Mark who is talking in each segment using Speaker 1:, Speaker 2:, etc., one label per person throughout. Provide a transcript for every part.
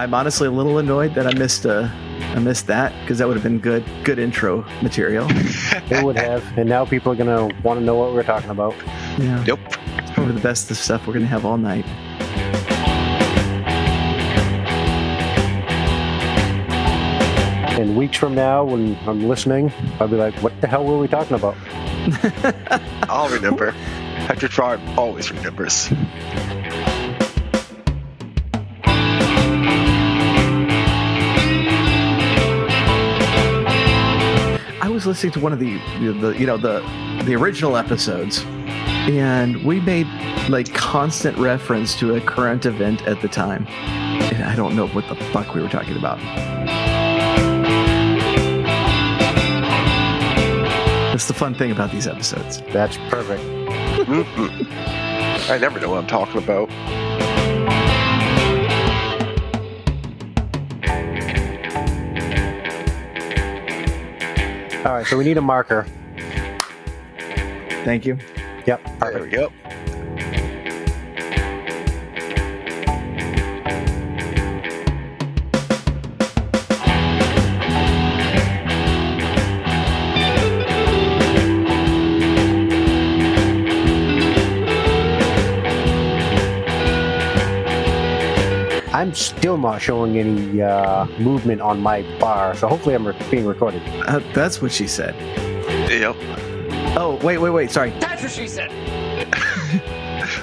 Speaker 1: I'm honestly a little annoyed that I missed uh, I missed that because that would have been good good intro material.
Speaker 2: It would have, and now people are gonna want to know what we're talking about.
Speaker 1: Yeah,
Speaker 3: Yep.
Speaker 1: it's probably the best of stuff we're gonna have all night.
Speaker 2: And weeks from now, when I'm listening, I'll be like, "What the hell were we talking about?"
Speaker 3: I'll remember. Hector Trard always remembers.
Speaker 1: I was listening to one of the, the you know the the original episodes, and we made like constant reference to a current event at the time. And I don't know what the fuck we were talking about. That's the fun thing about these episodes.
Speaker 2: That's perfect.
Speaker 3: Mm-mm. I never know what I'm talking about.
Speaker 2: All right, so we need a marker.
Speaker 1: Thank you.
Speaker 2: Yep,
Speaker 3: There
Speaker 2: perfect.
Speaker 3: we go.
Speaker 2: I'm still not showing any uh, movement on my bar, so hopefully I'm re- being recorded.
Speaker 1: Uh, that's what she said.
Speaker 3: Yep.
Speaker 1: Oh wait, wait, wait. Sorry,
Speaker 4: That's what she said.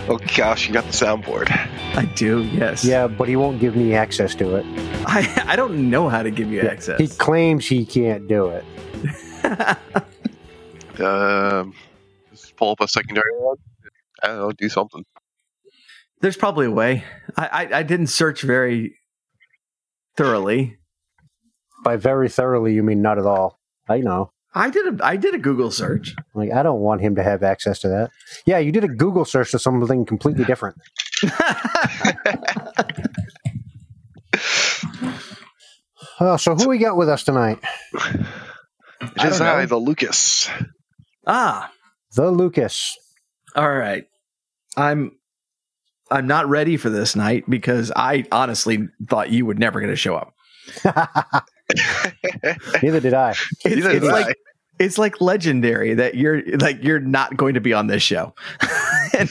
Speaker 3: Oh gosh, you got the soundboard.
Speaker 1: I do. Yes.
Speaker 2: Yeah, but he won't give me access to it.
Speaker 1: I I don't know how to give you
Speaker 2: Yeah,
Speaker 1: access.
Speaker 2: He claims he can't do it.
Speaker 3: Um, just pull up a secondary one. I don't know. Do something.
Speaker 1: There's probably a way. I, I I didn't search very thoroughly.
Speaker 2: By very thoroughly, you mean not at all. I know.
Speaker 1: I did a I did a Google search.
Speaker 2: Like, I don't want him to have access to that. Yeah, you did a Google search to something completely different. Oh, so who we got with us tonight?
Speaker 3: It is
Speaker 1: don't know.
Speaker 3: I, the Lucas.
Speaker 1: ah,
Speaker 2: The Lucas.
Speaker 1: all right. I'm I'm not ready for this night because I honestly thought you were never going to show up.
Speaker 2: Neither did I.
Speaker 1: It's,
Speaker 3: Neither
Speaker 1: it's
Speaker 3: did
Speaker 1: like
Speaker 3: I.
Speaker 1: it's like legendary that you're like you're not going to be on this show. And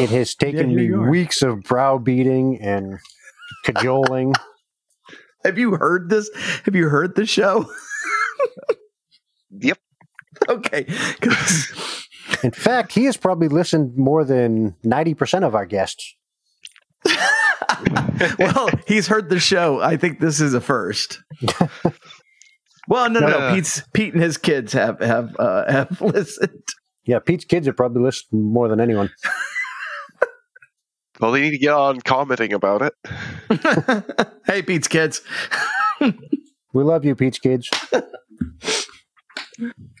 Speaker 2: It has taken
Speaker 1: Yeah, here
Speaker 2: me
Speaker 1: you are.
Speaker 2: weeks of browbeating and cajoling.
Speaker 1: have you heard this? Have you heard the show?
Speaker 3: Yep.
Speaker 1: Okay, 'Cause-
Speaker 2: In fact, he has probably listened more than 90% of our guests.
Speaker 1: well, he's heard the show. I think this is a first. Well, no, no, no.
Speaker 3: Yeah.
Speaker 1: Pete's Pete and his kids have have uh, have listened.
Speaker 2: Yeah, Pete's kids have probably listened more than anyone.
Speaker 3: Well, they need to get on commenting about it.
Speaker 1: hey, Pete's kids.
Speaker 2: We love you, Pete's kids.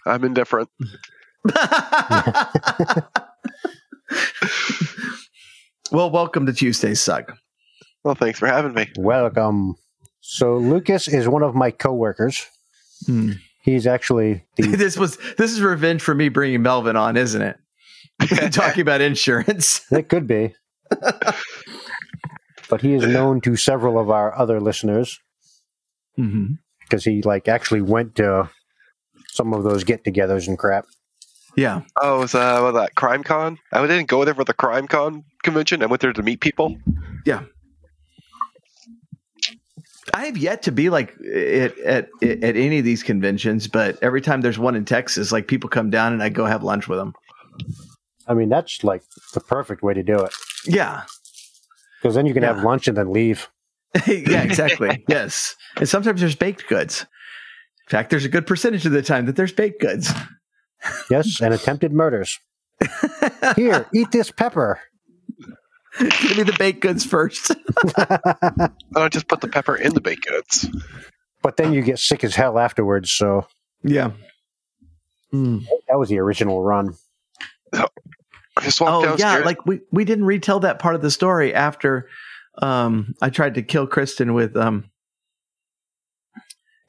Speaker 3: I'm indifferent.
Speaker 1: well, welcome to Tuesday's Suck.
Speaker 3: Well, thanks for having me.
Speaker 2: Welcome. So, Lucas is one of my coworkers.
Speaker 1: Hmm.
Speaker 2: He's actually the.
Speaker 1: This was this is revenge for me bringing Melvin on, isn't it? Talking about insurance.
Speaker 2: It could be. but he is known to several of our other listeners
Speaker 1: Mm-hmm.
Speaker 2: because he, like, actually went to some of those get togethers and crap.
Speaker 1: Yeah.
Speaker 3: Oh, it was uh, what was that Crime Con? I didn't go there for the Crime Con convention. I went there to meet people.
Speaker 1: I have yet to be like at, at at any of these conventions, but every time there's one in Texas, like people come down and I go have lunch with them.
Speaker 2: I mean, that's like the perfect way to do it
Speaker 1: Yeah,
Speaker 2: because then you can
Speaker 1: Yeah.
Speaker 2: have lunch and then leave.
Speaker 1: yeah, exactly. yes, and sometimes there's baked goods. In fact, there's a good percentage of the time that there's baked goods.
Speaker 2: Yes, and attempted murders. Here, eat this pepper.
Speaker 1: Give me the baked goods first.
Speaker 3: And I just put the pepper in the baked goods.
Speaker 2: But then you get sick as hell afterwards. So
Speaker 1: Yeah. Hmm.
Speaker 2: that was the original run.
Speaker 3: just walked
Speaker 1: Oh yeah,
Speaker 3: downstairs.
Speaker 1: like we we didn't retell that part of the story after um I tried to kill Kristen with um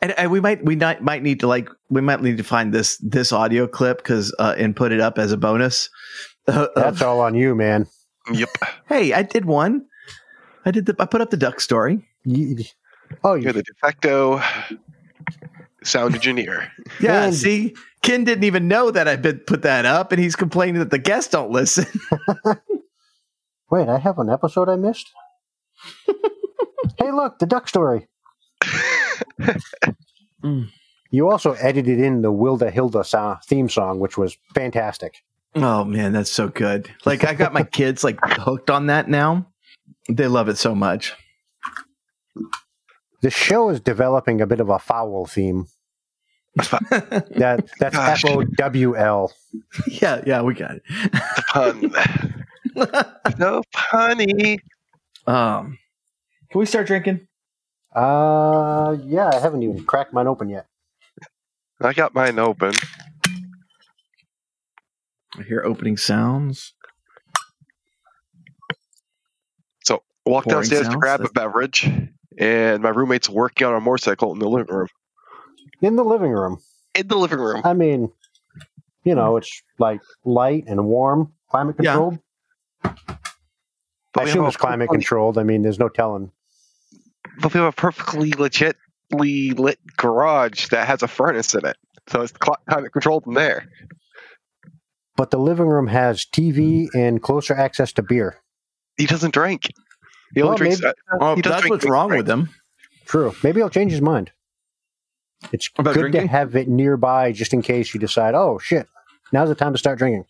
Speaker 1: and, and we might we not, might need to like we might need to find this this audio clip cuz uh and put it up as a bonus. Uh,
Speaker 2: That's all on you, man.
Speaker 3: yep.
Speaker 1: hey, I did one. I did the I put up the duck story.
Speaker 2: You, oh,
Speaker 3: You're
Speaker 2: you,
Speaker 3: the de facto sound engineer.
Speaker 1: Yeah,
Speaker 2: Man.
Speaker 1: see? Ken didn't even know that I bit put that up and he's complaining that the guests don't listen.
Speaker 2: wait, I have an episode I missed. hey, look, the duck story.
Speaker 1: Mm.
Speaker 2: You also edited in the Wilda Hilda so- theme song, which was fantastic.
Speaker 1: Oh man, that's so good. Like I got my kids like hooked on that now. They love it so much.
Speaker 2: The show is developing a bit of a foul theme. That that's
Speaker 3: Gosh.
Speaker 2: F O W L.
Speaker 1: yeah, yeah, we got
Speaker 3: The pun.
Speaker 1: it.
Speaker 3: no punny.
Speaker 1: um, can we start drinking?
Speaker 2: Uh, yeah, I haven't even cracked mine open yet.
Speaker 3: I got mine open.
Speaker 1: I hear opening sounds.
Speaker 3: So walked
Speaker 1: Pouring
Speaker 3: downstairs to
Speaker 1: sounds?
Speaker 3: grab a beverage, and my roommate's working on a motorcycle in the living room.
Speaker 2: In the living room.
Speaker 3: In the living room.
Speaker 2: I mean, you know, it's like light and warm, climate
Speaker 1: Yeah.
Speaker 2: controlled.
Speaker 3: But
Speaker 2: I
Speaker 3: we
Speaker 2: assume
Speaker 3: have
Speaker 2: it's
Speaker 3: a
Speaker 2: climate
Speaker 3: perfectly-
Speaker 2: controlled. I mean, there's no telling.
Speaker 3: But we have a perfectly legitly lit garage that has a furnace in it. So it's cl- climate controlled in there.
Speaker 2: But the living room has TV and closer access to beer.
Speaker 3: He doesn't drink. He only
Speaker 2: Well,
Speaker 3: drinks.
Speaker 2: maybe-
Speaker 1: Oh,
Speaker 3: He does
Speaker 1: that's
Speaker 3: drink
Speaker 1: what's
Speaker 3: big
Speaker 1: wrong
Speaker 3: drinks.
Speaker 1: with them.
Speaker 2: True. Maybe he'll change his mind. It's
Speaker 1: About
Speaker 2: good
Speaker 1: drinking?
Speaker 2: to have it nearby just in case you decide, oh, shit, now's the time to start drinking.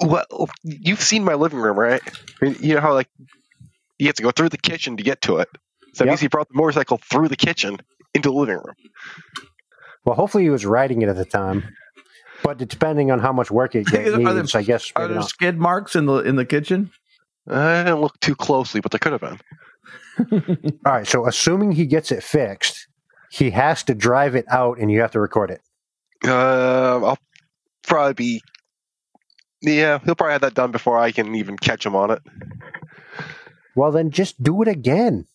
Speaker 3: Well, you've seen my living room, right? I mean, you know how like you have to go through the kitchen to get to it. So that
Speaker 2: Yep.
Speaker 3: means he brought the motorcycle through the kitchen into the living room.
Speaker 2: Well, hopefully he was riding it at the time. But depending on how much work it
Speaker 1: Are
Speaker 2: get-
Speaker 1: there-
Speaker 2: needs, I guess.
Speaker 1: Are
Speaker 2: maybe
Speaker 1: there
Speaker 2: not.
Speaker 1: skid marks in the in the kitchen?
Speaker 3: I didn't look too closely, but there could have been.
Speaker 2: All right. So, assuming he gets it fixed, he has to drive it out and you have to record it.
Speaker 3: Uh, I'll probably be. Yeah, he'll probably have that done before I can even catch him on it.
Speaker 2: Well, then just do it again.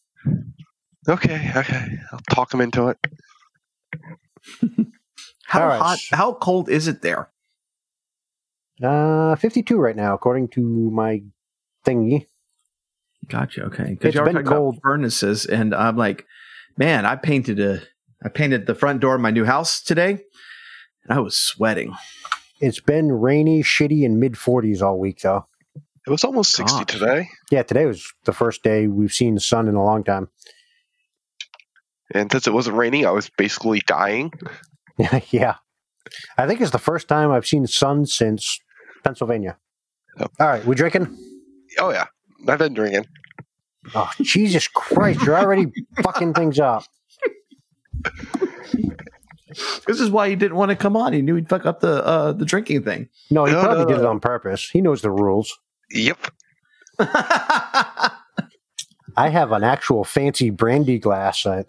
Speaker 3: Okay, okay, I'll talk him into it.
Speaker 1: How
Speaker 2: All right.
Speaker 1: hot? How cold is it there?
Speaker 2: Uh, 52 right now, according to my thingy.
Speaker 1: Gotcha. Okay, because
Speaker 2: It's
Speaker 1: y'all were
Speaker 2: been
Speaker 1: talking
Speaker 2: cold.
Speaker 1: about furnaces, and I'm like, man, I painted a, I painted the front door of my new house today, and I was sweating.
Speaker 2: It's been rainy, shitty, and mid 40s all week, though.
Speaker 3: It was almost sixty
Speaker 1: Gosh.
Speaker 3: today,
Speaker 2: Yeah, today was the first day we've seen sun in a long time.
Speaker 3: and since it wasn't raining, I was basically dying.
Speaker 2: yeah. I think it's the first time I've seen sun since Pennsylvania.
Speaker 3: Yep.
Speaker 2: All right, we drinking?
Speaker 3: Oh yeah, I've been drinking.
Speaker 2: Oh, Jesus Christ, you're already fucking things up.
Speaker 1: This is why he didn't want to come on. He knew he'd fuck up the uh, the drinking thing.
Speaker 2: No, he
Speaker 3: No,
Speaker 2: probably
Speaker 3: no,
Speaker 2: did it on purpose. He knows the rules.
Speaker 3: Yep.
Speaker 1: Hmm,
Speaker 2: I have an actual fancy brandy glass. I,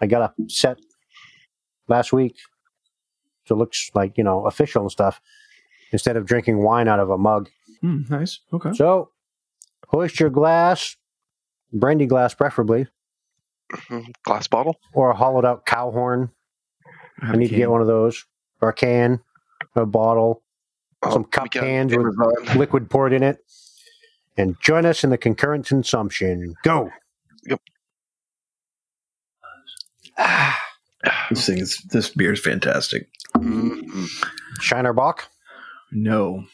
Speaker 2: I got a set last week. So it looks like, you know, official and stuff instead of drinking wine out of a mug.
Speaker 1: Hmm, nice. Okay.
Speaker 2: So hoist your glass, brandy glass preferably,
Speaker 3: Mhm. Glass bottle.
Speaker 2: or a hollowed out cow horn.
Speaker 1: have
Speaker 2: I need to
Speaker 1: a
Speaker 2: get
Speaker 1: can.
Speaker 2: one of those, or a can, a bottle, some cup
Speaker 3: we got
Speaker 2: cans with
Speaker 3: Amazon.
Speaker 2: liquid poured in it. And join us in the concurrent consumption. Go.
Speaker 1: Ah, this thing is this beer is fantastic.
Speaker 3: Mhm.
Speaker 2: Shiner Bach,
Speaker 1: No,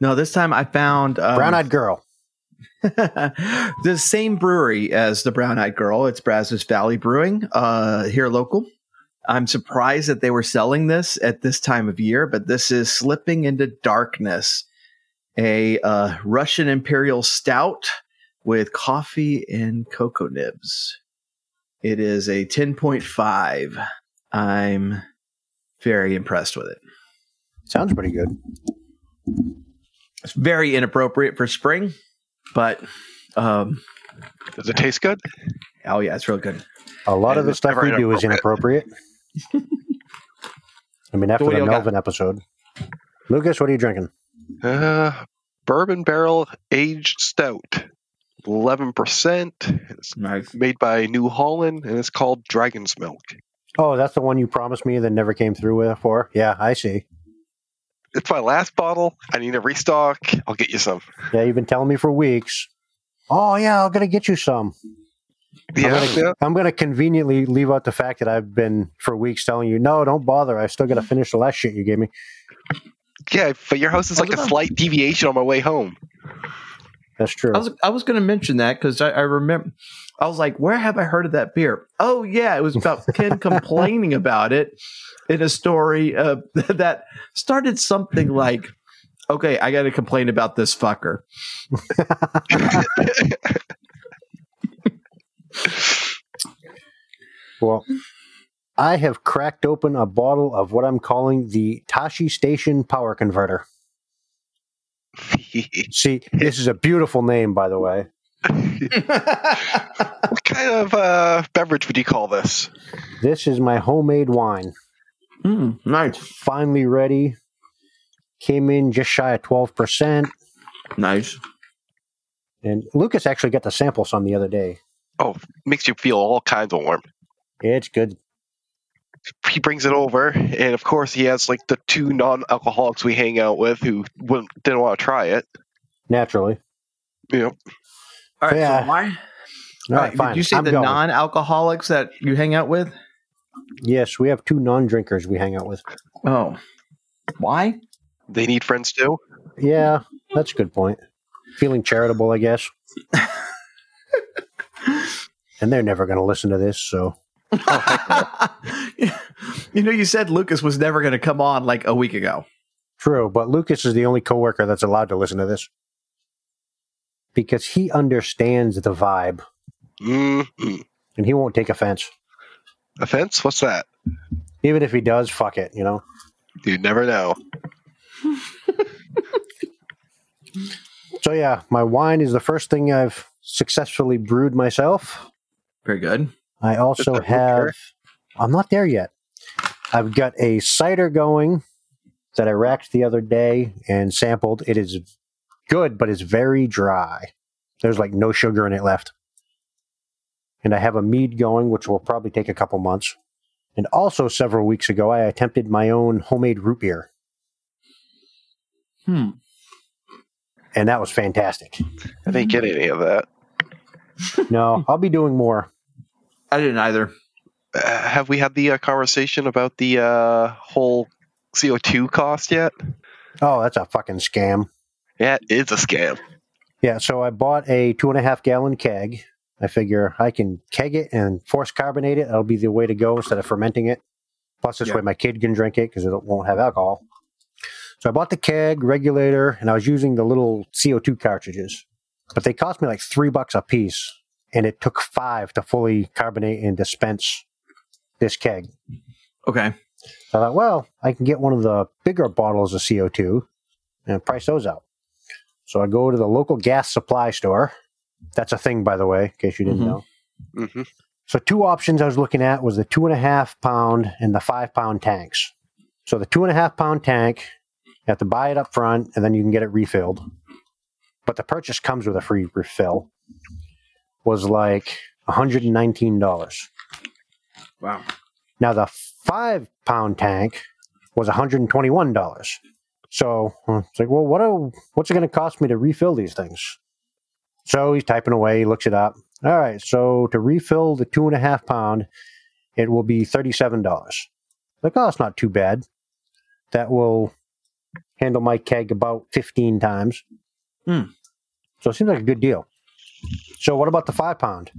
Speaker 1: no. This time I found um,
Speaker 2: Brown Eyed Girl.
Speaker 1: the same brewery as the Brown Eyed Girl. It's Brazos Valley Brewing uh, here local. I'm surprised that they were selling this at this time of year, but this is Slipping into Darkness, a uh, Russian Imperial Stout with coffee and cocoa nibs. It is a 10.5. I'm very impressed with it.
Speaker 2: Sounds pretty good.
Speaker 1: It's very inappropriate for spring, but um,
Speaker 3: Does it taste good?
Speaker 1: oh yeah, it's real good.
Speaker 2: A lot
Speaker 3: And
Speaker 2: of the
Speaker 3: it's
Speaker 2: stuff
Speaker 3: never
Speaker 2: we do is inappropriate. I mean, after
Speaker 1: What do
Speaker 2: the
Speaker 1: you got?
Speaker 2: Melvin episode, Lucas, what are you drinking?
Speaker 3: Uh, bourbon barrel aged stout, eleven percent. It's
Speaker 1: Nice.
Speaker 3: made by New Holland, and it's called Dragon's Milk.
Speaker 2: Oh, that's the one you promised me that never came through with for. Yeah, I see.
Speaker 3: It's my last bottle. I need a restock. I'll get you some.
Speaker 2: Yeah, you've been telling me for weeks. Oh yeah, I'm gonna get you some.
Speaker 3: Yeah,
Speaker 2: I'm gonna, I'm gonna conveniently leave out the fact that I've been for weeks telling you, no, don't bother. I still gotta finish the last shit you gave me.
Speaker 3: yeah. But your house is like
Speaker 5: How's it
Speaker 3: a
Speaker 5: done?
Speaker 3: slight deviation on my way home.
Speaker 2: That's true.
Speaker 5: I was I was going to mention that because I, I remember I was like, where have I heard of that beer? Oh yeah, it was about Ken complaining about it in a story uh, that started something like, okay, I got to complain about this fucker.
Speaker 2: Well, I have cracked open a bottle of what I'm calling the Tashi Station Power Converter. See, this is a beautiful name, by the way.
Speaker 3: what kind of uh, beverage would you call this?
Speaker 2: This is my homemade wine.
Speaker 5: Mm,
Speaker 2: It's
Speaker 5: nice,
Speaker 2: finally ready. Came in just shy of 12%.
Speaker 5: nice.
Speaker 2: And Lucas actually got to sample some the other day.
Speaker 3: Oh, Makes you feel all kinds of warm.
Speaker 2: It's good.
Speaker 3: he brings it over, and of course he has like the two non-alcoholics we hang out with who wouldn't, didn't want to try it.
Speaker 2: Naturally.
Speaker 3: You know,
Speaker 5: All right,
Speaker 2: Yeah.
Speaker 5: so why?
Speaker 2: All right,
Speaker 5: did
Speaker 2: fine.
Speaker 5: you say
Speaker 2: I'm
Speaker 5: the
Speaker 2: going.
Speaker 5: non-alcoholics that you hang out with?
Speaker 2: yes, we have two non drinkers we hang out with.
Speaker 5: Oh, why?
Speaker 3: they need friends too.
Speaker 2: Yeah, that's a good point. Feeling charitable, I guess. and they're never going to listen to this, so. Oh,
Speaker 5: you know, you said Lucas was never going to come on like a week ago.
Speaker 2: True, but Lucas is the only coworker that's allowed to listen to this because he understands the vibe
Speaker 3: Mm-hmm.
Speaker 2: and he won't take offense.
Speaker 3: Offense? What's that?
Speaker 2: Even if he does, fuck it, you know.
Speaker 3: You never know.
Speaker 2: So yeah, my wine is the first thing I've successfully brewed myself.
Speaker 5: Very good.
Speaker 2: I also
Speaker 3: Mr. Hooker.
Speaker 2: have. I'm not there yet. I've got a cider going that I racked the other day and sampled. It is good, but it's very dry. There's like no sugar in it left. And I have a mead going, which will probably take a couple months. And also, several weeks ago, I attempted my own homemade root beer,
Speaker 5: Hmm.
Speaker 2: and that was fantastic.
Speaker 3: I didn't get any of that.
Speaker 2: no, I'll be doing more.
Speaker 5: I didn't either.
Speaker 3: Uh, have we had the uh, conversation about the uh, whole CO2 cost yet?
Speaker 2: Oh, that's a fucking scam.
Speaker 3: Yeah, it's a scam.
Speaker 2: Yeah, so I bought a two and a half gallon keg. I figure I can keg it and force carbonate it. That'll be the way to go instead of fermenting it. Plus, this
Speaker 5: Yeah.
Speaker 2: way my kid can drink it because it won't have alcohol. So I bought the keg, regulator, and I was using the little CO2 cartridges. But they cost me like three bucks a piece, and it took five to fully carbonate and dispense this keg.
Speaker 5: Okay.
Speaker 2: So I thought, well, I can get one of the bigger bottles of CO2 and price those out. So I go to the local gas supply store. That's a thing, by the way, in case you didn't
Speaker 5: Mhm.
Speaker 2: know.
Speaker 3: hmm
Speaker 2: So two options I was looking at was the two and a half pound and the five pound tanks. So the two and a half pound tank, you have to buy it up front and then you can get it refilled. But the purchase comes with a free refill. Was like $119.
Speaker 5: Wow.
Speaker 2: Now the five pound tank was one hundred and twenty one dollars. So uh, it's like, well, what do, what's it going to cost me to refill these things? So he's typing away. He looks it up. All right. So to refill the two and a half pound, it will be thirty seven dollars. Like, oh, it's not too bad. That will handle my keg about fifteen times.
Speaker 5: Hmm.
Speaker 2: So it seems like a good deal. So what about the five pound?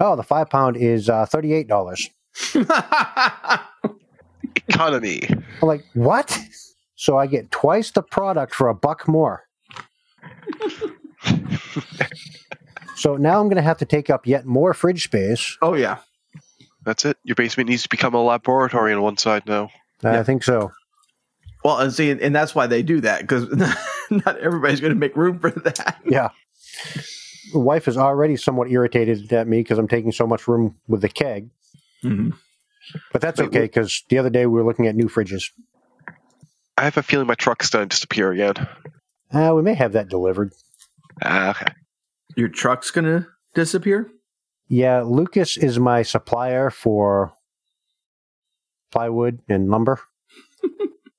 Speaker 2: Oh, the five pound is uh, thirty eight dollars.
Speaker 3: Economy.
Speaker 2: I'm like, what? So I get twice the product for a buck more. so now I'm going to have to take up yet more fridge space.
Speaker 5: oh yeah.
Speaker 3: That's it. Your basement needs to become a laboratory on one side now.
Speaker 2: I think so.
Speaker 5: Well, and see, and that's why they do that because not everybody's going to make room for that.
Speaker 2: Yeah. The wife is already somewhat irritated at me because I'm taking so much room with the keg,
Speaker 1: Mm-hmm.
Speaker 2: but that's
Speaker 3: Wait,
Speaker 2: okay because the other day we were looking at new fridges.
Speaker 3: I have a feeling my truck's going to disappear again.
Speaker 2: Uh, we may have that delivered.
Speaker 3: Ah, okay.
Speaker 6: Your truck's gonna disappear.
Speaker 2: Yeah, Lucas is my supplier for plywood and lumber.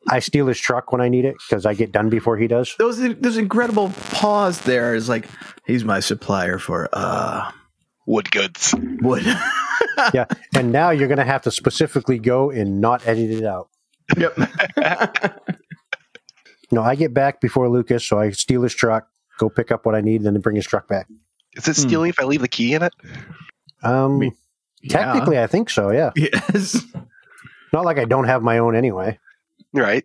Speaker 2: I steal his truck when I need it because I get done before he does.
Speaker 1: There was there's incredible pause there. Is like he's my supplier for uh
Speaker 3: Wood goods.
Speaker 1: wood.
Speaker 2: And now you're going to have to specifically go and not edit it out.
Speaker 1: yep.
Speaker 2: No, I get back before Lucas, so I steal his truck, go pick up what I need, then bring his truck back.
Speaker 3: Is it
Speaker 1: Hmm.
Speaker 3: stealing if I leave the key in it?
Speaker 2: Um,
Speaker 6: Me-
Speaker 2: technically, I think so. Yeah,
Speaker 1: Yes.
Speaker 2: not like I don't have my own anyway.
Speaker 3: Right.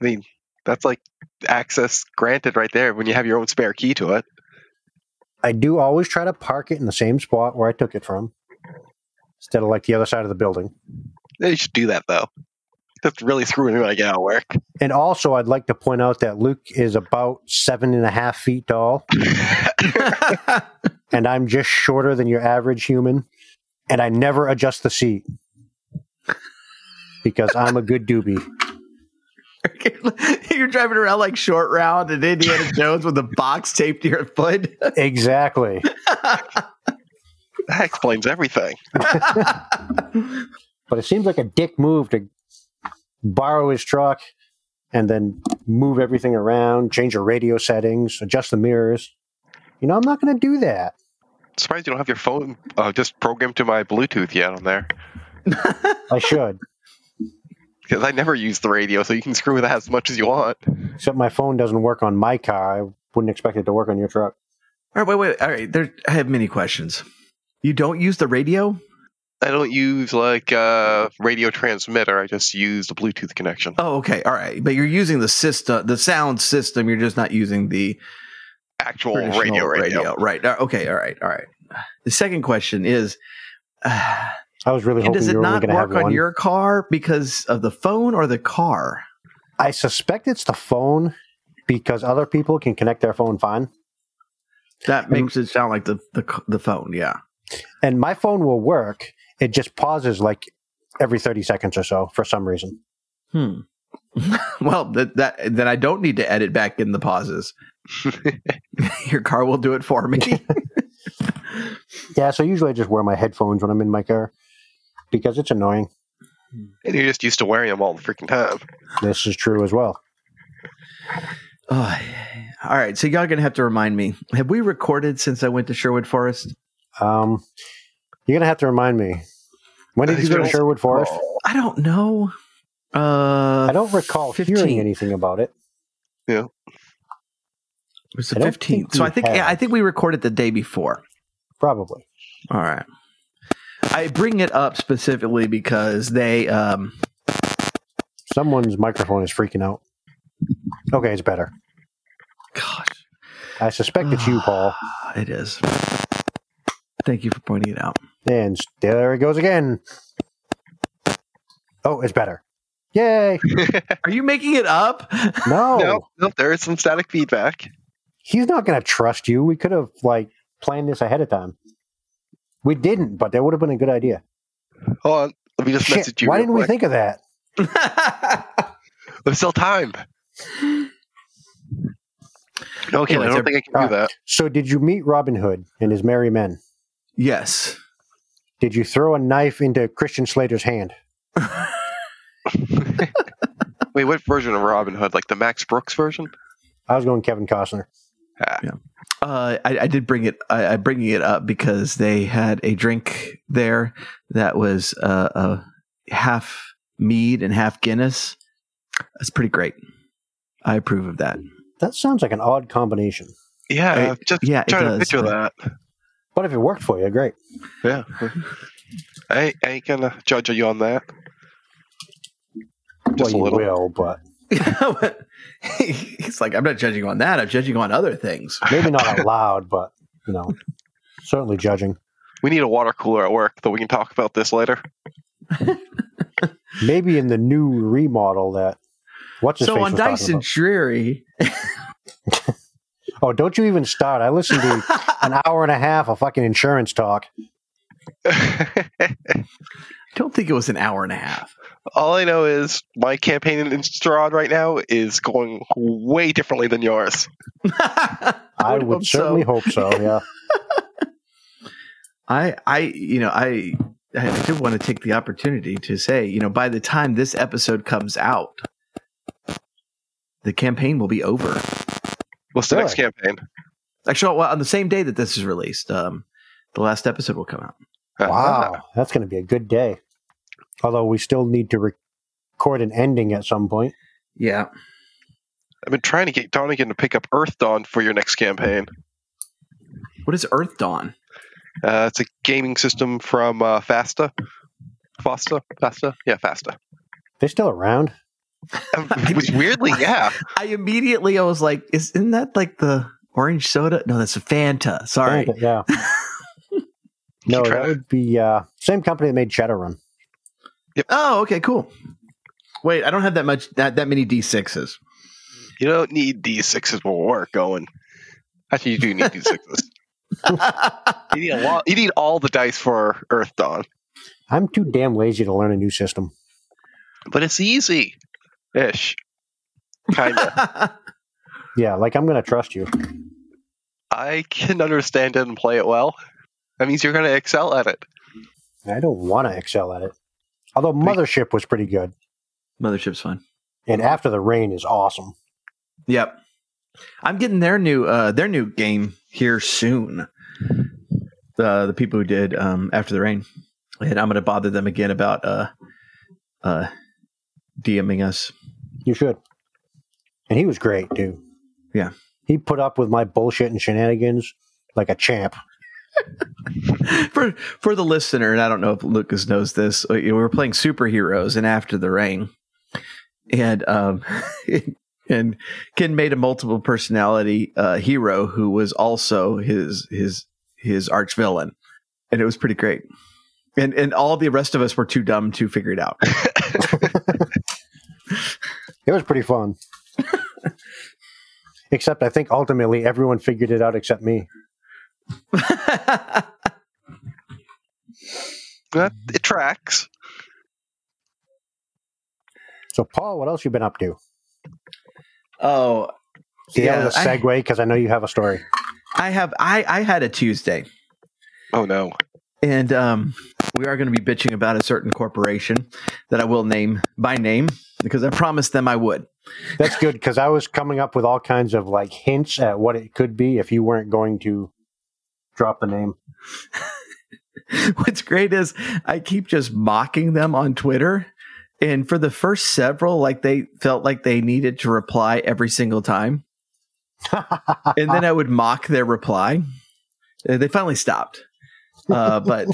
Speaker 3: I mean, that's like access granted right there when you have your own spare key to it.
Speaker 2: I do always try to park it in the same spot where I took it from, instead of like the other side of the building.
Speaker 3: They should do that though. That's really screwing me when I get out of work.
Speaker 2: And also, I'd like to point out that Luke is about seven and a half feet tall, and I'm just shorter than your average human, and I never adjust the seat because I'm a good doobie.
Speaker 1: You're driving around like short round and Indiana Jones with a box taped to your foot.
Speaker 2: Exactly.
Speaker 3: That explains everything.
Speaker 2: But it seems like a dick move to borrow his truck and then move everything around, change your radio settings, adjust the mirrors. You know, I'm not going to do that.
Speaker 3: surprised you don't have your phone uh, just programmed to my Bluetooth yet on there.
Speaker 2: I should,
Speaker 3: Because I never use the radio, so you can screw with that as much as you want.
Speaker 2: except my phone doesn't work on my car. I wouldn't expect it to work on your truck.
Speaker 1: All right, wait, wait. All right, there. I have many questions. You don't use the radio?
Speaker 3: I don't use like uh, radio transmitter. I just use the Bluetooth connection.
Speaker 1: Oh, okay. All right, but you're using the system, the sound system. You're just not using the
Speaker 3: Actual
Speaker 1: traditional
Speaker 3: radio, radio,
Speaker 1: Right. Uh, Okay. All right. All right. The second question is. Uh,
Speaker 2: I was really
Speaker 1: and
Speaker 2: hoping
Speaker 1: does it
Speaker 2: you were only
Speaker 1: not
Speaker 2: going to have
Speaker 1: work on
Speaker 2: one.
Speaker 1: your car because of the phone or the car?
Speaker 2: I suspect it's the phone because other people can connect their phone fine.
Speaker 1: That makes it sound like the the, c- the phone. Yeah.
Speaker 2: And my phone will work. It just pauses like every 30 seconds or so for some reason.
Speaker 1: Hmm. well, that that then I don't need to edit back in the pauses. your car will do it for me.
Speaker 2: Yeah, so usually I just wear my headphones when I'm in my car because it's annoying.
Speaker 3: And you're just used to wearing them all the freaking time.
Speaker 2: This is true as well.
Speaker 1: Oh, all right. So y'all gonna have to remind me. Have we recorded since I went to Sherwood Forest?
Speaker 2: Um, you're going to have to remind me. When did you go to Sherwood Forest?
Speaker 1: I don't know. Uh,
Speaker 2: I don't recall
Speaker 1: 15.
Speaker 2: hearing anything about it.
Speaker 1: it was
Speaker 2: I
Speaker 1: the
Speaker 2: don't
Speaker 1: fifteenth.
Speaker 2: think
Speaker 1: So
Speaker 2: we
Speaker 1: I think yeah,
Speaker 2: have.
Speaker 1: I think we recorded the day before.
Speaker 2: Probably.
Speaker 1: All right. I bring it up specifically because they um
Speaker 2: Someone's microphone is freaking out. Okay, it's better.
Speaker 1: gosh,
Speaker 2: I suspect it's you, Paul.
Speaker 1: it is. Thank you for pointing it out.
Speaker 2: And there it goes again. Oh, it's better. Yay!
Speaker 1: Are you making it up?
Speaker 2: No,
Speaker 3: No, no, there is some static feedback.
Speaker 2: he's not going to trust you. We could have like planned this ahead of time. We didn't, but that would have been a good idea.
Speaker 3: Hold on. Let me just
Speaker 2: Shit,
Speaker 3: message you.
Speaker 2: why
Speaker 3: real
Speaker 2: didn't we
Speaker 3: quick.
Speaker 2: think of that?
Speaker 3: There's still time. Okay, I
Speaker 1: Anyways,
Speaker 3: don't think I
Speaker 2: uh,
Speaker 3: can do that.
Speaker 2: So, did you meet Robin Hood and his merry men?
Speaker 1: yes.
Speaker 2: Did you throw a knife into Christian Slater's hand?
Speaker 3: Wait, what version of Robin Hood? Like the Max Brooks version?
Speaker 2: I was going Kevin Costner.
Speaker 1: Uh, I, I did bring it. I, I bringing it up because they had a drink there that was uh, a half mead and half Guinness. That's pretty great. I approve of that.
Speaker 2: That sounds like an odd combination.
Speaker 3: Yeah,
Speaker 1: I-
Speaker 3: I'm just
Speaker 1: yeah, it
Speaker 3: trying to
Speaker 1: does,
Speaker 3: picture that.
Speaker 2: But if it worked for you, great.
Speaker 3: Yeah. I, ain't- I ain't gonna judge you on that. Just
Speaker 2: well, you
Speaker 3: a little.
Speaker 2: will, but
Speaker 1: it's like I'm not judging on that. I'm judging on other things.
Speaker 2: maybe not out loud, but you know, certainly judging.
Speaker 3: We need a water cooler at work, though we can talk about this later.
Speaker 2: Maybe in the new remodel that what's his
Speaker 1: So
Speaker 2: face
Speaker 1: on
Speaker 2: was talking
Speaker 1: Dyson
Speaker 2: about.
Speaker 1: Dreary,
Speaker 2: Oh, don't you even start. I listened to an hour and a half of fucking insurance talk.
Speaker 1: don't think it was an hour and a half.
Speaker 3: All I know is my campaign in Instrad right now is going way differently than yours.
Speaker 2: I
Speaker 1: would
Speaker 2: would,
Speaker 1: hope so.
Speaker 2: certainly hope so. Yeah.
Speaker 1: I, I, you know, I, I did want to take the opportunity to say, you know, by the time this episode comes out, the campaign will be over.
Speaker 3: What's the next campaign?
Speaker 1: Actually, well, on the same day that this is released, um, the last episode will come out.
Speaker 2: Wow, that's going to be a good day. Although we still need to record an ending at some point.
Speaker 1: Yeah.
Speaker 3: I've been trying to get Donegan to pick up Earth Dawn for your next campaign.
Speaker 1: What is Earth Dawn?
Speaker 3: Uh, it's a gaming system from uh, Fasta. Fasta? Fasta? Yeah, Fasta. Um,
Speaker 2: They're still around.
Speaker 3: Which weirdly, yeah.
Speaker 1: I immediately I was like, isn't that like the orange soda? No, that's a Fanta. Sorry.
Speaker 2: Aren't they? Yeah. no,
Speaker 3: Keep trying
Speaker 2: that
Speaker 3: to-
Speaker 2: would be uh, same company that made Shadowrun.
Speaker 1: Oh, okay, cool. Wait, I don't have that much that that many D sixes.
Speaker 3: You don't need D6s when we're going. Actually, you do need D6s. you, need a lot, you need all the dice for Earth Dawn.
Speaker 2: I'm too damn lazy to learn a new system.
Speaker 3: But it's easy ish. Kind of.
Speaker 2: Yeah, like I'm going to trust you.
Speaker 3: I can understand it and play it well. That means you're going to excel at it.
Speaker 2: I don't want to excel at it. Although Mothership was pretty good,
Speaker 1: Mothership's fun.
Speaker 2: and After the Rain is awesome.
Speaker 1: Yep. I'm getting their new uh their new game here soon. The the people who did um After the Rain. And I'm gonna bother them again about uh uh DMing us.
Speaker 2: You should. And he was great too.
Speaker 1: Yeah.
Speaker 2: He put up with my bullshit and shenanigans like a champ.
Speaker 1: for for the listener, and I don't know if Lucas knows this, uh, you know, we were playing superheroes and After the Rain, and um, and Ken made a multiple personality uh, hero who was also his his his arch villain, and it was pretty great. And and all the rest of us were too dumb to figure it out.
Speaker 2: It was pretty fun. except I think ultimately everyone figured it out except me.
Speaker 3: That, it tracks.
Speaker 2: So Paul, what else you been up to?
Speaker 1: oh,
Speaker 2: See, that was a
Speaker 1: I-
Speaker 2: segue because I know you have a story.
Speaker 1: I have I I had a Tuesday.
Speaker 3: Oh, no.
Speaker 1: And um, we are going to be bitching about a certain corporation that I will name by name because I promised them I would.
Speaker 2: That's good because I was coming up with all kinds of like hints at what it could be if you weren't going to drop the name.
Speaker 1: What's great is I keep just mocking them on Twitter. And for the first several, like they felt like they needed to reply every single time. And then I would mock their reply. Uh, They finally stopped. Uh, but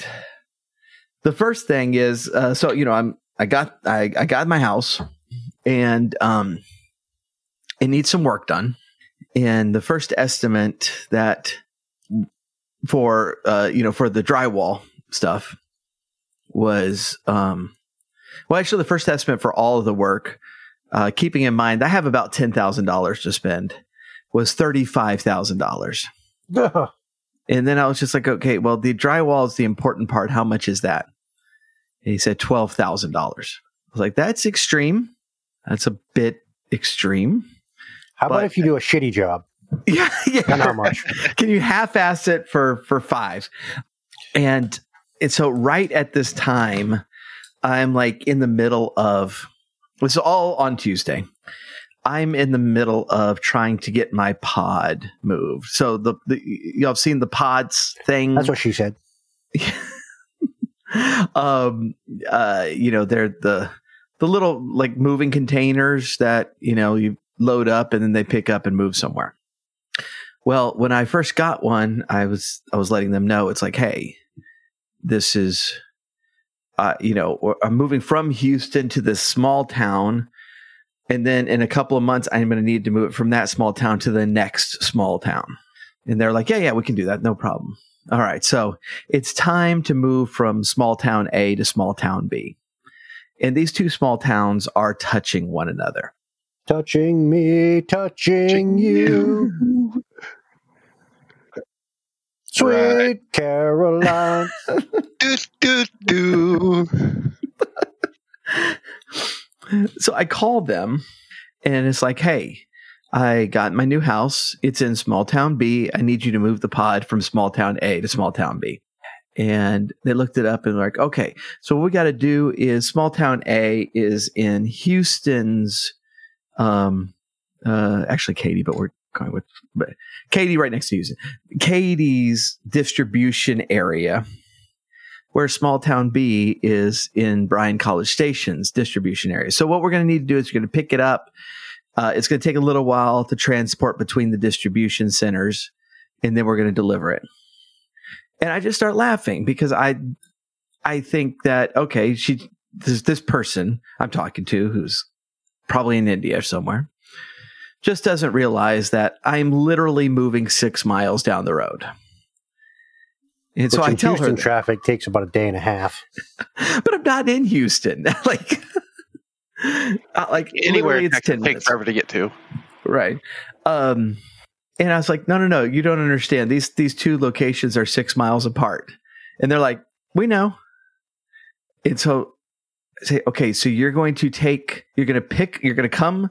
Speaker 1: the first thing is uh, so, you know, I'm, I got, I, I got my house and um, it needs some work done. And the first estimate that for uh you know for the drywall stuff was um well actually the first estimate for all of the work uh keeping in mind i have about $10,000 to spend was $35,000 and then i was just like okay well the drywall is the important part how much is that and he said $12,000 i was like that's extreme that's a bit extreme
Speaker 2: How about
Speaker 1: But-
Speaker 2: if you do a shitty job?
Speaker 1: yeah yeah
Speaker 2: Then how much?
Speaker 1: can you half-ass it for for five and and so right at this time i'm like in the middle of this is all on tuesday i'm in the middle of trying to get my pod moved so the, the y'all have seen the pods thing
Speaker 2: That's what she said.
Speaker 1: um uh you know they're the the little like moving containers that you know you load up and then they pick up and move somewhere well when i first got one i was i was letting them know it's like hey this is uh you know or- i'm moving from houston to this small town and then in a couple of months i'm going to need to move it from that small town to the next small town and they're like yeah yeah we can do that no problem all right so it's time to move from small town A to small town B. And these two small towns are touching one another.
Speaker 2: Touching me, touching
Speaker 3: Touching
Speaker 2: you. Sweet
Speaker 3: Right.
Speaker 2: Caroline.
Speaker 3: Do, do, do.
Speaker 1: so I called them and it's like, hey, I got my new house. It's in small town B. I need you to move the pod from small town A to small town B. And they looked it up and were like, okay, so what we got to do is small town A is in Houston's, um, uh, actually Katy, but we're going with but Katy right next to Houston. Katie's distribution area, where small town B is in Bryan College Station's distribution area. So what we're going to need to do is we're going to pick it up. Uh, it's going to take a little while to transport between the distribution centers, and then we're going to deliver it. And I just start laughing because I, I think that okay, she this this person I'm talking to who's probably in India or somewhere just doesn't realize that I'm literally moving six miles down the road. And so
Speaker 2: Which
Speaker 1: I
Speaker 2: in
Speaker 1: tell
Speaker 2: Houston
Speaker 1: her, that.
Speaker 2: traffic takes about a day and a half.
Speaker 1: but I'm not in Houston. like, uh, like
Speaker 3: Anywhere
Speaker 1: literally
Speaker 3: in
Speaker 1: it's
Speaker 3: Texas
Speaker 1: ten
Speaker 3: takes
Speaker 1: minutes,
Speaker 3: forever to get to.
Speaker 1: right? Um, and I was like, no, no, no, you don't understand. These these two locations are six miles apart, and they're like, we know. And so, I say, okay, so you're going to take, you're going to pick, you're going to come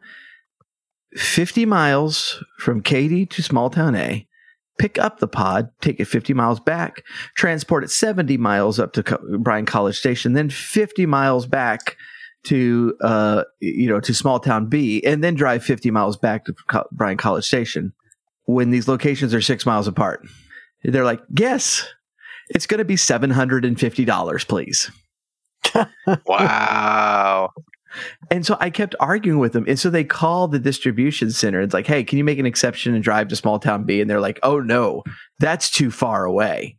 Speaker 1: fifty miles from Katy to small town A. Pick up the pod, take it 50 miles back, transport it 70 miles up to Co- Bryan College Station, then 50 miles back to uh you know to small town B and then drive 50 miles back to Co- Bryan College Station when these locations are 6 miles apart. They're like, "Yes. It's going to be $750, please."
Speaker 3: Wow.
Speaker 1: And so I kept arguing with them. And so they called the distribution center. It's like, hey, can you make an exception and drive to small town B? And they're like, oh no, that's too far away.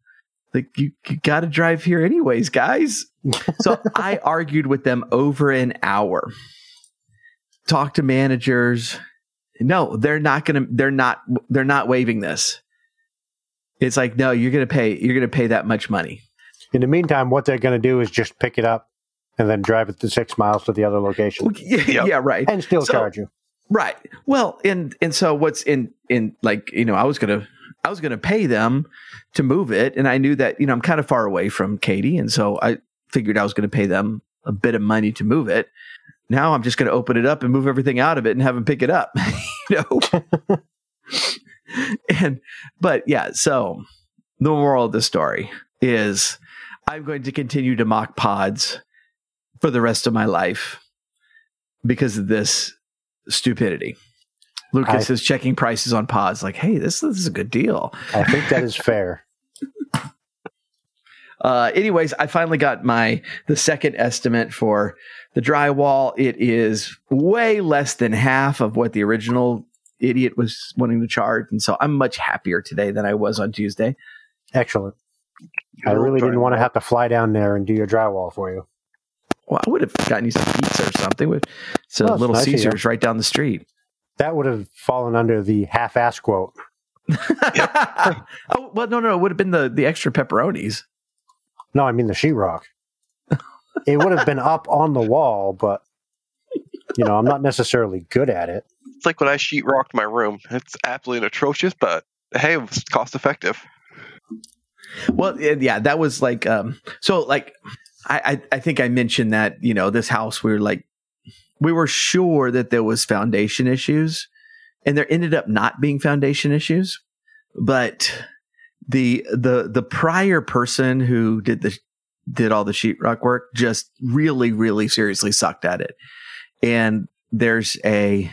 Speaker 1: Like, you, you got to drive here anyways, guys. so I argued with them over an hour. Talked to managers. No, they're not going to, they're not, they're not waiving this. It's like, no, you're going to pay, you're going to pay that much money.
Speaker 2: In the meantime, what they're going to do is just pick it up and then drive it the six miles to the other location
Speaker 1: Yeah, yeah right.
Speaker 2: and still
Speaker 1: So-
Speaker 2: charge you.
Speaker 1: Right. Well, and and so what's in in like you know I was gonna I was gonna pay them to move it, and I knew that you know I'm kind of far away from Katie, and so I figured I was gonna pay them a bit of money to move it. Now I'm just gonna open it up and move everything out of it and have them pick it up, you know. and but yeah, so the moral of the story is I'm going to continue to mock pods for the rest of my life because of this stupidity. Lucas is checking prices on pods, like, hey, this, this is a good deal.
Speaker 2: I think that is fair.
Speaker 1: Uh, anyways, I finally got my the second estimate for the drywall. It is way less than half of what the original idiot was wanting to charge, and so I'm much happier today than I was on Tuesday.
Speaker 2: Excellent. I really didn't want to have to fly down there and do your drywall for you.
Speaker 1: Well, I would have gotten you some pizza or something with so
Speaker 2: Well, it's
Speaker 1: little
Speaker 2: nice of you.
Speaker 1: Caesars right down the street.
Speaker 2: That would have fallen under the half-ass quote.
Speaker 1: oh well, no, no, it would have been the the extra pepperonis.
Speaker 2: No, I mean the sheetrock. it would have been up on the wall, but you know, I'm not necessarily good at it.
Speaker 3: It's like when I sheet rocked my room. It's absolutely atrocious, but hey, it was cost effective.
Speaker 1: Well, and yeah, that was like um so like I, I I think I mentioned that, you know, this house we were like we were sure that there was foundation issues and there ended up not being foundation issues, but the the the prior person who did the did all the sheetrock work just really really seriously sucked at it. And there's a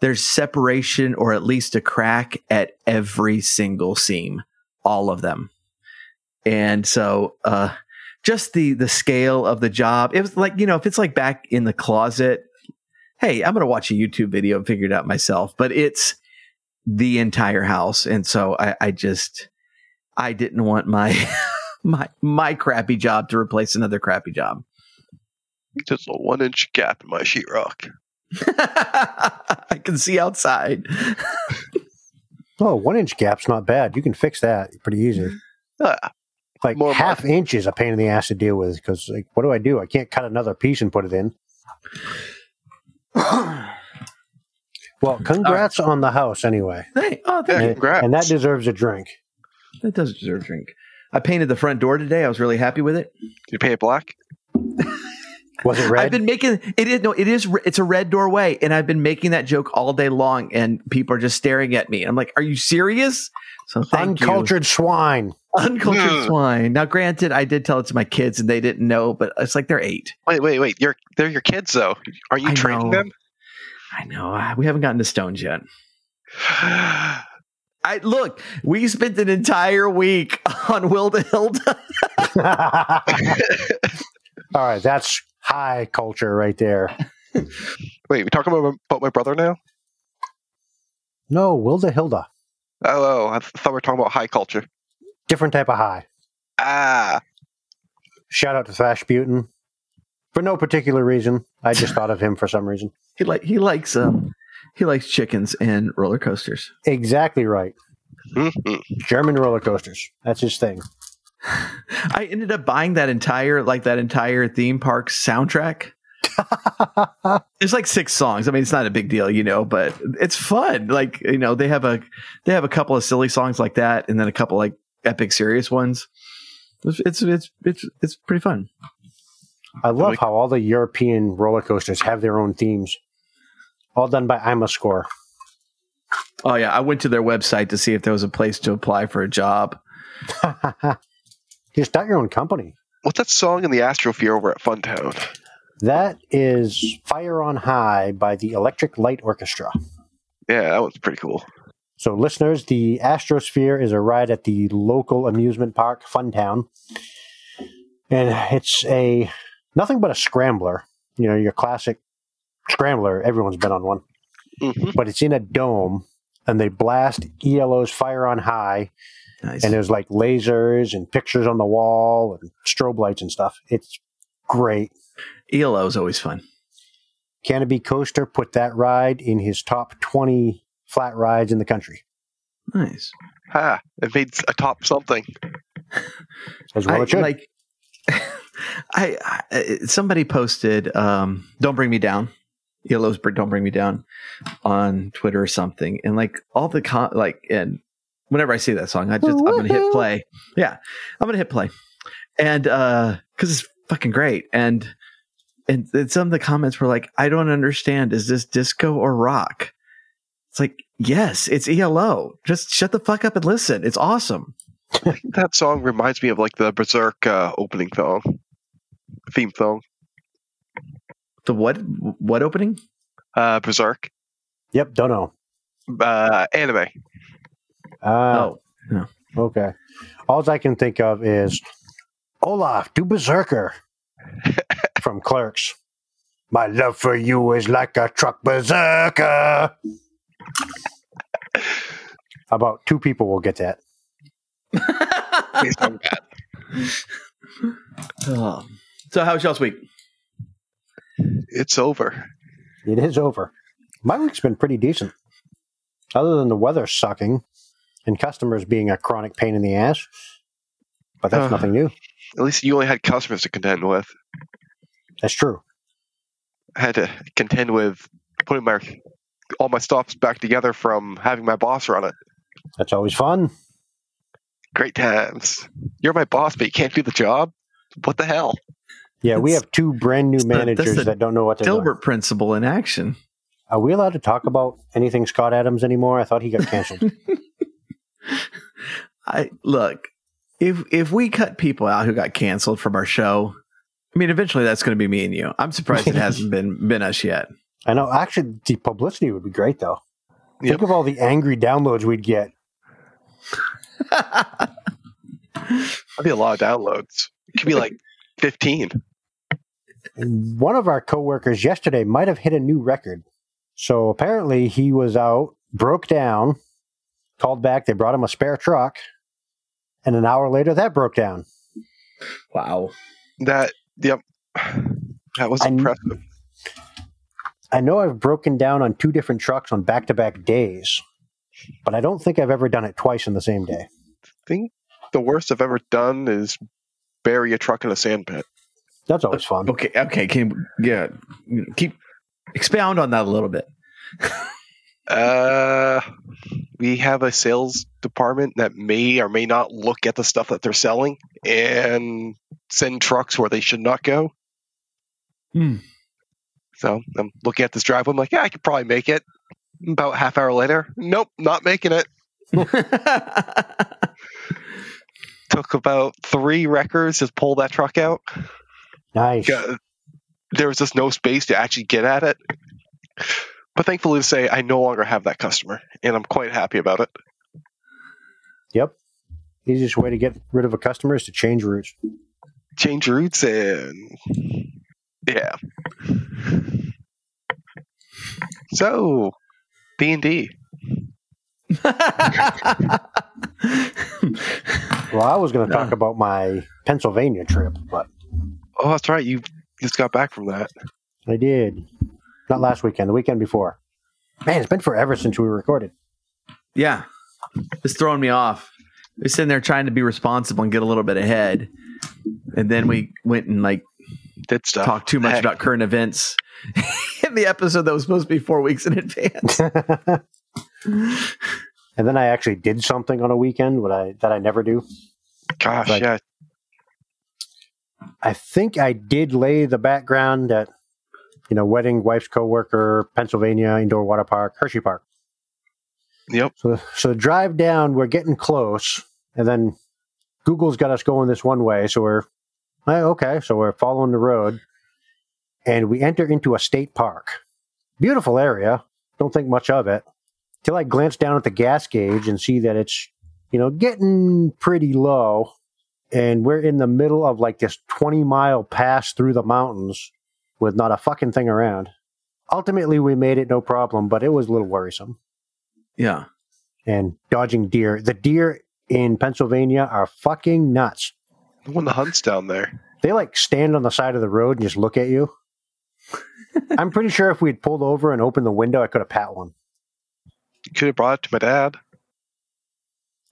Speaker 1: there's separation or at least a crack at every single seam, all of them and so uh just the the scale of the job it was like you know if it's like back in the closet hey i'm gonna watch a youtube video and figure it out myself but it's the entire house and so i i just i didn't want my my my crappy job to replace another crappy job
Speaker 3: Just a one inch gap in my sheetrock.
Speaker 1: i can see outside
Speaker 2: Oh, one inch gap's not bad. You can fix that pretty easy.
Speaker 3: Ah,
Speaker 2: Like
Speaker 3: More
Speaker 2: half inch is a pain in the ass to deal with because like, what do I do? I can't cut another piece and put it in. Well, congrats on the house anyway,
Speaker 1: hey, oh thank
Speaker 3: Yeah.
Speaker 1: you
Speaker 2: and,
Speaker 3: Congrats.
Speaker 2: and that deserves a drink.
Speaker 1: that does deserve a drink i painted the front door today i was really happy with it
Speaker 3: did you pay it black?
Speaker 2: Was it
Speaker 1: I've
Speaker 2: red?
Speaker 1: been making it is no, it is re- it's a red doorway, and I've been making that joke all day long, and people are just staring at me. I'm like, "Are you serious?" So thank you.
Speaker 2: Uncultured swine.
Speaker 1: uncultured
Speaker 3: Mm.
Speaker 1: swine. Now, granted, I did tell it to my kids, and they didn't know, but it's like they're eight.
Speaker 3: Wait, wait, wait. You're they're your kids though. Are you
Speaker 1: I
Speaker 3: training
Speaker 1: know.
Speaker 3: them?
Speaker 1: I know ah, we haven't gotten to stones yet. I look, we spent an entire week on Will to Hilda.
Speaker 2: All right, that's high culture right there.
Speaker 3: Wait, we talking about, about my brother now?
Speaker 2: No, Wilda Hilda.
Speaker 3: Oh, oh, I thought we were talking about high culture.
Speaker 2: Different type of high.
Speaker 3: Ah,
Speaker 2: Shout out to Thrash Butin. For no particular reason. I just thought of him for some reason.
Speaker 1: he like he likes um he likes chickens and roller coasters.
Speaker 2: Exactly right.
Speaker 3: Mhm.
Speaker 2: German roller coasters. That's his thing.
Speaker 1: I ended up buying that entire like that entire theme park soundtrack. It's like six songs. I mean, it's not a big deal, you know, but it's fun. Like you know, they have a they have a couple of silly songs like that, and then a couple like epic serious ones. It's it's it's it's, it's pretty fun.
Speaker 2: I love
Speaker 3: we-
Speaker 2: how all the European roller coasters have their own themes. All done by IMA score.
Speaker 1: Oh yeah, I went to their website to see if there was a place to apply for a job.
Speaker 2: just start your own company.
Speaker 3: what's that song in the Astrophere over at Funtown?
Speaker 2: That is Fire on High by the Electric Light Orchestra.
Speaker 3: Yeah, that one's pretty cool.
Speaker 2: So, listeners, the Astrosphere is a ride at the local amusement park, Funtown. And it's a nothing but a scrambler, you know, your classic scrambler. Everyone's been on one,
Speaker 3: Mhm.
Speaker 2: but it's in a dome and they blast ELO's Fire on High.
Speaker 1: Nice.
Speaker 2: And there's like lasers and pictures on the wall and strobe lights and stuff. It's great.
Speaker 1: ELO E is always fun.
Speaker 2: Canopy Coaster put that ride in his top 20 flat rides in the country,
Speaker 1: Nice.
Speaker 3: Ha! It made a top something.
Speaker 2: as well
Speaker 1: I,
Speaker 2: it should.
Speaker 1: like I, I somebody posted um don't bring me down E yellow's Br- don't bring me down on twitter or something and like all the con- like and whenever i see that song i just i'm gonna hit
Speaker 2: Woohoo.
Speaker 1: play yeah i'm gonna hit play and uh because it's fucking great and and, and some of the comments were like i don't understand is this disco or rock it's like yes it's elo just shut the fuck up and listen it's awesome
Speaker 3: That song reminds me of like the Berserk uh, opening song, theme song.
Speaker 1: the what what opening
Speaker 3: Uh, Berserk
Speaker 2: yep, don't know.
Speaker 3: uh, anime.
Speaker 2: Uh,
Speaker 1: oh
Speaker 2: Okay. All I can think of is Olaf, do Berserker from Clerks. My love for you is like a truck berserker. About two people will get that.
Speaker 1: Oh. So how was y'all's week?
Speaker 3: It's over.
Speaker 2: It is over. My week's been pretty decent, other than the weather sucking and customers being a chronic pain in the ass. But that's
Speaker 3: Ugh.
Speaker 2: nothing new.
Speaker 3: At least you only had customers to contend with.
Speaker 2: That's true.
Speaker 3: I had to contend with putting my all my stuffs back together from having my boss run it.
Speaker 2: That's always fun.
Speaker 3: Great times. You're my boss, but you can't do the job. What the hell?
Speaker 2: Yeah, we
Speaker 1: That's-
Speaker 2: have two brand new
Speaker 1: that's the- that's
Speaker 2: managers
Speaker 1: the
Speaker 2: that don't know what they're doing.
Speaker 1: Dilbert principle in action.
Speaker 2: Are we allowed to talk about anything Scott Adams anymore? I thought he got canceled.
Speaker 1: I look, if if we cut people out who got canceled from our show, I mean eventually that's gonna be me and you. I'm surprised it hasn't been been us yet.
Speaker 2: I know. Actually, the publicity would be great, though.
Speaker 3: Yep.
Speaker 2: Think of all the angry downloads we'd get.
Speaker 3: That'd be a lot of downloads. It could be like 15.
Speaker 2: One of our coworkers yesterday might have hit a new record. So apparently, he was out, broke down, called back. They brought him a spare truck, and an hour later, that broke down.
Speaker 1: wow.
Speaker 3: That, yep. That was
Speaker 2: I-
Speaker 3: impressive.
Speaker 2: I know I've broken down on two different trucks on back-to-back days, but I don't think I've ever done it twice in the same day.
Speaker 3: The worst I've ever done is bury a truck in a sand pit.
Speaker 2: That's always fun.
Speaker 1: Okay, okay, can yeah. Keep expound on that a little bit.
Speaker 3: Uh, we have a sales department that may or may not look at the stuff that they're selling and send trucks where they should not go.
Speaker 1: Hmm.
Speaker 3: So I'm looking at this driveway. I'm like, yeah, I could probably make it. About a half hour later, nope, not making it. Took about three wreckers to pull that truck out.
Speaker 2: Nice.
Speaker 3: Got- There was just no space to actually get at it. But thankfully to say, I no longer have that customer, and I'm quite happy about it.
Speaker 2: Easiest way to get rid of a customer is to change routes.
Speaker 3: Change routes and yeah. So D and D.
Speaker 2: Well, I was going to
Speaker 1: Yeah.
Speaker 2: talk about my Pennsylvania trip, but
Speaker 3: Oh, that's right. You just got back from that.
Speaker 2: I did. Not last weekend, the weekend before. Man, it's been forever since we recorded.
Speaker 1: yeah.
Speaker 5: it's throwing me off. We're sitting there trying to be responsible and get a little bit ahead, and then we went and like
Speaker 3: Did stuff.
Speaker 5: talked too much
Speaker 3: Heck.
Speaker 5: about current events in the episode that was supposed to be four weeks in advance.
Speaker 2: and then I actually did something on a weekend what I, that I never do.
Speaker 3: Gosh,
Speaker 2: Like-
Speaker 3: yeah.
Speaker 2: I think I did lay the background at, you know, wedding, wife's coworker, Pennsylvania indoor water park, Hershey Park.
Speaker 3: Yep.
Speaker 2: So, so the drive down, we're getting close, and then Google's got us going this one way, so we're eh, okay. So we're following the road, and we enter into a state park. Beautiful area. Don't think much of it till I glance down at the gas gauge and see that it's, you know, getting pretty low and we're in the middle of like this 20 mile pass through the mountains with not a fucking thing around. Ultimately, we made it no problem, but it was a little worrisome.
Speaker 1: Yeah.
Speaker 2: And dodging deer. The deer in Pennsylvania are fucking nuts.
Speaker 3: The one that hunts down there.
Speaker 2: They like stand on the side of the road and just look at you. I'm pretty sure if we'd pulled over and opened the window, I could have pat one.
Speaker 3: Could have brought it to my dad.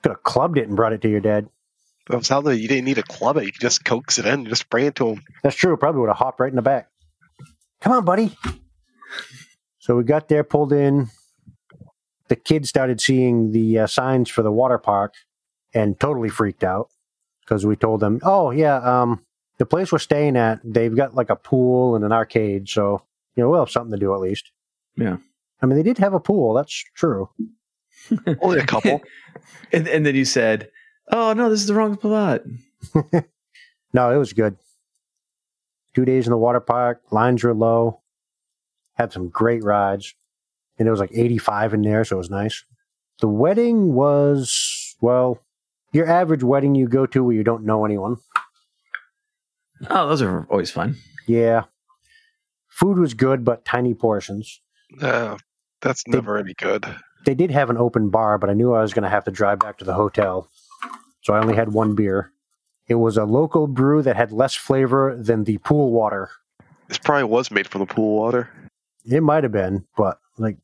Speaker 2: Could have clubbed it and brought it to your dad.
Speaker 3: But I was telling you, you didn't need to club it. You could just coax it in. You just spray it to him.
Speaker 2: That's true. Probably would have hopped right in the back. Come on, buddy. So we got there, pulled in. The kid started seeing the uh, signs for the water park and totally freaked out because we told them, "Oh yeah, um, the place we're staying at, they've got like a pool and an arcade, so you know we'll have something to do at least."
Speaker 1: Yeah.
Speaker 2: I mean, they did have a pool. That's true.
Speaker 3: Only a couple.
Speaker 5: And, and then you said, "Oh no, this is the wrong plot."
Speaker 2: No, it was good. Two days in the water park, lines were low, had some great rides, and it was like 85 in there, so it was nice. The wedding was, well, your average wedding you go to where you don't know anyone.
Speaker 5: Oh, those are always fun.
Speaker 2: Yeah. Food was good, but tiny portions.
Speaker 3: No, Uh, that's never any good.
Speaker 2: They did have an open bar, but I knew I was going to have to drive back to the hotel, so I only had one beer. It was a local brew that had less flavor than the pool water.
Speaker 3: This probably was made from the pool water.
Speaker 2: It might have been, but like,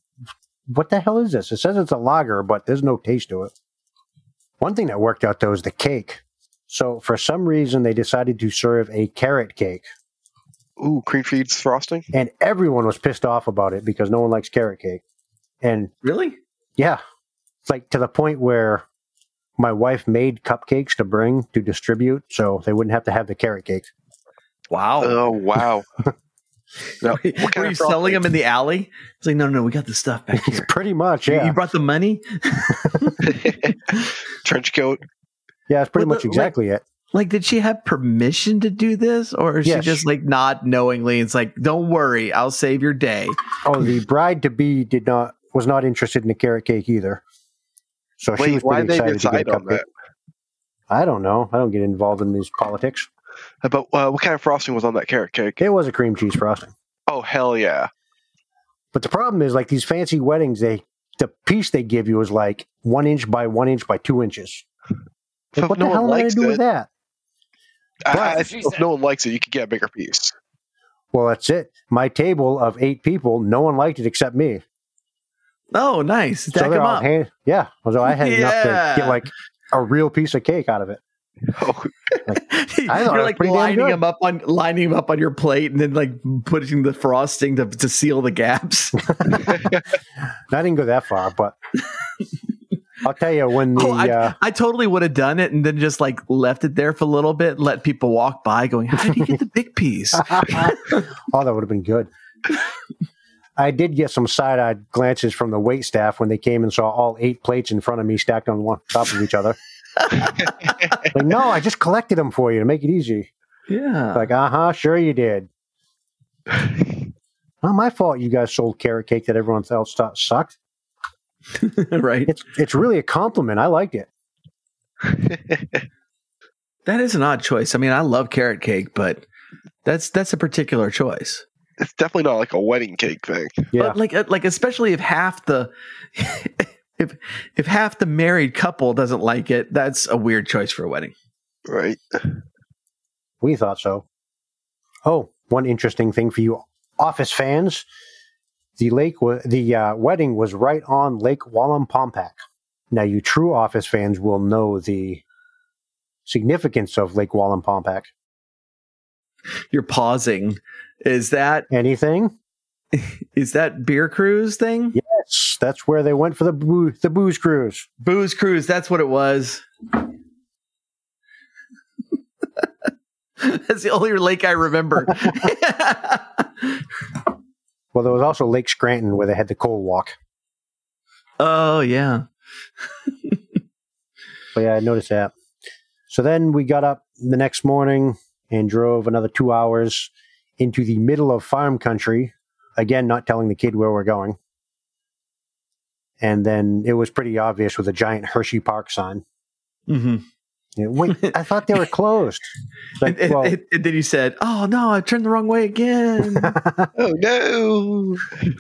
Speaker 2: what the hell is this? It says it's a lager, but there's no taste to it. One thing that worked out though is the cake. So for some reason, they decided to serve a carrot cake,
Speaker 3: Ooh, cream cheese frosting.
Speaker 2: and everyone was pissed off about it because no one likes carrot cake. And
Speaker 1: Really?
Speaker 2: yeah, it's like to the point where my wife made cupcakes to bring to distribute, so they wouldn't have to have the carrot cake.
Speaker 5: Wow.
Speaker 3: Oh wow. no, what kind
Speaker 5: Uh, Were
Speaker 3: of
Speaker 5: you
Speaker 3: frosting?
Speaker 5: selling them in the alley? It's like, no, no, we got the stuff back here.
Speaker 2: Pretty much,
Speaker 5: You- You
Speaker 2: yeah,
Speaker 5: brought the money?
Speaker 3: trench coat?
Speaker 2: yeah, it's pretty
Speaker 5: Well,
Speaker 2: much
Speaker 5: the- like-
Speaker 2: exactly it.
Speaker 5: Like, did she have permission to do this? Or is
Speaker 2: Yes.
Speaker 5: she just like not knowingly? It's like, don't worry, I'll save your day.
Speaker 2: Oh, the bride to be did not was not interested in the carrot cake either. So she was
Speaker 3: Wait, why
Speaker 2: pretty
Speaker 3: did they
Speaker 2: excited to get
Speaker 3: decide
Speaker 2: a
Speaker 3: on
Speaker 2: cupcake.
Speaker 3: that?
Speaker 2: I don't know. I don't get involved in these politics.
Speaker 3: About uh, what kind of frosting was on that carrot cake?
Speaker 2: It was a cream cheese frosting,
Speaker 3: Oh hell yeah!
Speaker 2: but the problem is like these fancy weddings, they the piece they give you is like one inch by one inch by two inches. Like,
Speaker 3: If
Speaker 2: what
Speaker 3: no
Speaker 2: the hell
Speaker 3: one
Speaker 2: am I going
Speaker 3: likes
Speaker 2: to do with
Speaker 3: it,
Speaker 2: that?
Speaker 3: I- I
Speaker 7: But-
Speaker 3: think if no one likes it, you could get a bigger piece.
Speaker 2: Well, that's it. My table of eight people, no one liked it except me.
Speaker 5: Oh, nice. Stack
Speaker 2: they're
Speaker 5: them
Speaker 2: all
Speaker 5: up.
Speaker 2: hand- yeah. So I had enough to
Speaker 5: Yeah.
Speaker 2: get like a real piece of cake out of it.
Speaker 3: Oh,
Speaker 2: I thought it
Speaker 5: You're
Speaker 2: was
Speaker 5: like
Speaker 2: pretty damn
Speaker 5: lining
Speaker 2: good.
Speaker 5: them up on lining them up on your plate and then like putting the frosting to, to seal the gaps.
Speaker 2: I didn't go that far, but I'll tell you when the
Speaker 1: Oh, I,
Speaker 2: uh,
Speaker 1: I totally would have done it and then just like left it there for a little bit, let people walk by going, How did you get the big piece?
Speaker 2: oh, that would have been good. I did get some side-eyed glances from the wait staff when they came and saw all eight plates in front of me stacked on one top of each other. like, no, I just collected them for you to make it easy.
Speaker 1: yeah.
Speaker 2: Like, uh huh, sure you did. Not my fault. You guys sold carrot cake that everyone else thought sucked.
Speaker 1: right.
Speaker 2: It's it's really a compliment. I liked it.
Speaker 1: That is an odd choice. I mean, I love carrot cake, but that's that's a particular choice.
Speaker 3: It's definitely not like a wedding cake thing.
Speaker 2: Yeah,
Speaker 1: But like uh, like especially if half the if if half the married couple doesn't like it, that's a weird choice for a wedding.
Speaker 3: Right.
Speaker 2: we thought so. Oh, one interesting thing for you, Office fans. The lake, wa- the uh, wedding was right on Lake Wallenpompak. Now, you true Office fans will know the significance of Lake Wallenpompak.
Speaker 1: You're pausing. Is that
Speaker 2: Anything?
Speaker 1: is that beer cruise thing?
Speaker 2: Yes, that's where they went for the boo- the booze cruise.
Speaker 1: Booze cruise, that's what it was. that's the only lake I remember.
Speaker 2: Well, there was also Lake Scranton where they had the coal walk.
Speaker 1: oh yeah.
Speaker 2: But yeah, I noticed that. So then we got up the next morning and drove another two hours into the middle of farm country. Again, not telling the kid where we're going. And then it was pretty obvious with a giant Hershey Park sign.
Speaker 1: Mm-hmm.
Speaker 2: You know, Wait, I thought they were closed.
Speaker 1: And,
Speaker 2: It's like,
Speaker 1: and-
Speaker 2: well,
Speaker 1: and- and then you said, "Oh no, I turned the wrong way again."
Speaker 3: Oh no.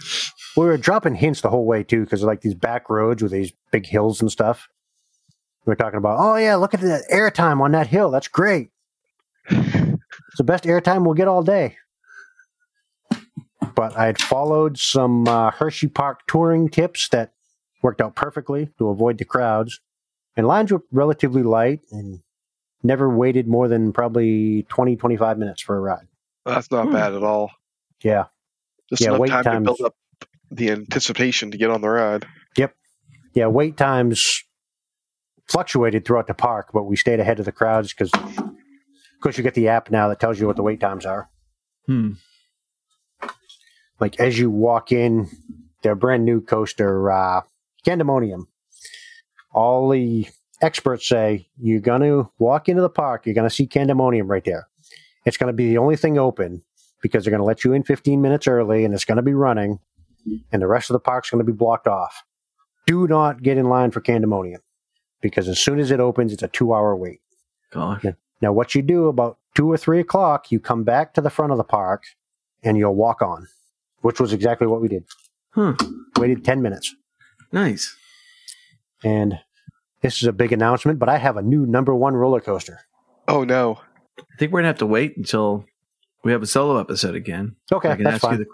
Speaker 2: we were dropping hints the whole way too, because like these back roads with these big hills and stuff. We are talking about, oh yeah, look at the airtime on that hill. That's great. It's the best airtime we'll get all day. But I had followed some uh, Hershey Park touring tips that worked out perfectly to avoid the crowds. And lines were relatively light and never waited more than probably 20, 25 minutes for a ride.
Speaker 3: That's not
Speaker 1: Hmm.
Speaker 3: bad at all.
Speaker 2: Yeah.
Speaker 3: Just
Speaker 2: Yeah,
Speaker 3: enough
Speaker 2: wait
Speaker 3: time
Speaker 2: times.
Speaker 3: to build up the anticipation to get on the ride.
Speaker 2: yeah, wait times fluctuated throughout the park, but we stayed ahead of the crowds because, of course, you get the app now that tells you what the wait times are.
Speaker 1: Hmm.
Speaker 2: Like as you walk in, their brand new coaster, uh, Candemonium. All the experts say you're gonna walk into the park, you're gonna see Candemonium right there. It's gonna be the only thing open because they're gonna let you in 15 minutes early, and it's gonna be running, and the rest of the park's gonna be blocked off do not get in line for Candemonium because as soon as it opens, it's a two hour wait.
Speaker 1: Gosh.
Speaker 2: Now, what you do about two or three o'clock, you come back to the front of the park and you'll walk on, which was exactly what we did.
Speaker 1: Hmm.
Speaker 2: Waited 10 minutes.
Speaker 1: Nice.
Speaker 2: And this is a big announcement, but I have a new number one roller coaster.
Speaker 3: Oh no.
Speaker 1: I think we're gonna have to wait until we have a solo episode again. I
Speaker 2: Okay,
Speaker 1: can
Speaker 2: that's
Speaker 1: ask you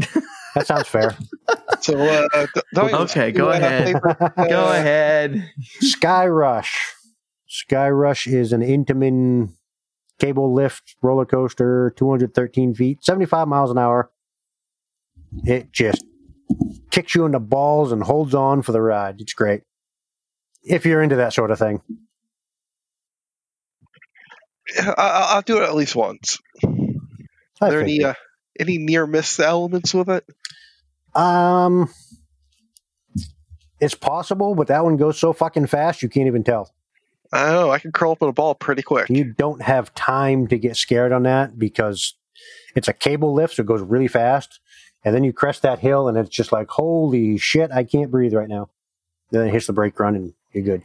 Speaker 2: fine. That sounds fair.
Speaker 3: So uh, th- th-
Speaker 1: Okay, go
Speaker 3: uh,
Speaker 1: ahead.
Speaker 3: flavor,
Speaker 1: the- Go
Speaker 3: uh,
Speaker 1: ahead.
Speaker 2: Sky Rush. Sky Rush is an Intamin cable lift roller coaster, 213 feet, 75 miles an hour. It just kicks you in the balls and holds on for the ride. It's great. If you're into that sort of thing.
Speaker 3: I- I- I'll do it at least once.
Speaker 2: I
Speaker 3: Are there any
Speaker 2: figured.
Speaker 3: uh, any near miss elements with it?
Speaker 2: um, it's possible, but that one goes so fucking fast you can't even tell.
Speaker 3: I don't know. I can curl up in a ball pretty quick.
Speaker 2: You don't have time to get scared on that because it's a cable lift, so it goes really fast. And then you crest that hill, and it's just like, holy shit, I can't breathe right now. Then it hits the brake run, and you're good.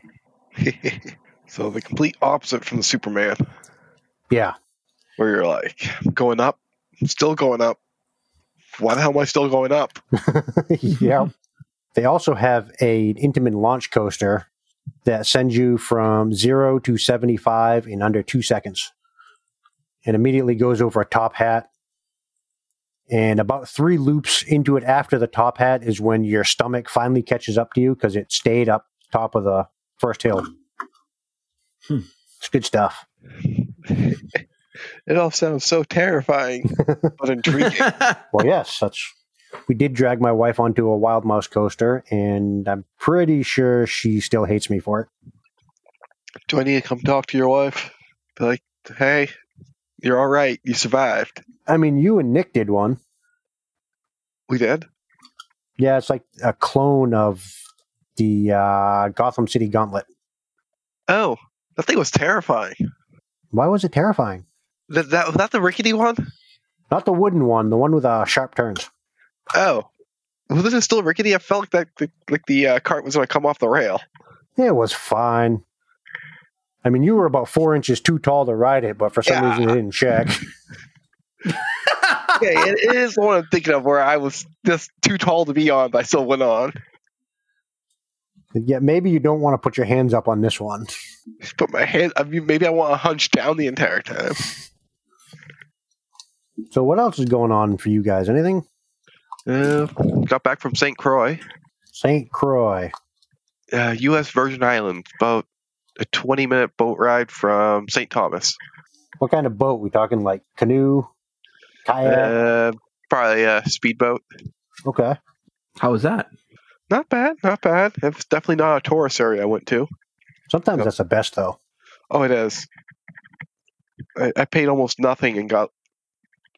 Speaker 3: so the complete opposite from the Superman,
Speaker 2: Yeah.
Speaker 3: where you're like I'm going up, I'm still going up. Why the hell am I still going up?
Speaker 2: yeah. They also have a Intamin launch coaster that sends you from zero to 75 in under two seconds and immediately goes over a top hat. And about three loops into it after the top hat is when your stomach finally catches up to you because it stayed up top of the first hill.
Speaker 1: Hmm.
Speaker 2: It's good stuff.
Speaker 3: It all sounds so terrifying, but intriguing.
Speaker 2: Well, yes, that's we did drag my wife onto a wild mouse coaster, and I'm pretty sure she still hates me for it.
Speaker 3: Do I need to come talk to your wife? Be like, hey, you're all right. You survived.
Speaker 2: I mean, you and Nick did one.
Speaker 3: We did.
Speaker 2: Yeah, it's like a clone of the uh, Gotham City Gauntlet.
Speaker 3: Oh, that thing was terrifying.
Speaker 2: Why was it terrifying?
Speaker 3: That that was that the rickety one?
Speaker 2: Not the wooden one, the one with uh, sharp turns.
Speaker 3: Oh, well, this is still rickety. I felt like that the, like the uh, cart was going to come off the rail.
Speaker 2: Yeah, it was fine. I mean, you were about four inches too tall to ride it, but for some
Speaker 3: Yeah.
Speaker 2: reason they didn't check.
Speaker 3: Yeah, it, it is the one I'm thinking of where I was just too tall to be on, but I still went on.
Speaker 2: yeah, maybe you don't want to put your hands up on this one.
Speaker 3: Just put my hand. I mean, maybe I want to hunch down the entire time.
Speaker 2: So, what else is going on for you guys? Anything?
Speaker 3: Uh, got back from St. Croix,
Speaker 2: St. Croix.
Speaker 3: uh, U.S. Virgin Islands, about a 20 minute boat ride from St. Thomas.
Speaker 2: What kind of boat? We talking like canoe, kayak?
Speaker 3: Uh, probably a speedboat.
Speaker 2: okay.
Speaker 1: How was that?
Speaker 3: Not bad, not bad. It's definitely not a tourist area I went to.
Speaker 2: Sometimes
Speaker 3: Yep.
Speaker 2: that's the best though.
Speaker 3: Oh, it is. I, I paid almost nothing and got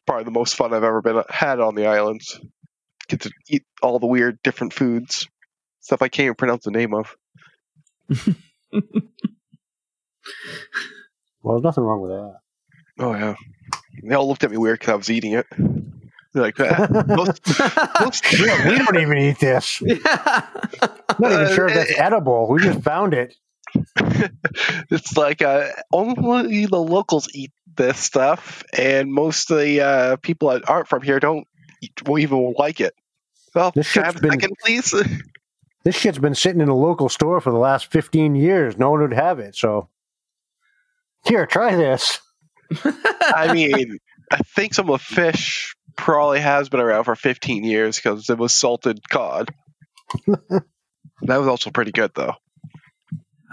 Speaker 3: probably the most fun I've ever been had on the islands. Get to eat all the weird different foods, stuff I can't even pronounce the name of.
Speaker 2: Well, there's nothing wrong with that.
Speaker 3: Oh yeah, they all looked at me weird because I was eating it. They're like, "Ah, most, most,
Speaker 2: we don't even eat this. I'm not even sure if that's edible. We just found it.
Speaker 3: it's like uh, only the locals eat this stuff, and most of the uh, people that aren't from here don't eat, will even like it. Well,
Speaker 2: This
Speaker 3: can I
Speaker 2: shit's
Speaker 3: have a
Speaker 2: been-
Speaker 3: second, please?
Speaker 2: This shit's been sitting in a local store for the last 15 years. No one would have it. So, here, try this.
Speaker 3: I mean, I think some of the fish probably has been around for 15 years because it was salted cod. that was also pretty good, though.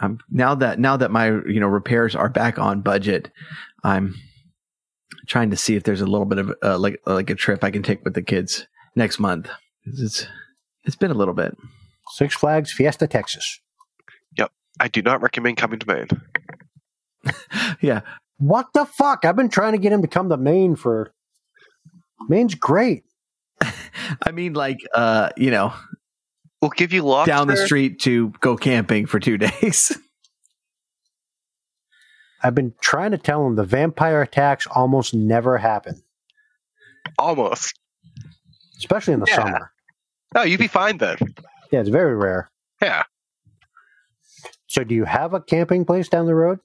Speaker 1: I'm Um, now that now that my you know repairs are back on budget, I'm trying to see if there's a little bit of uh, like like a trip I can take with the kids next month. It's it's been a little bit.
Speaker 2: Six Flags Fiesta, Texas.
Speaker 3: I do not recommend coming to Maine.
Speaker 1: Yeah,
Speaker 2: What the fuck? I've been trying to get him to come to Maine for. Maine's great.
Speaker 1: I mean like uh you know
Speaker 3: We'll give you lobster.
Speaker 1: down the street to go camping for two days.
Speaker 2: I've been trying to tell him the vampire attacks almost never happen,
Speaker 3: Almost.
Speaker 2: especially in the
Speaker 3: Yeah.
Speaker 2: summer.
Speaker 3: No, you'd be fine then.
Speaker 2: Yeah, it's very rare.
Speaker 3: Yeah.
Speaker 2: So, do you have a camping place down the road?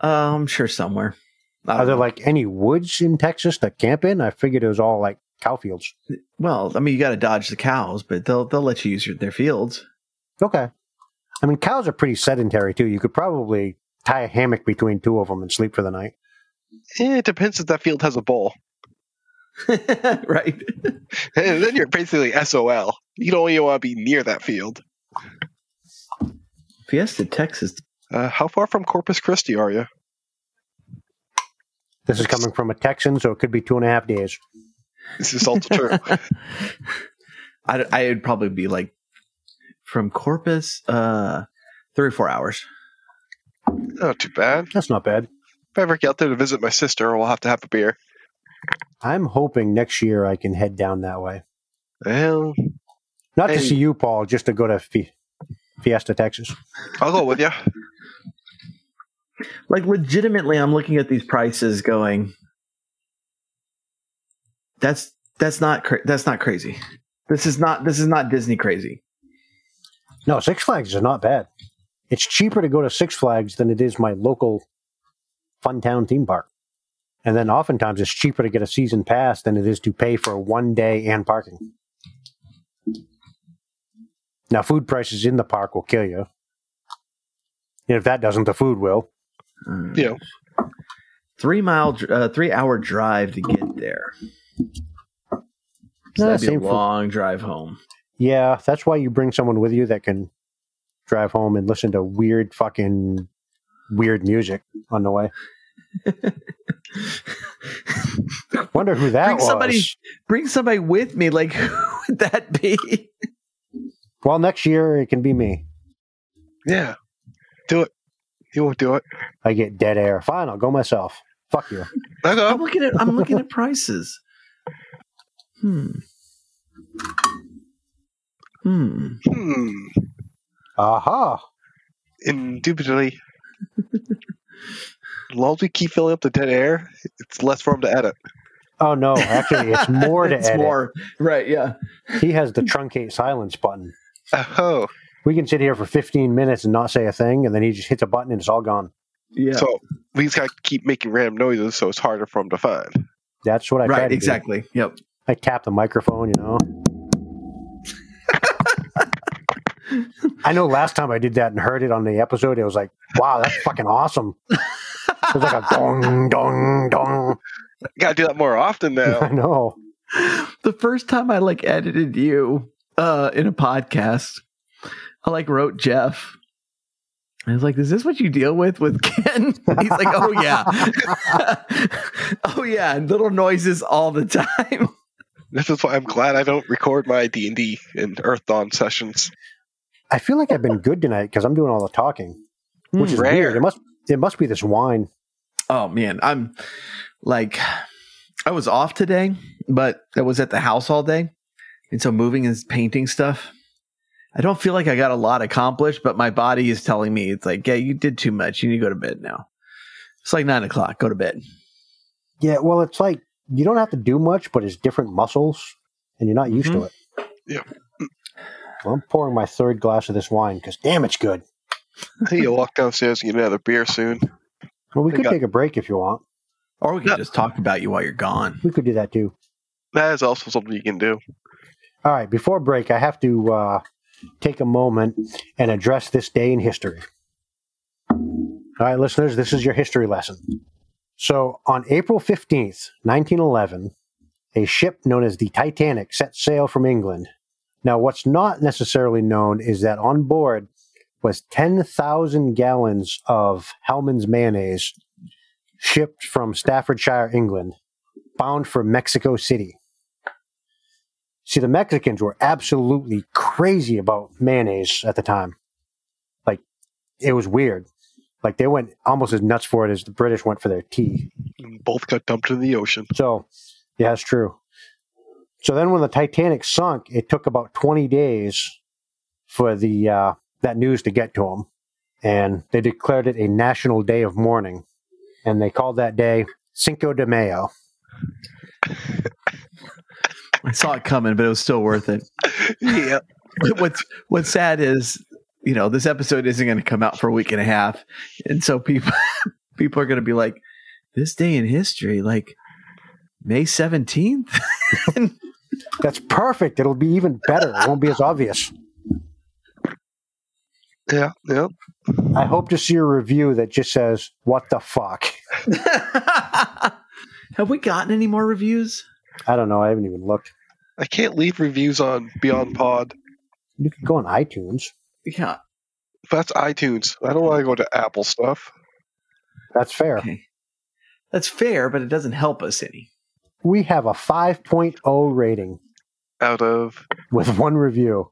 Speaker 1: um, sure somewhere. I
Speaker 2: Are
Speaker 1: don't
Speaker 2: there
Speaker 1: know.
Speaker 2: like any woods in Texas to camp in? I figured it was all like cow fields.
Speaker 1: well, I mean you got to dodge the cows, but they'll they'll let you use your, their fields.
Speaker 2: Okay. I mean, cows are pretty sedentary too. You could probably tie a hammock between two of them and sleep for the night.
Speaker 3: Eh, It depends if that field has a bowl.
Speaker 1: right.
Speaker 3: And Eh, then you're basically SOL. You don't even want to be near that field.
Speaker 1: Fiesta, Texas.
Speaker 3: Uh, how far from Corpus Christi are you?
Speaker 2: This is coming from a Texan, so it could be two and a half days.
Speaker 3: This is also true.
Speaker 1: I I would probably be like from Corpus, uh, three or four hours.
Speaker 3: Not too bad.
Speaker 2: That's not bad.
Speaker 3: If I ever get out there to visit my sister, we'll have to have a beer.
Speaker 2: I'm hoping next year I can head down that way.
Speaker 3: Well,
Speaker 2: Not to
Speaker 3: Hey.
Speaker 2: see you, Paul, just to go to Fi- Fiesta, Texas.
Speaker 3: I'll go with you.
Speaker 1: Like legitimately, I'm looking at these prices, going, that's that's not cra- that's not crazy. This is not this is not Disney crazy.
Speaker 2: No, Six Flags is not bad. It's cheaper to go to Six Flags than it is my local fun town theme park. And then oftentimes it's cheaper to get a season pass than it is to pay for one day and parking. Now, food prices in the park will kill you. And if that doesn't, the food will.
Speaker 1: Mm.
Speaker 3: Yeah.
Speaker 1: Three mile, dr- uh, three hour drive to get there. So
Speaker 2: Yeah,
Speaker 1: that'd be a
Speaker 2: same for-
Speaker 1: long drive home.
Speaker 2: Yeah, that's why you bring someone with you that can drive home and listen to weird fucking weird music on the way. Wonder who that
Speaker 1: Bring
Speaker 2: was.
Speaker 1: somebody- Bring somebody with me. Like, who would that be?
Speaker 2: Well, next year it can be me.
Speaker 3: Yeah. Do it. You will do it.
Speaker 2: I get dead air. Fine, I'll go myself. Fuck you.
Speaker 3: Okay.
Speaker 1: I'm looking at I'm looking at prices. Hmm. Hmm.
Speaker 3: Hmm.
Speaker 2: Aha.
Speaker 3: Indubitably. As long as we keep filling up the dead air, it's less room to edit.
Speaker 2: Oh no, actually it's more to
Speaker 1: It's
Speaker 2: edit.
Speaker 1: more. Right, yeah.
Speaker 2: He has the truncate silence button.
Speaker 3: Oh,
Speaker 2: We can sit here for 15 minutes and not say a thing, and then he just hits a button and it's all gone.
Speaker 1: Yeah.
Speaker 3: so we just gotta keep making random noises, so it's harder for him to find.
Speaker 2: That's what I try to
Speaker 1: right,
Speaker 2: do.
Speaker 1: exactly. Yep.
Speaker 2: I tap the microphone, you know. I know last time I did that and heard it on the episode, it was like, wow, that's fucking awesome. It was like a dong, dong, dong.
Speaker 3: Gotta do that more often
Speaker 2: I
Speaker 3: now.
Speaker 2: know.
Speaker 1: the first time I like edited you uh in a podcast, I like wrote Jeff. I was like, is this what you deal with with Ken? He's like, oh yeah. oh yeah, and little noises all the time.
Speaker 3: this is why I'm glad I don't record my D and D and Earth Dawn sessions.
Speaker 2: I feel like I've been good tonight because I'm doing all the talking, which
Speaker 1: Hmm.
Speaker 2: is
Speaker 3: Rare.
Speaker 2: weird. It must, it must be this wine.
Speaker 1: Oh man, I'm like I was off today, but I was at the house all day. And so moving and painting stuff. I don't feel like I got a lot accomplished, but my body is telling me it's like, yeah, you did too much. You need to go to bed now. It's like nine o'clock. Go to bed.
Speaker 2: Yeah, well, it's like you don't have to do much, but it's different muscles, and you're not used to
Speaker 1: Mhm.
Speaker 2: it.
Speaker 3: Mm-hmm. Yep.
Speaker 2: Well, I'm pouring my third glass of this wine because damn, it's good.
Speaker 3: Hey, you walk downstairs and get another beer soon.
Speaker 2: Well, we
Speaker 3: I
Speaker 2: could
Speaker 3: got-
Speaker 2: take a break if you want.
Speaker 1: Or we can
Speaker 3: Yeah.
Speaker 1: just talk about you while you're gone.
Speaker 2: We could do that too.
Speaker 3: That is also something you can do.
Speaker 2: All right, before break, I have to uh, take a moment and address this day in history. All right, listeners, this is your history lesson. So, on April 15th, 1911, a ship known as the Titanic set sail from England. Now, what's not necessarily known is that on board was 10,000 gallons of Hellman's mayonnaise shipped from Staffordshire, England, bound for Mexico City. See, the Mexicans were absolutely crazy about mayonnaise at the time. Like, it was weird. Like, they went almost as nuts for it as the British went for their tea.
Speaker 3: Both got dumped in the ocean.
Speaker 2: So, yeah, that's true. So then, when the Titanic sunk, it took about 20 days for the uh, that news to get to them, and they declared it a national day of mourning, and they called that day Cinco de Mayo.
Speaker 1: I saw it coming, but it was still worth it.
Speaker 3: yeah.
Speaker 1: what's what's sad is you know this episode isn't going to come out for a week and a half and so people people are going to be like this day in history like may 17th
Speaker 2: That's perfect. It'll be even better. It won't be as obvious.
Speaker 3: Yeah. Yeah.
Speaker 2: I hope to see a review that just says, "What the fuck."
Speaker 1: have we gotten any more reviews
Speaker 2: I don't know. I haven't even looked.
Speaker 3: I can't leave reviews on Beyond Pod.
Speaker 2: You can go on iTunes.
Speaker 1: yeah
Speaker 3: That's iTunes. I don't want to go to Apple stuff.
Speaker 2: That's fair.
Speaker 1: okay that's fair but it doesn't help us any
Speaker 2: We have a 5.0 rating
Speaker 3: Out of
Speaker 2: with one review.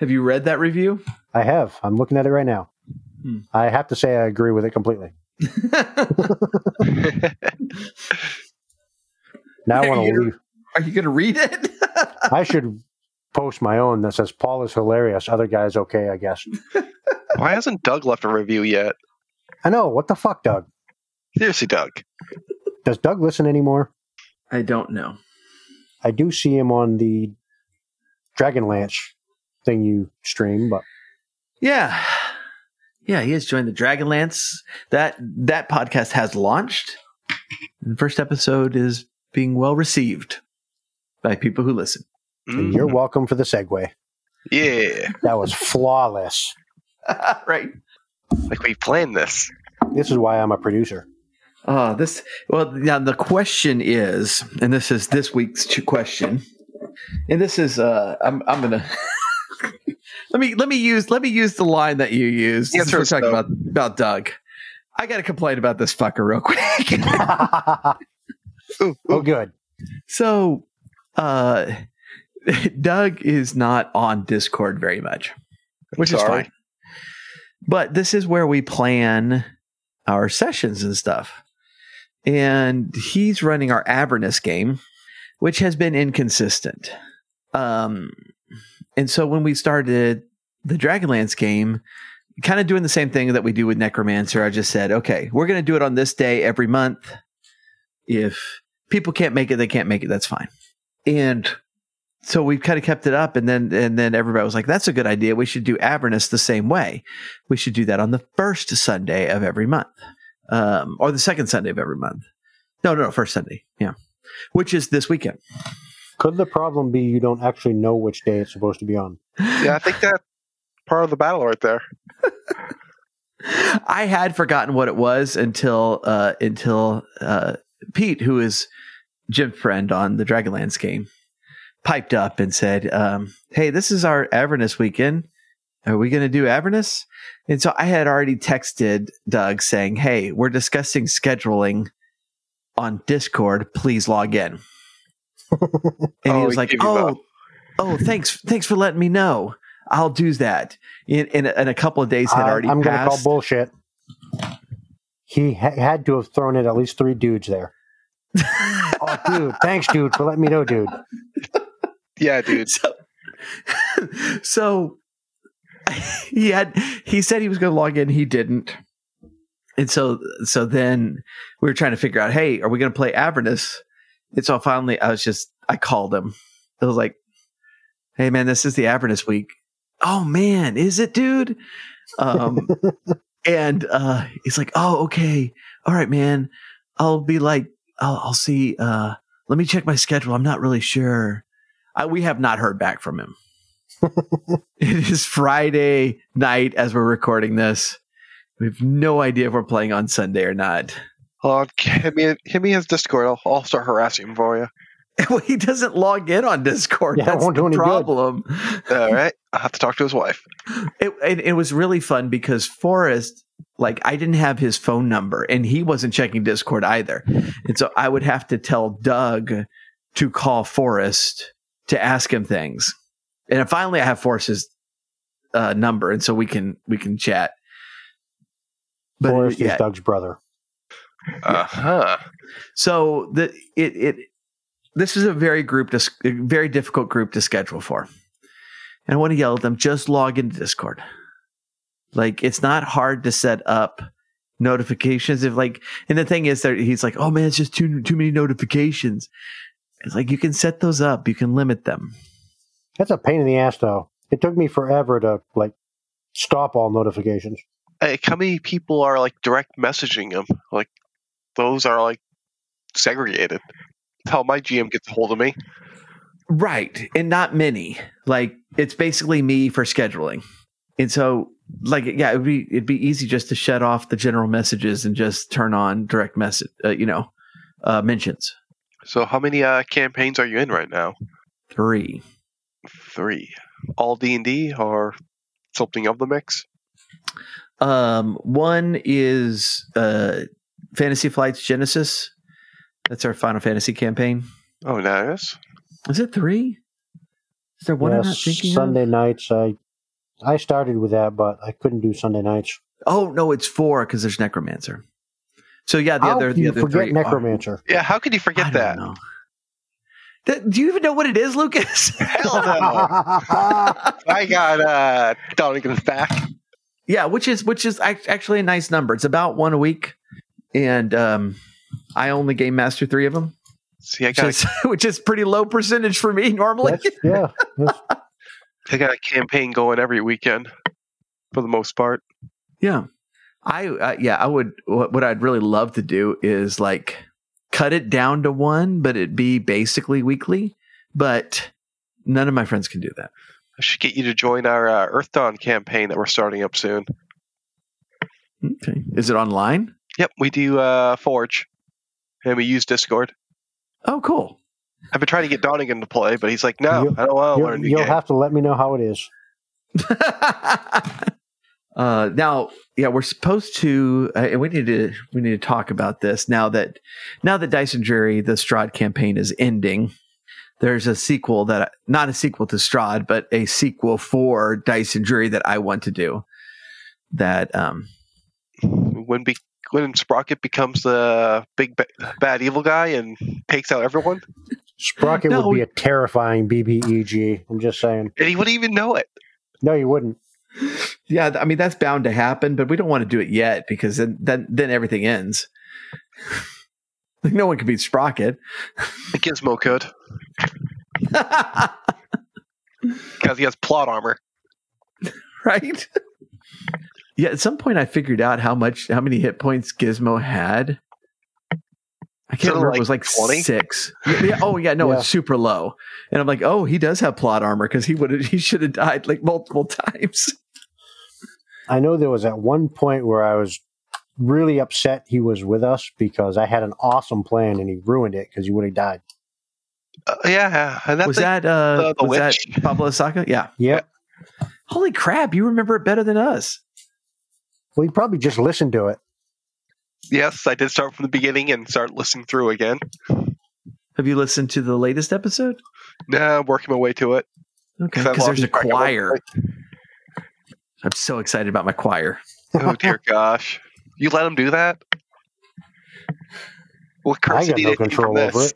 Speaker 1: have you read that review
Speaker 2: I have. I'm looking at it right now.
Speaker 1: Hmm.
Speaker 2: I have to say I agree with it completely. Now I want to
Speaker 1: You're-
Speaker 2: leave.
Speaker 1: are you going to read it
Speaker 2: I should post my own that says Paul is hilarious. Other guys okay, I guess.
Speaker 3: why hasn't Doug left a review yet?
Speaker 2: I know. What the fuck, Doug?
Speaker 3: Seriously, Doug.
Speaker 2: Does Doug listen anymore?
Speaker 1: i don't know
Speaker 2: I do see him on the Dragonlance thing you stream, but
Speaker 1: Yeah. Yeah, he has joined the Dragonlance. That that podcast has launched. The first episode is being well received by people who listen.
Speaker 3: Mm.
Speaker 2: you're welcome for the segue.
Speaker 3: Yeah.
Speaker 2: That was flawless.
Speaker 1: right.
Speaker 3: Like we planned this.
Speaker 2: This is why I'm a producer.
Speaker 1: Oh, this well now the question is, and this is this week's ch- question. And this is uh I'm I'm gonna let me let me use let me use the line that you used.
Speaker 3: Yes,
Speaker 1: since we're
Speaker 3: sir,
Speaker 1: talking
Speaker 3: sir.
Speaker 1: about, about Doug. I gotta complain about this fucker real quick.
Speaker 2: I
Speaker 3: Ooh,
Speaker 2: Oh,
Speaker 3: ooh.
Speaker 2: good.
Speaker 1: So, uh, Doug is not on Discord very much, which is
Speaker 3: Sorry.
Speaker 1: fine. But this is where we plan our sessions and stuff. And he's running our Avernus game, which has been inconsistent. Um, and so when we started the Dragonlance game, kind of doing the same thing that we do with Necromancer, I just said, okay, we're going to do it on this day every month. If people can't make it, they can't make it. That's fine. And so we've kind of kept it up, and then and then everybody was like, "That's a good idea. We should do Avernus the same way. We should do that on the first Sunday of every month, um, or the second Sunday of every month. No, no, no, first Sunday. Yeah, which is this weekend.
Speaker 2: Could the problem be you don't actually know which day it's supposed to be on?
Speaker 3: Yeah, I think that's part of the battle right there.
Speaker 1: I had forgotten what it was until uh, until uh, Pete, who is Jim's friend on the Dragonlance game, piped up and said, um, "Hey, this is our Avernus weekend. Are we going to do Avernus?" And so I had already texted Doug saying, "Hey, we're discussing scheduling on Discord. Please log in." and he
Speaker 3: Oh,
Speaker 1: was
Speaker 3: he
Speaker 1: like,
Speaker 3: gave you
Speaker 1: "Oh,
Speaker 3: the-
Speaker 1: oh, thanks, thanks for letting me know. I'll do that." And, and, and a couple of days had
Speaker 2: I-
Speaker 1: already
Speaker 2: Uh, I'm gonna
Speaker 1: passed.
Speaker 2: call bullshit. He ha- had to have thrown at at least three dudes there. oh, dude, thanks, dude, for letting me know, dude.
Speaker 3: Yeah, dude.
Speaker 1: so, so he had he said he was going to log in he didn't and so so then we were trying to figure out hey are we going to play avernus and so finally i was just i called him i was like hey man this is the avernus week oh man is it dude um and uh he's like oh okay all right man i'll be like i'll, I'll see uh let me check my schedule i'm not really sure I, we have not heard back from him. it is Friday night as we're recording this. We have no idea if we're playing on Sunday or not.
Speaker 3: Hold on, hit me, hit me his Discord. I'll, I'll start harassing him for you.
Speaker 1: well, he doesn't log in on Discord.
Speaker 2: Yeah, it
Speaker 1: That's
Speaker 2: won't do
Speaker 1: the
Speaker 2: any good.
Speaker 1: problem.
Speaker 3: All right, I have to talk to his wife.
Speaker 1: It, it, it was really fun because Forrest, like, I didn't have his phone number and he wasn't checking Discord either. And so I would have to tell Doug to call Forrest to ask him things. And finally, I have Forrest's uh, number, and so we can we can chat. But
Speaker 2: Forrest
Speaker 1: yeah,
Speaker 2: is Doug's brother.
Speaker 3: Uh huh.
Speaker 1: so the it it this is a very group dis- very difficult group to schedule for, and I want to yell at them: just log into Discord. Like it's not hard to set up notifications. If like, and the thing is, there he's like, oh man, it's just too too many notifications. It's like you can set those up, you can limit them.
Speaker 2: That's a pain in the ass, though. It took me forever to like stop all notifications.
Speaker 3: Like, how many people are like direct messaging him? Like, those are like segregated. That's how my GM gets a hold of me.
Speaker 1: Right. And not many. Like it's basically me for scheduling. And so like yeah, it'd be it'd be easy just to shut off the general messages and just turn on direct message, uh, you know, uh mentions.
Speaker 3: So, how many uh, campaigns are you in right now?
Speaker 1: 3.
Speaker 3: Three. All D and D or something of the mix?
Speaker 1: Um one is uh Fantasy Flights Genesis. That's our Final Fantasy campaign.
Speaker 3: Oh, nice.
Speaker 1: Is it 3? Is there one
Speaker 2: Yeah,
Speaker 1: I'm not thinking of?
Speaker 2: Sunday nights, I I started with that, but I couldn't do Sunday nights.
Speaker 1: Oh no, it's 4 cuz there's Necromancer. So yeah, the
Speaker 2: How
Speaker 1: other
Speaker 2: do
Speaker 1: the
Speaker 2: you
Speaker 1: other
Speaker 2: forget
Speaker 1: three are-
Speaker 2: Necromancer?
Speaker 3: Yeah. How could you
Speaker 1: I
Speaker 3: forget
Speaker 1: don't
Speaker 3: that?
Speaker 1: know. That- do you even know what it is, Lucas?
Speaker 3: Hell no. I got uh, Donegan's back.
Speaker 1: yeah, which is which is act- actually a nice number. It's about one a week, and um, I only game master three of them,
Speaker 3: See, I
Speaker 1: which
Speaker 3: got,
Speaker 1: is, which is pretty low percentage for me normally.
Speaker 2: That's- yeah, that's-
Speaker 3: a, I got a campaign going every weekend for the most part.
Speaker 1: Yeah, I uh, yeah I would what, what I'd really love to do is like cut it down to one, but it'd be basically weekly. But none of my friends can do that.
Speaker 3: I should get you to join our uh, Earth Dawn campaign that we're starting up soon.
Speaker 1: Okay, is it online?
Speaker 3: Yep, we do uh, Forge, and we use Discord.
Speaker 1: Oh, cool.
Speaker 3: I've been trying to get Donegan to play, but he's like, "No,
Speaker 2: You-
Speaker 3: I don't want to learn
Speaker 2: you'll,
Speaker 3: the
Speaker 2: you'll
Speaker 3: game."
Speaker 2: have to let me know how it is.
Speaker 1: Uh, now, yeah, we're supposed to, uh, and we need to we need to talk about this now that now that Dice and Jury the Strahd campaign is ending. There's a sequel that not a sequel to Strahd, but a sequel for Dice and Jury that I want to do. That um,
Speaker 3: When be when Sprocket becomes the big ba- bad evil guy and takes out everyone,
Speaker 2: Sprocket
Speaker 1: No,
Speaker 2: would be
Speaker 1: we-
Speaker 2: a terrifying BBEG. I'm just saying.
Speaker 3: and he wouldn't even know it.
Speaker 2: No, you wouldn't.
Speaker 1: yeah, I mean that's bound to happen, but we don't want to do it yet because then then, then everything ends. like no one can beat Sprocket.
Speaker 3: Gizmo could because he has plot armor.
Speaker 1: right? yeah, at some point I figured out how much how many hit points Gizmo had. I can't
Speaker 3: Is it
Speaker 1: remember.
Speaker 3: like
Speaker 1: it was like
Speaker 3: 20?
Speaker 1: six. Yeah, yeah, oh yeah, no,
Speaker 2: Yeah.
Speaker 1: it's super low. And I'm like, oh, he does have plot armor because he would he should have died like multiple times.
Speaker 2: I know there was at one point where I was really upset he was with us because I had an awesome plan and he ruined it because he would have died.
Speaker 3: Uh, yeah, and that's
Speaker 1: was that uh
Speaker 3: the- the
Speaker 1: was
Speaker 3: witch.
Speaker 1: that Pablo Saka? Yeah.
Speaker 2: Yep.
Speaker 1: Holy crap, you remember it better than us.
Speaker 2: Well, he probably just listened to it.
Speaker 3: yes, I did start from the beginning and start listening through again.
Speaker 1: Have you listened to the latest episode?
Speaker 3: Now I'm working my way to it.
Speaker 1: Okay,
Speaker 3: 'Cause I
Speaker 1: because there's a
Speaker 3: lost track of what-
Speaker 1: choir. I'm so excited about my choir.
Speaker 3: Oh dear gosh, you let him do that? What
Speaker 2: I
Speaker 3: curse
Speaker 2: got
Speaker 3: did
Speaker 2: no
Speaker 3: he take from
Speaker 2: control over
Speaker 3: this?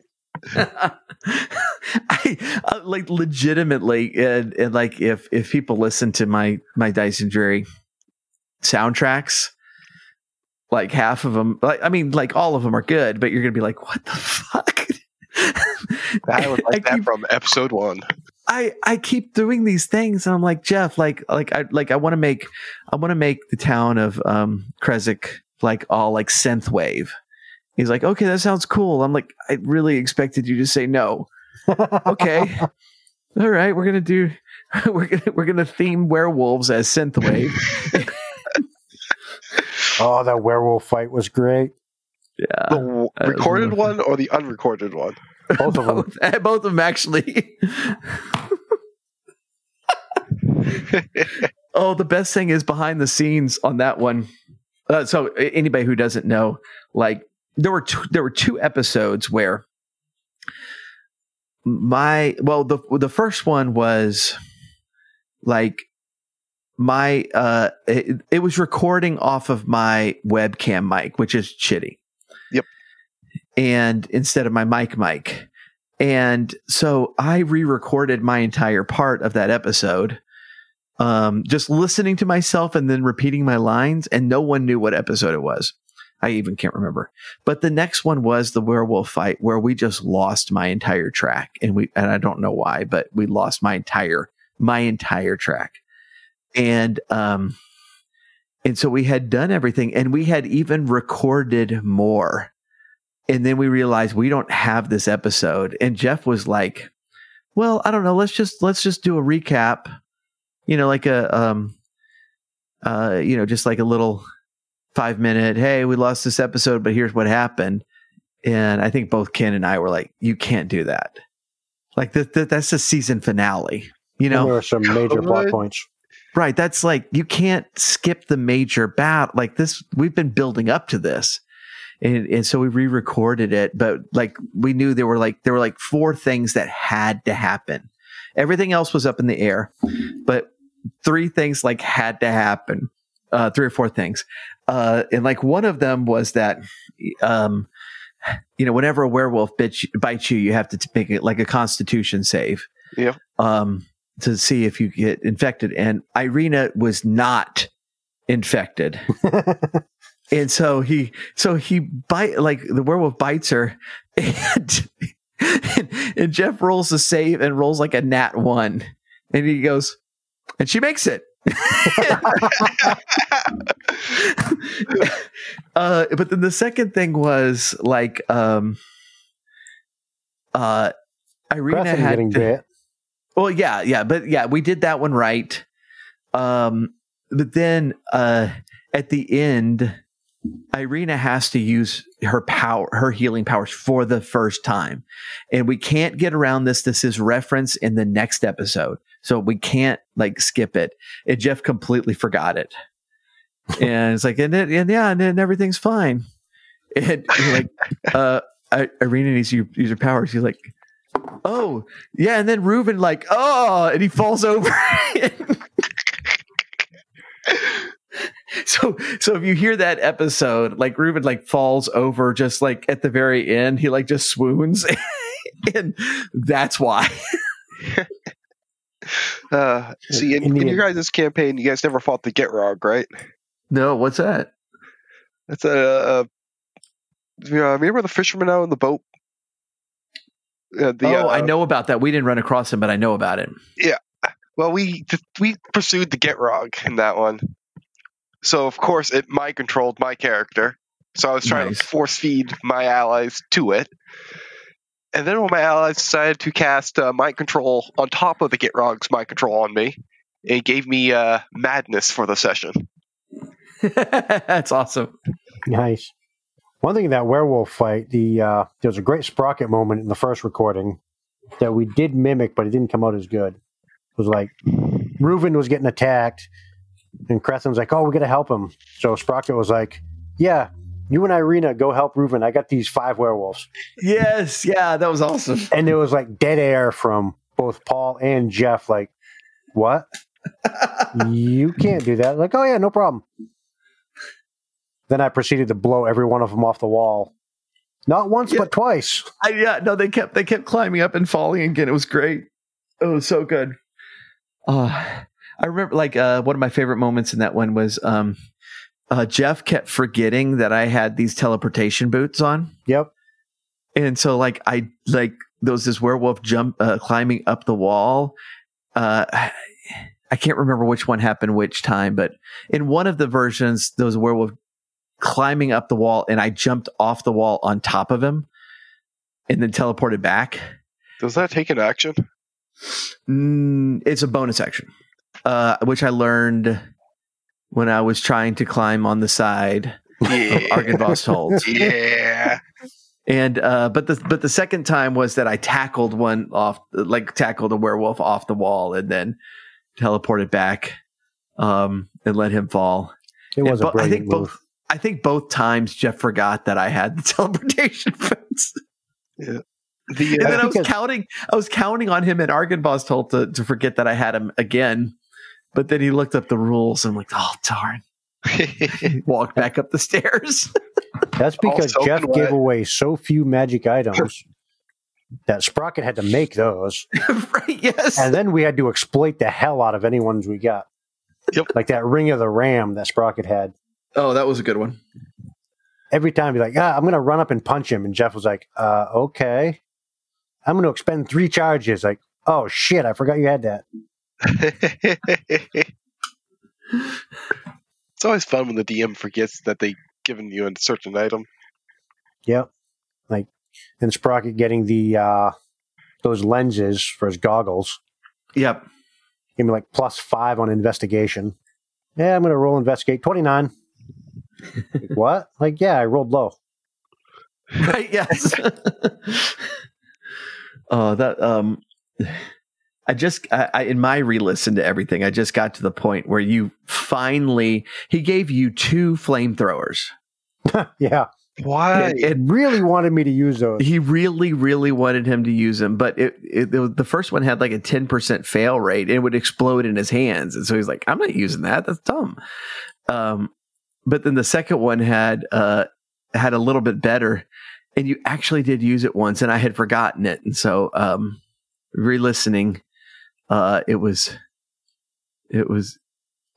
Speaker 2: it.
Speaker 1: I, uh, like legitimately, and, and like if if people listen to my my Dyson Jury soundtracks, like half of them, like I mean, like all of them are good, but you're gonna be like, what the fuck?
Speaker 3: I would like
Speaker 1: I
Speaker 3: that
Speaker 1: keep-
Speaker 3: from episode one.
Speaker 1: I I keep doing these things, and I'm like Jeff, like like I like I want to make I want to make the town of um Kresik like all like synthwave. He's like, okay, that sounds cool. I'm like, I really expected you to say no okay. All right, we're gonna do we're gonna we're gonna theme werewolves as synthwave.
Speaker 2: oh, that werewolf fight was great.
Speaker 3: The
Speaker 1: yeah,
Speaker 3: w-
Speaker 1: uh,
Speaker 3: recorded
Speaker 1: okay.
Speaker 3: one or the unrecorded one?
Speaker 2: Both of them.
Speaker 1: both, eh, both of them actually. oh, the best thing is behind the scenes on that one. Uh, so a- anybody who doesn't know, like there were two, there were two episodes where my well the the first one was like my uh it, it was recording off of my webcam mic which is shitty
Speaker 3: Yep.
Speaker 1: and instead of my mic mic and so i re-recorded my entire part of that episode um just listening to myself and then repeating my lines and no one knew what episode it was i even can't remember but the next one was the werewolf fight where we just lost my entire track and we and i don't know why but we lost my entire my entire track and um and so we had done everything and we had even recorded more and then we realized we don't have this episode and jeff was like well i don't know let's just let's just do a recap you know like a um uh you know just like a little five minute hey we lost this episode but here's what happened and i think both ken and i were like you can't do that like th- th- that's the season finale you know
Speaker 2: there were some major plot
Speaker 3: Good.
Speaker 2: points.
Speaker 1: Right. That's like you can't skip the major bat. Like this, we've been building up to this. And, and so we re-recorded it, but like we knew there were like there were like four things that had to happen. Everything else was up in the air, but three things like had to happen. Uh, three or four things, uh, and like one of them was that, um, you know, whenever a werewolf bitch bites you, you have to t- make it like a Constitution save.
Speaker 3: Yeah.
Speaker 1: Um, to see if you get infected. And Irina was not infected. and so he, so he bite, like the werewolf bites her and, and, and Jeff rolls a save and rolls like a nat one. And he goes, and she makes it. uh, but then the second thing was like, um, uh, Irina
Speaker 2: Preston
Speaker 1: had
Speaker 2: getting
Speaker 1: to-
Speaker 2: bit.
Speaker 1: well, yeah, yeah, but yeah, we did that one right. Um, but then uh, at the end, Irina has to use her power, her healing powers for the first time, and we can't get around this. This is reference in the next episode, so we can't like skip it. And Jeff completely forgot it. and it's like, and, it, and yeah, and then everything's fine. And you're like, uh, I- Irina needs to u- use her powers. He's like, oh yeah, and then Reuben like, oh, and he falls over. so so if you hear that episode, like Reuben like falls over just like at the very end, he like just swoons, and that's why.
Speaker 3: Uh, see, in, in your guys' campaign, you guys never fought the Getrog, right?
Speaker 1: No, what's that?
Speaker 3: That's a, uh you know, remember the fisherman out in the boat. Uh, the,
Speaker 1: oh,
Speaker 3: uh,
Speaker 1: I know about that. We didn't run across him, but I know about it.
Speaker 3: Well, we we pursued the Getrog in that one, so of course it mind controlled my character. So I was trying
Speaker 1: Nice.
Speaker 3: to force feed my allies to it, and then when my allies decided to cast uh, mind control on top of the Getrog's mind control on me, it gave me uh, madness for the session.
Speaker 1: That's awesome.
Speaker 2: Nice. One thing in that werewolf fight, the uh, there was a great sprocket moment in the first recording that we did mimic, but it didn't come out as good. It was like Reuven was getting attacked, and Creston's like, "Oh, we got to help him." So Sprocket was like, "Yeah, you and Irina go help Reuven. I got these five werewolves."
Speaker 1: Yes, yeah, that was awesome.
Speaker 2: And there was like dead air from both Paul and Jeff. Like, what? you can't do that. Like, oh yeah, no problem. Then I proceeded to blow every one of them off the wall. Not once,
Speaker 1: Yeah.
Speaker 2: but twice.
Speaker 1: I, yeah, no, they kept they kept climbing up and falling again. It was great. It was so good. Uh, I remember like uh, one of my favorite moments in that one was um, uh, Jeff kept forgetting that I had these teleportation boots on.
Speaker 2: Yep.
Speaker 1: and so like i like there was this werewolf jump uh, climbing up the wall uh i can't remember which one happened which time but in one of the versions there was a werewolf climbing up the wall and i jumped off the wall on top of him and then teleported back
Speaker 3: Does that take an action?
Speaker 1: Mm, it's a bonus action, uh, which I learned when I was trying to climb on the side of Argenvost Holds.
Speaker 3: yeah.
Speaker 1: And uh, but the but the second time was that I tackled one off, like tackled a werewolf off the wall, and then teleported back, um, and let him fall.
Speaker 2: It
Speaker 1: And
Speaker 2: was a
Speaker 1: bo- I
Speaker 2: brilliant
Speaker 1: think
Speaker 2: move.
Speaker 1: both. I think both times Jeff forgot that I had the teleportation fence,
Speaker 3: The,
Speaker 1: and
Speaker 3: uh,
Speaker 1: then I was
Speaker 2: because-
Speaker 1: counting. I was counting on him and Argenboss told to to forget that I had him again, but then he looked up the rules and I'm like, oh darn,
Speaker 3: uh,
Speaker 1: walked back up the stairs.
Speaker 2: That's because
Speaker 3: Also,
Speaker 2: Jeff
Speaker 3: you know
Speaker 2: gave
Speaker 3: what?
Speaker 2: away so few magic items that Sprocket had to make those.
Speaker 1: right? Yes.
Speaker 2: And then we had to exploit the hell out of any ones we got.
Speaker 3: Yep.
Speaker 2: Like that ring of the ram that Sprocket had.
Speaker 1: oh, that was a good one.
Speaker 2: every time be like, ah, I'm gonna run up and punch him. And Jeff was like, uh, okay. I'm gonna expend three charges. Like, oh shit, I forgot you had that.
Speaker 3: it's always fun when the DM forgets that they given you a certain item.
Speaker 2: Yep. Like and Sprocket getting the uh those lenses for his goggles.
Speaker 1: Yep.
Speaker 2: Give me like plus five on investigation. Yeah, I'm gonna roll investigate. Twenty nine. what? Like, yeah, I rolled low.
Speaker 1: right yes oh that um i just I, I in my re-listen to everything i just got to the point where you finally he gave you two flamethrowers
Speaker 2: Yeah.
Speaker 3: Why?
Speaker 1: and, and
Speaker 2: Really wanted me to use those.
Speaker 1: he really really wanted him to use them but it, it, it was- the first one had like a 10% fail rate and it would explode in his hands and so he's like i'm not using that that's dumb um but then the second one had uh had a little bit better and you actually did use it once and i had forgotten it and so um re-listening uh it was it was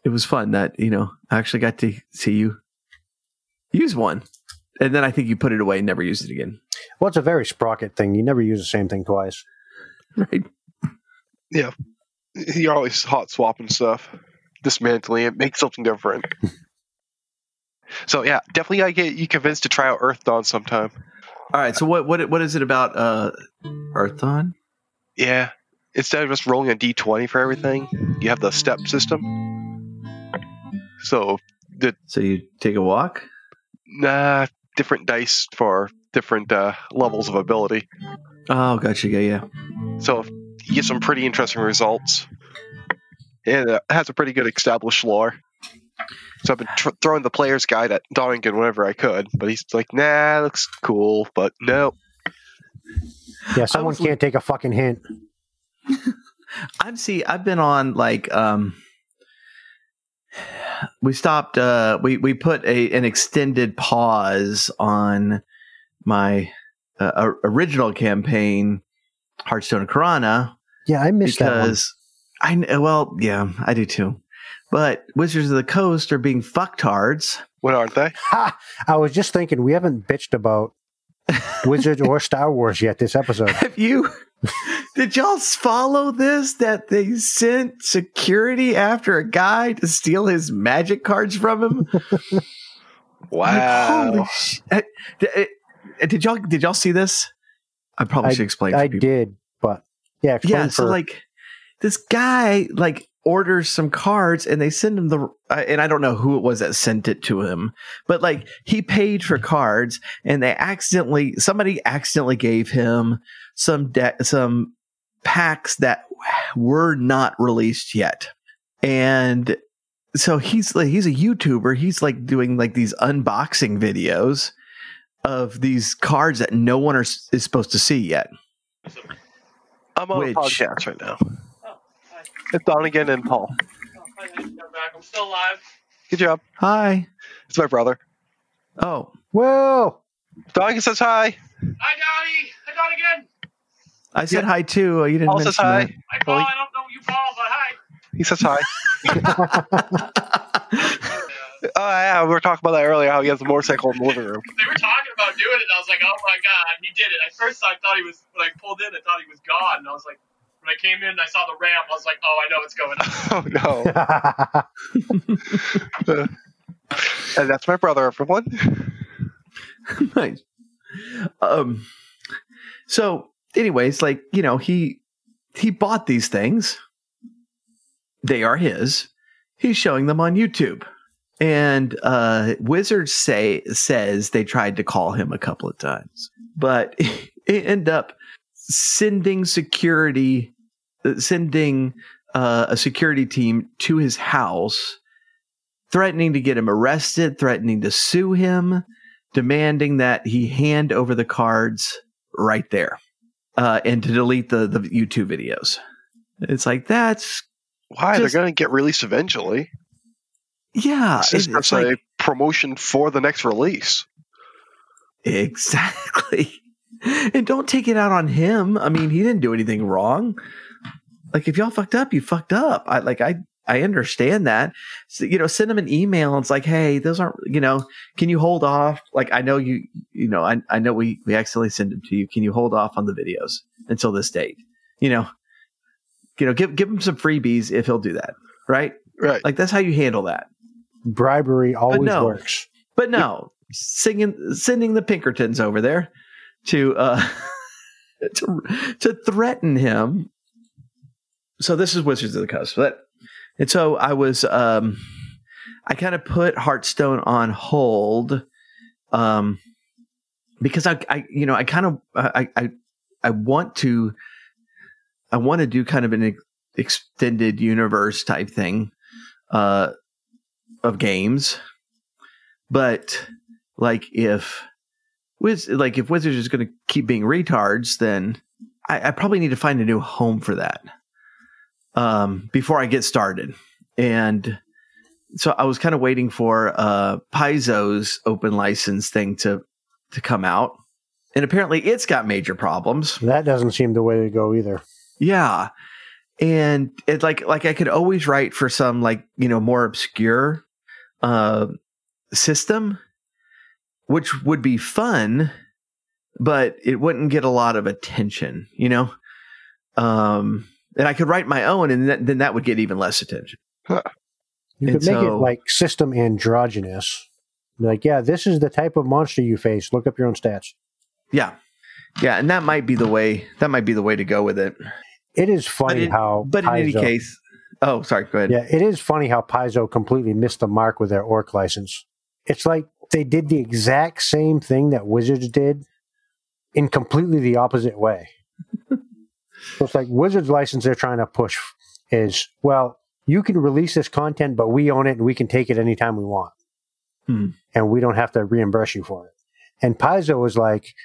Speaker 1: it was fun that you know i actually got to see you use one and then i think you put it away and never used it again
Speaker 2: Well, it's a very sprocket thing. You never use the same thing twice.
Speaker 1: right?
Speaker 3: You're always hot swapping stuff, dismantling it, make something different. so yeah, definitely I get you convinced to try out Earth Dawn sometime.
Speaker 1: All right. So what what what is it about uh Earthon?
Speaker 3: Yeah. Instead of just rolling a d20 for everything, you have the step system. So
Speaker 1: So you take a walk.
Speaker 3: nah, different dice for different uh, levels of ability.
Speaker 1: Oh, gotcha. Yeah, yeah.
Speaker 3: So you get some uh, pretty interesting results. And it has a pretty good established lore. So I've been tr- throwing the player's guide at Donington whenever I could, but he's like, "Nah, looks cool, but no."
Speaker 2: Yeah, someone
Speaker 1: was li-
Speaker 2: can't take a fucking hint.
Speaker 1: I'm see. I've been on like um. We stopped. Uh, we we put a an extended pause on my uh, o- original campaign, Hearthstone Karana,
Speaker 2: Yeah, I missed
Speaker 1: because I kn- well yeah I do too, but Wizards of the Coast are being fucktards.
Speaker 3: What aren't they?
Speaker 2: that one. Ha! I was just thinking we haven't bitched about Wizards or Star Wars yet this episode.
Speaker 1: Have you? did y'all follow this? That they sent security after a guy to steal his magic cards from him. Like, holy
Speaker 3: Wow.
Speaker 1: sh- uh, d- uh, did y'all did y'all see this? I probably should explain. for
Speaker 2: I
Speaker 1: people.
Speaker 2: did, but yeah, explain
Speaker 1: Yeah. So
Speaker 2: for-
Speaker 1: like, this guy like orders some cards and they send him the uh, and I don't know who it was that sent it to him, but like he paid for cards and they accidentally somebody accidentally gave him some de- some packs that were not released yet and so he's like he's a youtuber he's like doing like these unboxing videos of these cards that no one are, is supposed to see yet
Speaker 3: I'm on
Speaker 1: Which-
Speaker 3: a podcast right now. It's Donegan and Paul.
Speaker 7: I'm still alive.
Speaker 3: Good job.
Speaker 1: hi
Speaker 3: It's my brother.
Speaker 1: oh
Speaker 2: whoa,
Speaker 3: Donegan says hi.
Speaker 7: Hi, Donnie. Hi, Donegan.
Speaker 1: i said hi too you didn't
Speaker 3: Paul
Speaker 1: mention
Speaker 3: says hi.
Speaker 1: that
Speaker 7: Hi, Paul. I don't know you, Paul, but hi.
Speaker 3: He says hi. Oh yeah, we were talking about that earlier. How he has a motorcycle in the living room.
Speaker 7: They were talking about doing it, and I was like, oh my god, he did it. At first, I thought he was, when I pulled in, I thought he was gone. And I was like, when I came in and I saw the ramp, I was like, oh, I know what's going on.
Speaker 3: Oh no!
Speaker 2: I
Speaker 3: and that's my brother, everyone.
Speaker 1: nice. Um. So, anyways, like you know, he he bought these things. They are his. He's showing them on YouTube, and uh, Wizards say says they tried to call him a couple of times, but it end up sending security, uh, sending uh, a security team to his house, threatening to get him arrested, threatening to sue him demanding that he hand over the cards right there uh, and to delete the, the YouTube videos. It's like, that's,
Speaker 3: Why
Speaker 1: Just-
Speaker 3: they're gonna get released eventually?
Speaker 1: yeah.
Speaker 3: It's
Speaker 1: Uh, it-
Speaker 3: just
Speaker 1: it's
Speaker 3: a
Speaker 1: like,
Speaker 3: promotion for the next release.
Speaker 1: exactly. And don't take it out on him. I mean, he didn't do anything wrong. Like, if y'all fucked up, you fucked up. I like, I, I understand that. So, you know, send him an email. It's like, hey, those aren't, you know, can you hold off? Like, I know you, you know, I, I know we, we accidentally send them to you. Can you hold off on the videos until this date? You know, you know, give, give him some freebies if he'll do that. Right.
Speaker 3: Right.
Speaker 1: Like, that's how you handle that.
Speaker 2: bribery always
Speaker 1: no.
Speaker 2: works.
Speaker 1: But no, singing, sending the Pinkertons over there to uh, to to threaten him. So this is Wizards of the Coast, but and so I was um, I kind of put Hearthstone on hold, um, because I, I you know I kind of I I I want to I want to do kind of an ex- extended universe type thing uh, of games but like if Wiz, like if Wizards is going to keep being retards, then I, I probably need to find a new home for that um, before I get started. And so I was kind of waiting for uh, Paizo's open license thing to to come out, and apparently it's got major problems.
Speaker 2: That doesn't seem the way to go either.
Speaker 1: Yeah. And it like like I could always write for some like, you know, more obscure uh system which would be fun, but it wouldn't get a lot of attention, you know? Um and I could write my own and th- then that would get even less attention.
Speaker 2: You
Speaker 1: And
Speaker 2: could make it
Speaker 1: so-
Speaker 2: like system androgynous. Be Like, yeah, this is the type of monster you face. Look up your own stats.
Speaker 1: Yeah. Yeah, and that might be the way that might be the way to go with it.
Speaker 2: It is funny
Speaker 1: in-
Speaker 2: how,
Speaker 1: But in any
Speaker 2: Paizo-
Speaker 1: case, oh, sorry, go ahead.
Speaker 2: yeah, it is funny how Paizo completely missed the mark with their orc license. It's like they did the exact same thing that Wizards did, in completely the opposite way. so it's like Wizards license they're trying to push is well, you can release this content, but we own it and we can take it anytime we want.
Speaker 1: Hmm.
Speaker 2: And we don't have to reimburse you for it. And Paizo was like,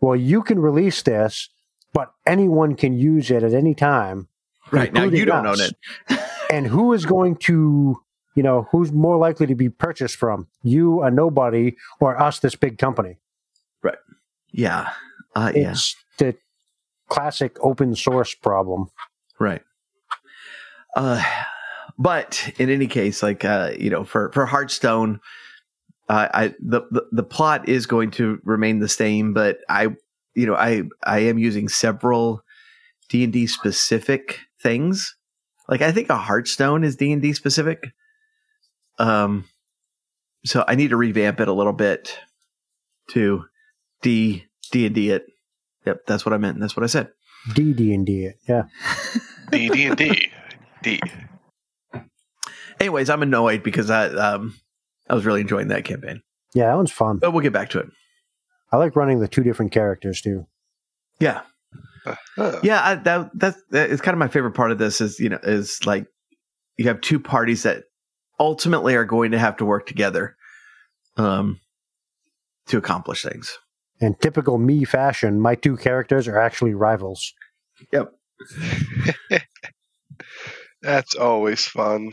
Speaker 2: well, you can release this, but anyone can use it at any time.
Speaker 1: Right now, you
Speaker 2: including
Speaker 1: don't
Speaker 2: us.
Speaker 1: own it.
Speaker 2: And who is going to, you know, who's more likely to be purchased from? You, a nobody, or us, this big company?
Speaker 1: Yeah. Uh, yeah.
Speaker 2: It's the classic open source problem.
Speaker 1: Right. Uh, but in any case, like uh, you know, for for Hearthstone, uh, I the, the the plot is going to remain the same, but I you know I I am using several D and D specific things. Like I think a Hearthstone is D and D specific. Um, so I need to revamp it a little bit to D D and D it. Yep, that's what I meant. That's what I said.
Speaker 2: D D and D. Yeah.
Speaker 3: D D and D. D.
Speaker 1: anyways, I'm annoyed because I um I was really enjoying that campaign,
Speaker 2: Yeah, that one's fun.
Speaker 1: but we'll get back to it.
Speaker 2: I like running the two different characters too.
Speaker 1: Yeah,
Speaker 3: Huh.
Speaker 1: yeah, I, that that's that is kind of my favorite part of this is you know is like you have two parties that ultimately are going to have to work together, um, to accomplish things.
Speaker 2: In typical me fashion, my two characters are actually rivals.
Speaker 3: That's always fun.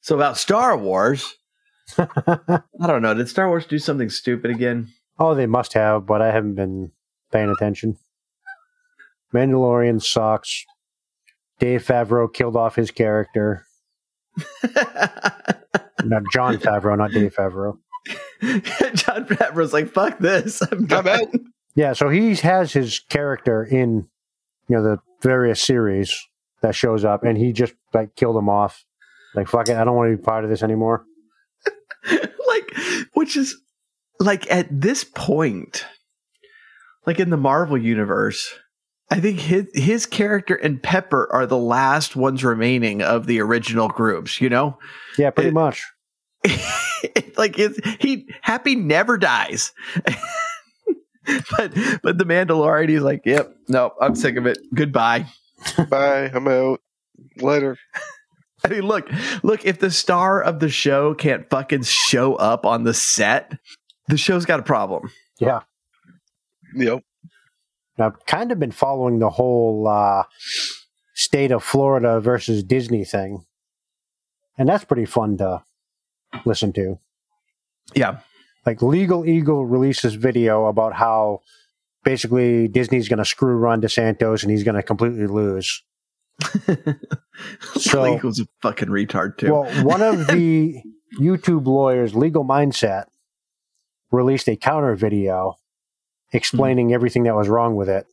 Speaker 1: So about Star Wars, I don't know. Did Star Wars do something stupid again?
Speaker 2: oh, they must have, but I haven't been paying attention. Mandalorian sucks. Dave Favreau killed off his character. Not John Favreau, not Dave Favreau.
Speaker 1: John Favreau's like, "Fuck this, I'm
Speaker 3: I'm
Speaker 1: done."
Speaker 3: out.
Speaker 2: Yeah, so he has his character in you know the various series that shows up, and he just like killed him off. Like fuck it, I don't want to be part of this anymore.
Speaker 1: like which is like at this point like in the marvel universe i think his his character and pepper are the last ones remaining of the original groups you know
Speaker 2: Yeah, pretty
Speaker 1: It-
Speaker 2: much.
Speaker 1: It's like it's, he happy never dies but but the mandalorian he's like yep no i'm sick of it goodbye
Speaker 3: Bye. I'm out. Later.
Speaker 1: i mean look look if the star of the show can't fucking show up on the set the show's got a problem
Speaker 2: Yeah.
Speaker 3: Yep.
Speaker 2: And I've kind of been following the whole uh, state of Florida versus Disney thing, and that's pretty fun to listen to.
Speaker 1: Yeah.
Speaker 2: like Legal Eagle releases video about how basically Disney's going to screw Ron DeSantos and he's going to completely lose. So-
Speaker 1: Lee was a fucking retard too.
Speaker 2: Well, one of the YouTube lawyers, Legal Mindset, released a counter video explaining everything that was wrong with it.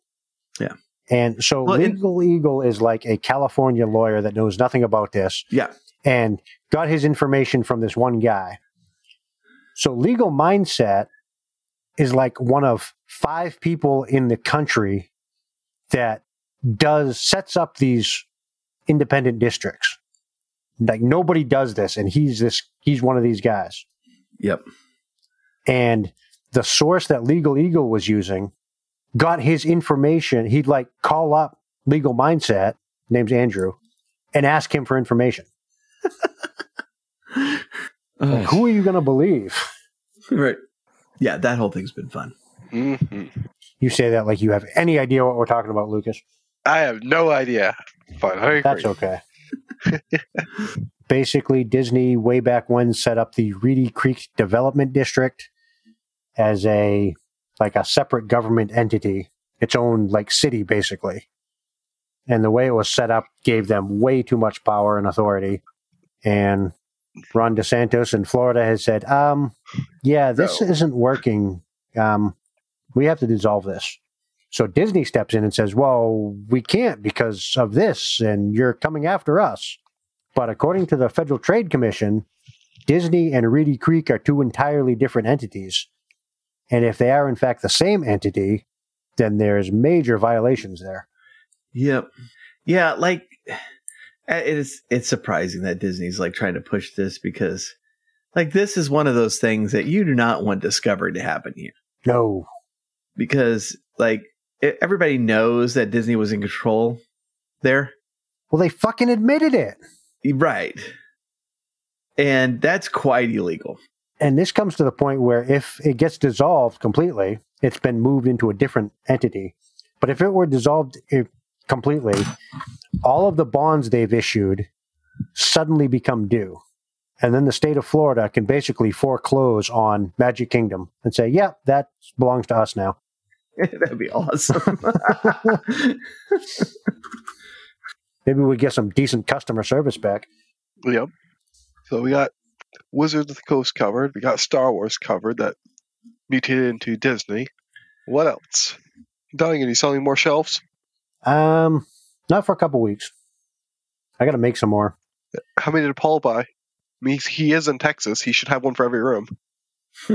Speaker 1: Mm-hmm. Yeah.
Speaker 2: And so
Speaker 1: Well, in-
Speaker 2: Legal Eagle is like a California lawyer that knows nothing about this.
Speaker 1: Yeah.
Speaker 2: And got his information from this one guy. So Legal Mindset is like one of five people in the country that does sets up these independent districts like nobody does this and he's this he's one of these guys
Speaker 1: Yep.
Speaker 2: and the source that legal eagle was using got his information he'd like call up legal mindset name's andrew and ask him for information Like,
Speaker 1: Ugh.
Speaker 2: who are you going to believe
Speaker 1: right. Yeah, that whole thing's been fun.
Speaker 3: hmm
Speaker 2: you say that like you have any idea what we're talking about lucas
Speaker 3: I have no idea. Fine. I agree.
Speaker 2: that's okay basically disney way back when set up the reedy creek development district as a like a separate government entity its own like city basically and the way it was set up gave them way too much power and authority and ron desantos in florida has said um yeah this isn't working um we have to dissolve this so disney steps in and says well we can't because of this and you're coming after us but according to the Federal Trade Commission, Disney and Reedy Creek are two entirely different entities. And if they are, in fact, the same entity, then there's major violations there.
Speaker 1: Yep. Yeah, like it's it's surprising that Disney's like trying to push this because like this is one of those things that you do not want discovery to happen here
Speaker 2: No.
Speaker 1: because like e- everybody knows that Disney was in control there. E,
Speaker 2: Well, they fucking admitted it.
Speaker 1: Right. And that's quite illegal.
Speaker 2: And this comes to the point where if it gets dissolved completely, it's been moved into a different entity. But if it were dissolved eh, completely, all of the bonds they've issued suddenly become due. And then the state of Florida can basically foreclose on Magic Kingdom and say, yep, that belongs to us now.
Speaker 1: That'd be awesome.
Speaker 2: Maybe we get some decent customer service back.
Speaker 3: Yep. So we got Wizards of the Coast covered. We got Star Wars covered that mutated into Disney. What else? Donnie, are you selling more shelves?
Speaker 2: Um, not for a couple weeks. I got to make some more.
Speaker 3: How many did Paul buy? I mean, he's- he is in Texas. He should have one for every room.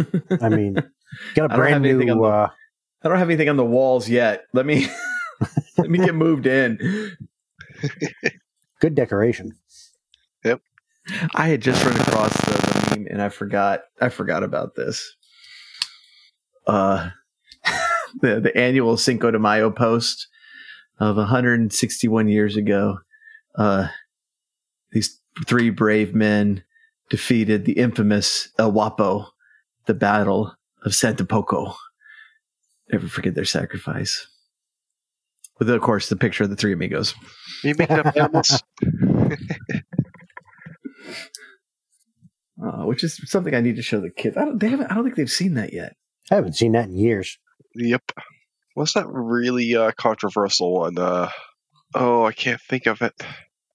Speaker 2: I mean, got
Speaker 1: I
Speaker 2: a
Speaker 1: don't
Speaker 2: brand
Speaker 1: have anything on
Speaker 2: new.
Speaker 1: the-
Speaker 2: Uh,
Speaker 1: I don't have anything on the walls yet. Let me let me get moved in.
Speaker 2: good decoration.
Speaker 1: I had just run across the, the meme and I forgot I forgot about this. Uh the the annual Cinco de Mayo post of 161 years ago. Uh these three brave men defeated the infamous El Wapo, the battle of Santa Poco. Never forget their sacrifice. With of course the picture of the three amigos.
Speaker 3: Are you making up animals?
Speaker 1: Uh, which is something I need to show the kids. I don't they haven't I don't think they've seen that yet.
Speaker 2: I haven't seen that in years.
Speaker 3: yep. What's that really uh, controversial one? Uh, oh, I can't think of it.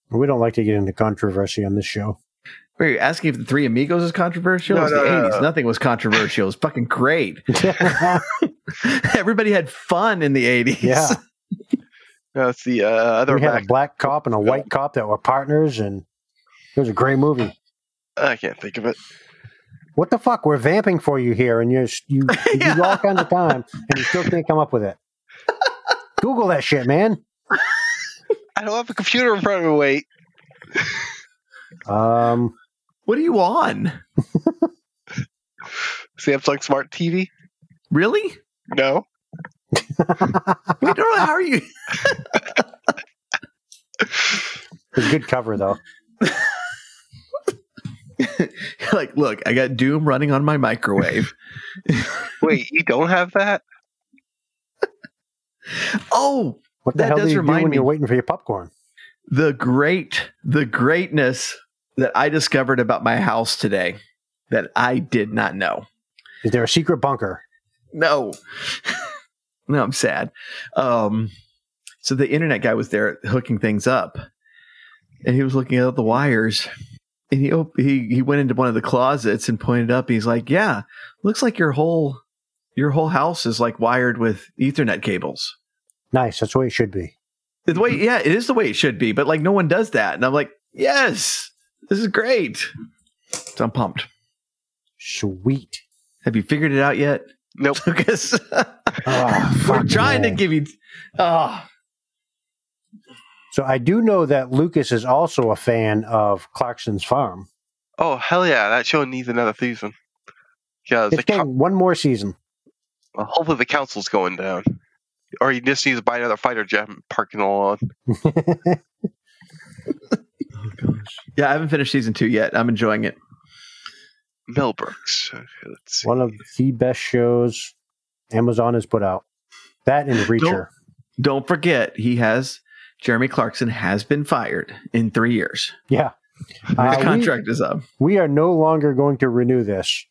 Speaker 2: We don't like to get into controversy on this show.
Speaker 1: Wait, you're asking if the Three Amigos is controversial?
Speaker 3: No,
Speaker 1: it's
Speaker 3: no,
Speaker 1: the
Speaker 3: no,
Speaker 1: 80s.
Speaker 3: no.
Speaker 1: Nothing was controversial. It was fucking great. Everybody had fun in the 80s.
Speaker 2: Yeah.
Speaker 3: No, it's the uh, other
Speaker 2: we had
Speaker 3: back.
Speaker 2: a black cop and a white cop that were partners, and it was a great movie.
Speaker 3: I can't think of it.
Speaker 2: What the fuck? We're vamping for you here, and you're you you
Speaker 1: Yeah.
Speaker 2: do all kinds of time, and you still can't come up with it. Google that shit, man.
Speaker 3: I don't have a computer in front of me. Wait.
Speaker 2: Um,
Speaker 1: What are you on?
Speaker 3: Samsung Smart TV?
Speaker 1: Really?
Speaker 3: No.
Speaker 1: Wait, no, how are you?
Speaker 2: it's a good cover though.
Speaker 1: like, look, I got Doom running on my microwave.
Speaker 3: Wait, you don't have that?
Speaker 1: Oh,
Speaker 2: What the
Speaker 1: That
Speaker 2: hell
Speaker 1: does
Speaker 2: do you do
Speaker 1: remind
Speaker 2: when
Speaker 1: me.
Speaker 2: you're waiting for your popcorn?
Speaker 1: the great, the greatness that I discovered about my house today that I did not know.
Speaker 2: Is there a secret bunker?
Speaker 1: no no i'm sad um so the internet guy was there hooking things up and he was looking at the wires and he op- he he went into one of the closets and pointed up he's like yeah looks like your whole your whole house is like wired with ethernet cables
Speaker 2: Nice. That's the way it should be.
Speaker 1: the way yeah it is the way it should be but like no one does that and i'm like yes this is great so i'm pumped
Speaker 2: Sweet.
Speaker 1: have you figured it out yet
Speaker 3: Nope.
Speaker 1: lucas
Speaker 2: Oh,
Speaker 1: we're
Speaker 2: fucking
Speaker 1: trying to
Speaker 2: A.
Speaker 1: give you oh
Speaker 2: So I do know that Lucas is also a fan of Clarkson's Farm.
Speaker 3: Oh, hell yeah. That show needs another season. Because
Speaker 2: It's
Speaker 3: the coun-
Speaker 2: getting one more season.
Speaker 3: well, hopefully the council's going down. Or you just need to buy another fighter jet and parking lot.
Speaker 1: Yeah, I haven't finished season two yet. I'm enjoying it.
Speaker 3: Mel Brooks. Okay, let's see.
Speaker 2: one of the best shows Amazon has put out. That and Reacher.
Speaker 1: Don't forget, he has Jeremy Clarkson has been fired in three years.
Speaker 2: Yeah. Uh,
Speaker 1: His
Speaker 2: we-
Speaker 1: contract is up
Speaker 2: we, are no longer going to renew this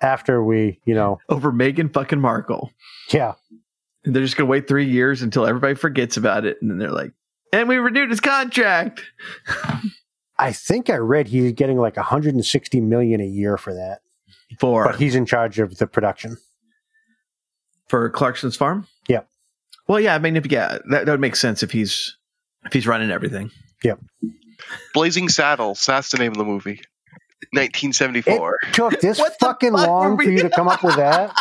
Speaker 2: after we, you know,
Speaker 1: over Megan fucking Markle.
Speaker 2: yeah.
Speaker 1: And they're just gonna wait three years until everybody forgets about it, and then they're like, "And we renewed his contract."
Speaker 2: I think I read he's getting like 160 million a year for that,
Speaker 1: For
Speaker 2: but he's in charge of the production.
Speaker 1: for Clarkson's farm.
Speaker 2: Yeah.
Speaker 1: Well, yeah. I mean, if yeah, that, that would make sense if he's if he's running everything.
Speaker 3: Blazing Saddles. That's the name of the movie. 1974.
Speaker 2: It took this
Speaker 1: What the
Speaker 2: fucking
Speaker 1: fuck
Speaker 2: long
Speaker 1: were
Speaker 2: for
Speaker 1: we-
Speaker 2: you to come up with that.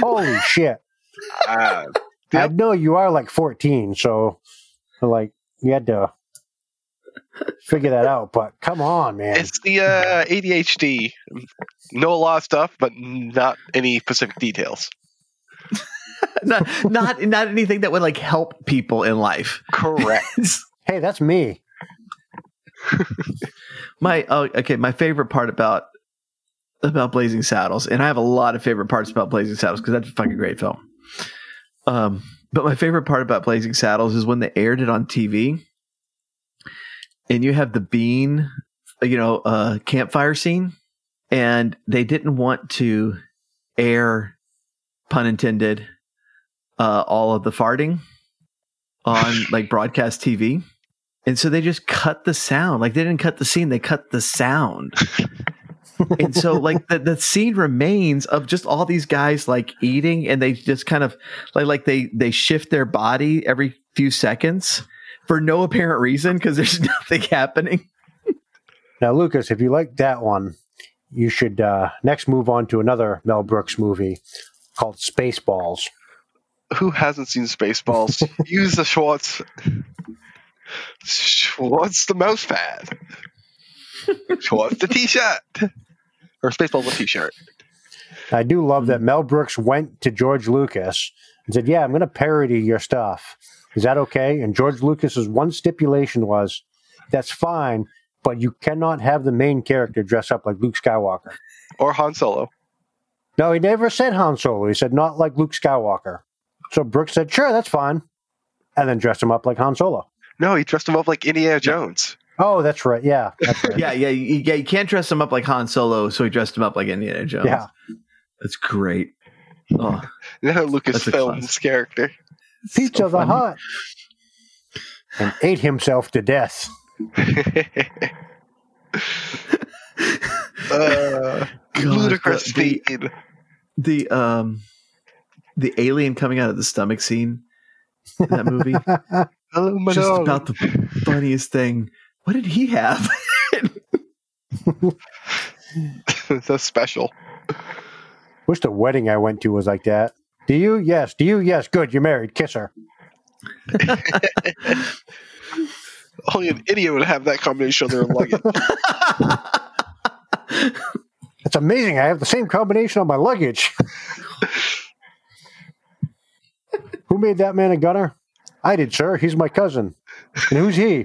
Speaker 2: Holy shit!
Speaker 3: Ah,
Speaker 2: I know you are like 14, so like you had to figure that out. But come on, man.
Speaker 3: it's the uh, ADHD. Know a lot of stuff, but not any specific details.
Speaker 1: not not not anything that would like help people in life.
Speaker 3: Correct.
Speaker 2: hey, that's me.
Speaker 1: my oh, okay, my favorite part about about Blazing Saddles, and I have a lot of favorite parts about Blazing Saddles because that's a fucking great film. Um, but my favorite part about Blazing Saddles is when they aired it on TV, and you have the bean, you know, uh, campfire scene, and they didn't want to air, pun intended, uh, all of the farting on like broadcast TV. And so they just cut the sound. Like they didn't cut the scene, they cut the sound. and so like the, the scene remains of just all these guys like eating and they just kind of like like they they shift their body every few seconds for no apparent reason because there's nothing happening.
Speaker 2: Now, Lucas, if you like that one, you should uh, next move on to another Mel Brooks movie called Spaceballs.
Speaker 3: Who hasn't seen Spaceballs? Use the Schwartz. Schwartz the mouse pad. Schwartz the t-shirt. Or Spaceballs the t-shirt.
Speaker 2: I do love that Mel Brooks went to George Lucas and said, "Yeah, I'm going to parody your stuff. Is that okay?" And George Lucas's one stipulation was, "That's fine, but you cannot have the main character dress up like Luke Skywalker."
Speaker 3: Or Han Solo.
Speaker 2: No, he never said Han Solo. He said not like Luke Skywalker. So Brooks said, "Sure, that's fine," and then dressed him up like Han Solo.
Speaker 3: No, he dressed him up like Indiana Jones.
Speaker 2: Oh, that's right. Yeah, that's right.
Speaker 1: Yeah, yeah, you, yeah. You can't dress him up like Han Solo, so he dressed him up like Indiana Jones.
Speaker 2: yeah.
Speaker 1: that's great. Oh,
Speaker 3: Now
Speaker 1: That's a
Speaker 3: Lucasfilm's
Speaker 1: classic.
Speaker 3: character.
Speaker 2: Pizza
Speaker 1: so
Speaker 2: the
Speaker 1: funny.
Speaker 2: Hut, and ate himself to death.
Speaker 3: uh,
Speaker 1: God, the-
Speaker 3: ludicrous
Speaker 1: the-
Speaker 3: speed.
Speaker 1: the um the alien coming out of the stomach scene in that movie
Speaker 3: Hello, my
Speaker 1: just
Speaker 3: dog.
Speaker 1: about the funniest thing what did he have
Speaker 3: so special.
Speaker 2: Wish the wedding I went to was like that. Do you? Yes. Do you? Yes. Good. You're married. Kiss her.
Speaker 3: Only an idiot would have that combination on their luggage.
Speaker 2: It's amazing. I have the same combination on my luggage. Who made that man a gunner? I did, sir. He's my cousin. And who's he?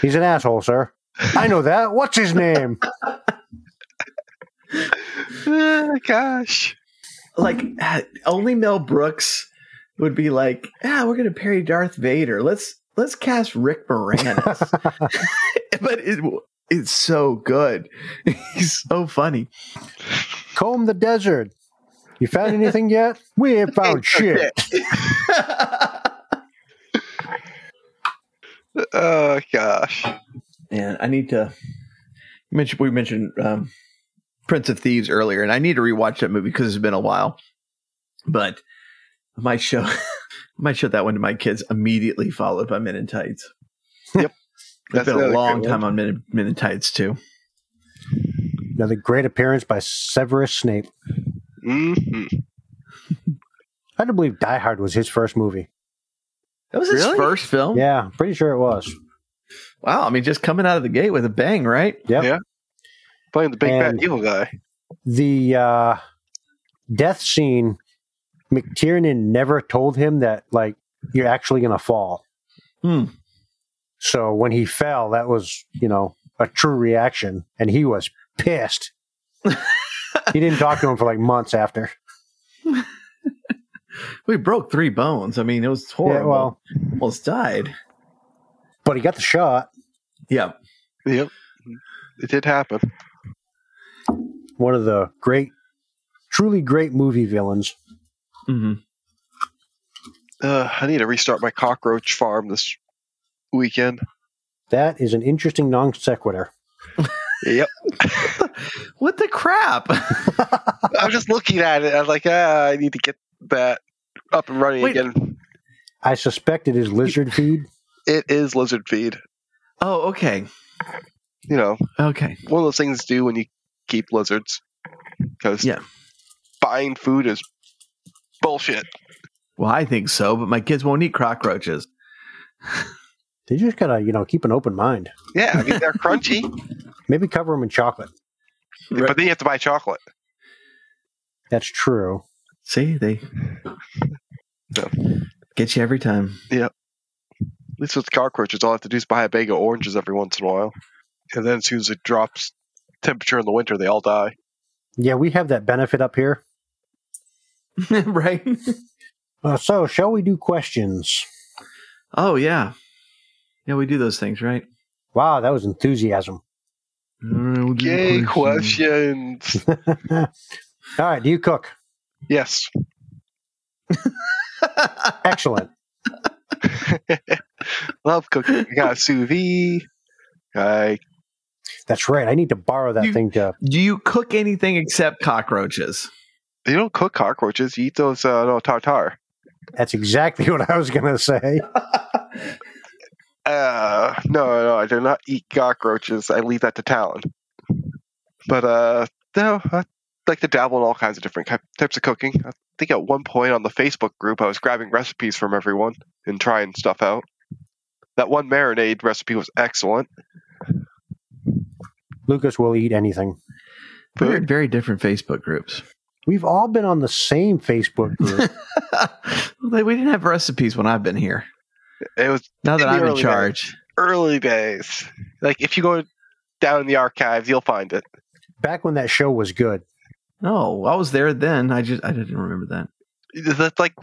Speaker 2: He's an asshole, sir. I know that. What's his name?
Speaker 3: Ah, Gosh.
Speaker 1: like only mel brooks would be like ah we're gonna parry darth vader let's let's cast rick moranis but it, it's so good he's so funny
Speaker 2: Comb the desert. You found anything yet? We ain't found shit.
Speaker 3: Oh gosh.
Speaker 1: And I need to. You mentioned we mentioned um, Prince of Thieves earlier, and I need to rewatch that movie because it's been a while. But I might show, I might show that one to my kids immediately, followed by Men in Tights.
Speaker 3: Yep.
Speaker 1: it's
Speaker 3: That's
Speaker 1: been a
Speaker 3: another
Speaker 1: long
Speaker 3: great
Speaker 1: time on Men, in- Men in Tights too.
Speaker 2: Another great appearance by Severus Snape.
Speaker 3: hmm
Speaker 2: I don't believe Die Hard was his first movie.
Speaker 1: That was his
Speaker 3: Really?
Speaker 1: first film.
Speaker 2: Yeah, pretty sure it was.
Speaker 1: Wow. I mean, just coming out of the gate with a bang, right?
Speaker 2: Yep.
Speaker 3: Yeah. Playing the big
Speaker 2: And-
Speaker 3: bad evil guy.
Speaker 2: the uh, death scene, McTiernan never told him that like you're actually gonna fall.
Speaker 1: Hmm.
Speaker 2: So when he fell, that was you know a true reaction, and he was pissed. he didn't talk to him for like months after.
Speaker 1: We broke three bones. I mean, it was horrible.
Speaker 2: Yeah, well,
Speaker 1: almost died.
Speaker 2: but he got the shot.
Speaker 1: Yeah.
Speaker 3: Yep. It did happen.
Speaker 2: One of the great, truly great movie villains.
Speaker 1: hmm
Speaker 3: Uh, I need to restart my cockroach farm this weekend.
Speaker 2: That is an interesting non sequitur.
Speaker 3: Yep.
Speaker 1: What the crap?
Speaker 3: I was just looking at it. I was like, ah, I need to get that up and running
Speaker 1: Wait.
Speaker 3: again.
Speaker 2: I suspect it is lizard feed.
Speaker 3: It is lizard feed.
Speaker 1: oh, okay.
Speaker 3: You know,
Speaker 1: Okay.
Speaker 3: one of those things to do when you keep lizards. Because
Speaker 1: Yeah.
Speaker 3: buying food is bullshit.
Speaker 1: Well, I think so, but my kids won't eat cockroaches.
Speaker 2: They just gotta you know keep an open mind.
Speaker 3: Yeah, I mean, they're crunchy,
Speaker 2: Maybe cover them in chocolate.
Speaker 3: but then you have to buy chocolate.
Speaker 2: That's true.
Speaker 1: See, they
Speaker 3: No.
Speaker 1: get you every time.
Speaker 3: At least with cockroaches, all I have to do is buy a bag of oranges every once in a while. and then as soon as it drops temperature in the winter, they all die.
Speaker 2: Yeah, we have that benefit up here.
Speaker 1: right?
Speaker 2: Uh, so, shall we do questions?
Speaker 1: Oh yeah, yeah. We do those things, right?
Speaker 2: Wow, that was enthusiasm.
Speaker 3: Gay questions.
Speaker 2: All right, do you cook?
Speaker 3: Yes.
Speaker 2: Excellent.
Speaker 3: Love cooking. I got a sous vide. I
Speaker 2: That's right. I need to borrow that
Speaker 1: You-
Speaker 2: thing to.
Speaker 1: Do you cook anything except cockroaches?
Speaker 3: they don't cook cockroaches. You eat those uh, no tartar.
Speaker 2: That's exactly what I was going to say.
Speaker 3: Uh, no, no, I do not eat cockroaches. I leave that to Talon. But uh, no, I like to dabble in all kinds of different ki- types of cooking. I think at one point on the Facebook group, I was grabbing recipes from everyone and trying stuff out. That one marinade recipe was excellent.
Speaker 2: Lucas will eat anything.
Speaker 1: We're in very different Facebook groups.
Speaker 2: We've all been on the same Facebook group.
Speaker 1: Like, we didn't have recipes when I've been here.
Speaker 3: It was
Speaker 1: Now that
Speaker 3: In the
Speaker 1: I'm in
Speaker 3: early
Speaker 1: charge,
Speaker 3: early days. Like if you go down in the archives, you'll find it.
Speaker 2: Back when that show was good.
Speaker 1: no, I was there then. I just I didn't remember that.
Speaker 3: That's like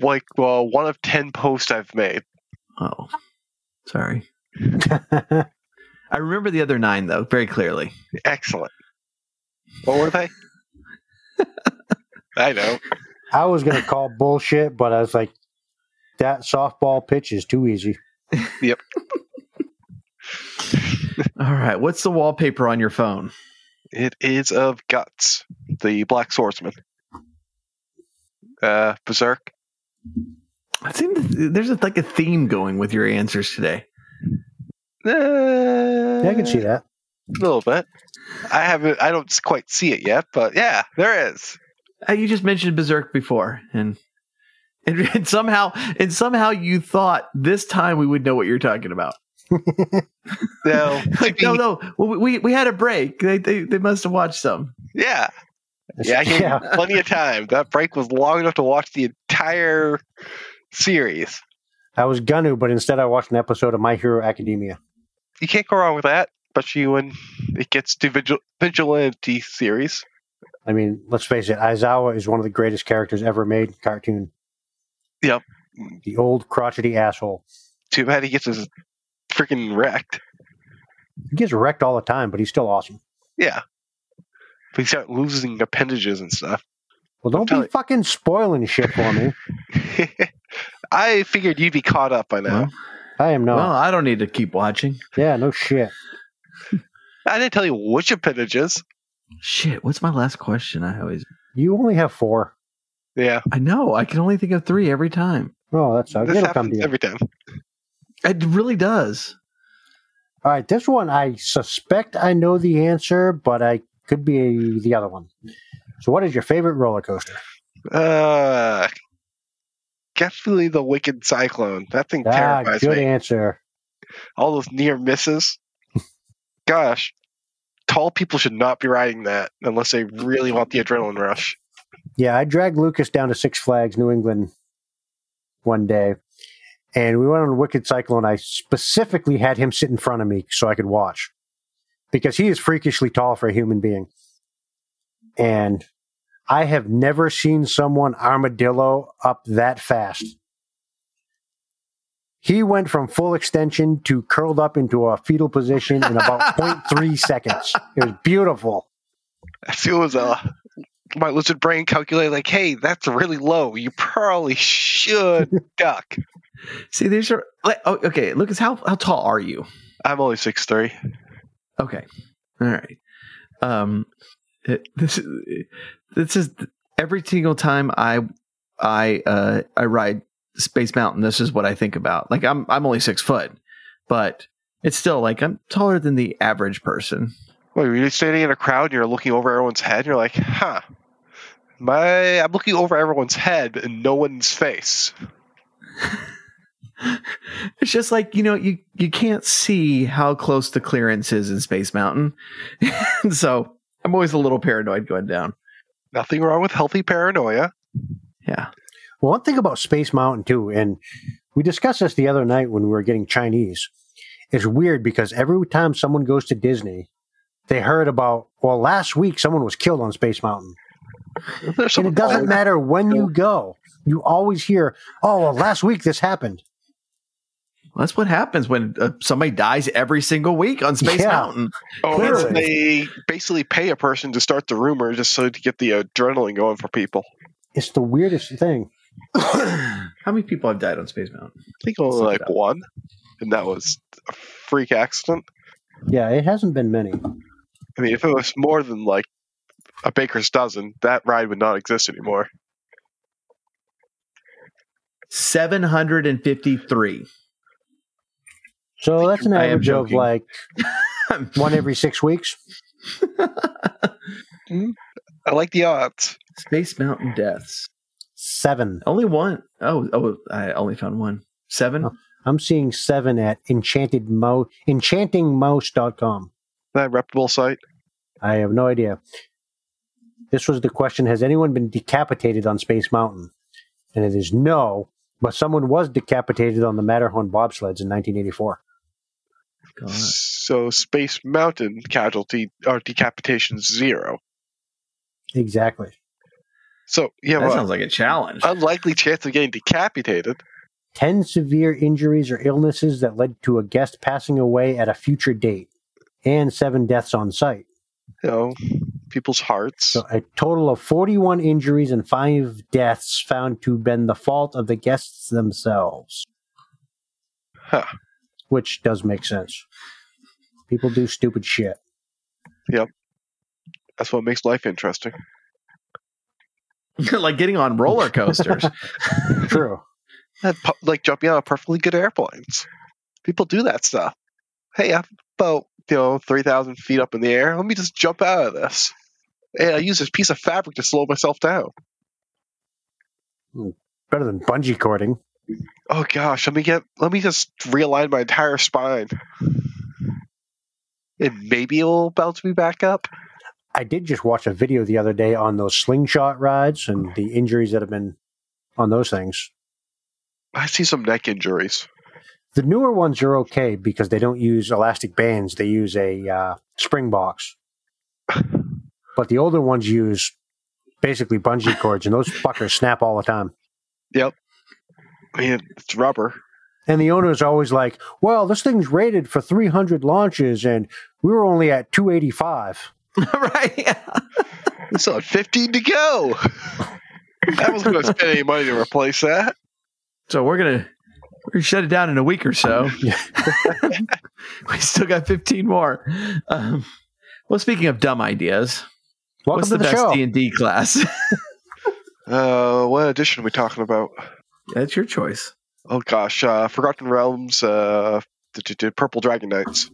Speaker 3: like well, one of ten posts I've made.
Speaker 1: Oh, sorry. I remember the other nine though very clearly.
Speaker 3: Excellent. What were they? I know.
Speaker 2: I was going to call bullshit, but I was like, that softball pitch is too easy.
Speaker 1: All right, what's the wallpaper on your phone?
Speaker 3: It is of guts, the black swordsman. Uh, berserk.
Speaker 1: I seem to, there's a, like a theme going with your answers today.
Speaker 2: Yeah, I can see that.
Speaker 3: a little bit. I haven't. I don't quite see it yet, but yeah, there is.
Speaker 1: Uh, you just mentioned Berserk before, and, and and somehow and somehow you thought this time we would know what you're talking about.
Speaker 3: No,
Speaker 1: Like, no, no, well, we- we we had a break. They they, they must have watched some.
Speaker 3: yeah, yeah. I gave you plenty of time. That break was long enough to watch the entire series.
Speaker 2: I was going to, but instead I watched an episode of My Hero Academia.
Speaker 3: You can't go wrong with that, especially when it gets to vigil- vigilante series.
Speaker 2: I mean, let's face it, Aizawa is one of the greatest characters ever made in cartoon.
Speaker 3: Yep.
Speaker 2: The old crotchety asshole.
Speaker 3: Too bad he gets his freaking wrecked.
Speaker 2: He gets wrecked all the time, but he's still awesome.
Speaker 3: Yeah, but he starts losing appendages and stuff.
Speaker 2: Well, don't
Speaker 3: telling
Speaker 2: be fucking spoiling shit for me.
Speaker 3: I figured you'd be caught up by now.
Speaker 1: Well.
Speaker 2: I am not.
Speaker 1: Well, I don't need to keep watching.
Speaker 2: yeah, no shit.
Speaker 3: I didn't tell you which appendages.
Speaker 1: Shit, what's my last question? I always
Speaker 2: You only have four.
Speaker 3: Yeah,
Speaker 1: I know I can only think of three every time.
Speaker 2: Oh, that's sucks.
Speaker 3: this
Speaker 2: It'll come to
Speaker 3: happens
Speaker 2: you.
Speaker 3: every time.
Speaker 1: It really does.
Speaker 2: All right, this one I suspect I know the answer, but I could be the other one. So, what is your favorite roller coaster?
Speaker 3: Uh, definitely the Wicked Cyclone. That thing
Speaker 2: Ah,
Speaker 3: terrifies
Speaker 2: good
Speaker 3: me.
Speaker 2: answer.
Speaker 3: All those near misses. Gosh, tall people should not be riding that unless they really want the adrenaline rush.
Speaker 2: Yeah, I dragged Lucas down to Six Flags New England one day, and we went on a Wicked Cyclone. I specifically had him sit in front of me so I could watch because he is freakishly tall for a human being. And I have never seen someone armadillo up that fast. He went from full extension to curled up into a fetal position in about 0.3 seconds. It was beautiful.
Speaker 3: I feel as uh, my lizard brain calculated like, hey, that's really low. You probably should duck.
Speaker 1: See, these are like oh, okay. Lucas, how how tall are you?
Speaker 3: I'm only six three.
Speaker 1: Okay. All right. Um, it- this is- this is every single time I I uh I ride Space Mountain. This is what I think about. Like I'm I'm only six foot, but it's still like I'm taller than the average person.
Speaker 3: Wait, were you standing in a crowd and you're looking over everyone's head and you're like, huh. My I'm looking over everyone's head and no one's face.
Speaker 1: It's just like you know you you can't see how close the clearance is in Space Mountain, and so I'm always a little paranoid going down.
Speaker 3: Nothing wrong with healthy paranoia.
Speaker 1: Yeah.
Speaker 2: Well, one thing about Space Mountain too, and we discussed this the other night when we were getting Chinese, it's weird because every time someone goes to Disney, they heard about well last week someone was killed on Space Mountain.
Speaker 3: There's
Speaker 2: And it
Speaker 3: someone
Speaker 2: doesn't
Speaker 3: always-
Speaker 2: matter when you go. You always hear, "Oh, well, last week this happened."
Speaker 1: That's what happens when uh, somebody dies every single week on Space
Speaker 2: Yeah.
Speaker 1: Mountain.
Speaker 3: Oh, it's-
Speaker 2: Clearly.
Speaker 3: they basically pay a person to start the rumor just so to get the adrenaline going for people.
Speaker 2: It's the weirdest thing.
Speaker 1: How many people have died on Space Mountain?
Speaker 3: I think only
Speaker 1: Let's look
Speaker 3: like
Speaker 1: it up.
Speaker 3: one, and that was a freak accident.
Speaker 2: Yeah, it hasn't been many.
Speaker 3: I mean, if it was more than like a baker's dozen, that ride would not exist anymore.
Speaker 1: 753.
Speaker 2: So that's an
Speaker 1: I am
Speaker 2: average of
Speaker 1: joking.
Speaker 2: like one every six weeks.
Speaker 3: I like the odds.
Speaker 1: Space Mountain deaths.
Speaker 2: Seven.
Speaker 1: Only one. Oh, oh, I only found one. Seven.
Speaker 2: Oh. I'm seeing seven at enchanted mo enchantingmouse.com.
Speaker 3: That reputable site.
Speaker 2: I have no idea. This was the question Has anyone been decapitated on Space Mountain? And it is no, but someone was decapitated on the Matterhorn bobsleds in 1984.
Speaker 1: God.
Speaker 3: So Space Mountain casualty or decapitation zero.
Speaker 2: Exactly.
Speaker 3: So yeah,
Speaker 1: That
Speaker 3: well,
Speaker 1: sounds like a challenge.
Speaker 3: unlikely chance of getting decapitated.
Speaker 2: 10 severe injuries or illnesses that led to a guest passing away at a future date, and seven deaths on site.
Speaker 3: You know, people's hearts.
Speaker 2: So a total of 41 injuries and five deaths found to have been the fault of the guests themselves.
Speaker 3: Huh.
Speaker 2: Which does make sense. People do stupid shit.
Speaker 3: That's what makes life interesting.
Speaker 2: uh,
Speaker 1: like getting on roller coasters.
Speaker 2: True.
Speaker 3: And pu- like jumping out of perfectly good airplanes. People do that stuff. Hey, I'm about you know three thousand feet up in the air. Let me just jump out of this. And I use this piece of fabric to slow myself down.
Speaker 2: Better than bungee cording.
Speaker 3: Oh gosh, let me get let me just realign my entire spine. And maybe it'll bounce me back up.
Speaker 2: I did just watch a video the other day on those slingshot rides and the injuries that have been on those things.
Speaker 3: I see some neck injuries.
Speaker 2: The newer ones are okay because they don't use elastic bands; they use a uh, spring box. But the older ones use basically bungee cords, and those fuckers snap all the time.
Speaker 3: Man, it's rubber.
Speaker 2: And the owner's always like, "Well, this thing's rated for 300 launches, and we were only at 285."
Speaker 1: right.
Speaker 3: We still had 15 to go. I wasn't going to spend any money to replace that.
Speaker 1: So we're gonna we're gonna shut it down in a week or so.
Speaker 2: Yeah.
Speaker 1: we still got 15 more. Um, well, speaking of dumb ideas,
Speaker 2: Welcome
Speaker 1: what's
Speaker 2: to
Speaker 1: the,
Speaker 2: the,
Speaker 1: best
Speaker 2: show.
Speaker 1: D and D class?
Speaker 3: Uh, what edition are we talking about?
Speaker 1: That's your choice.
Speaker 3: Oh gosh, uh, Forgotten Realms, uh, d- d- d- Purple Dragon Knights.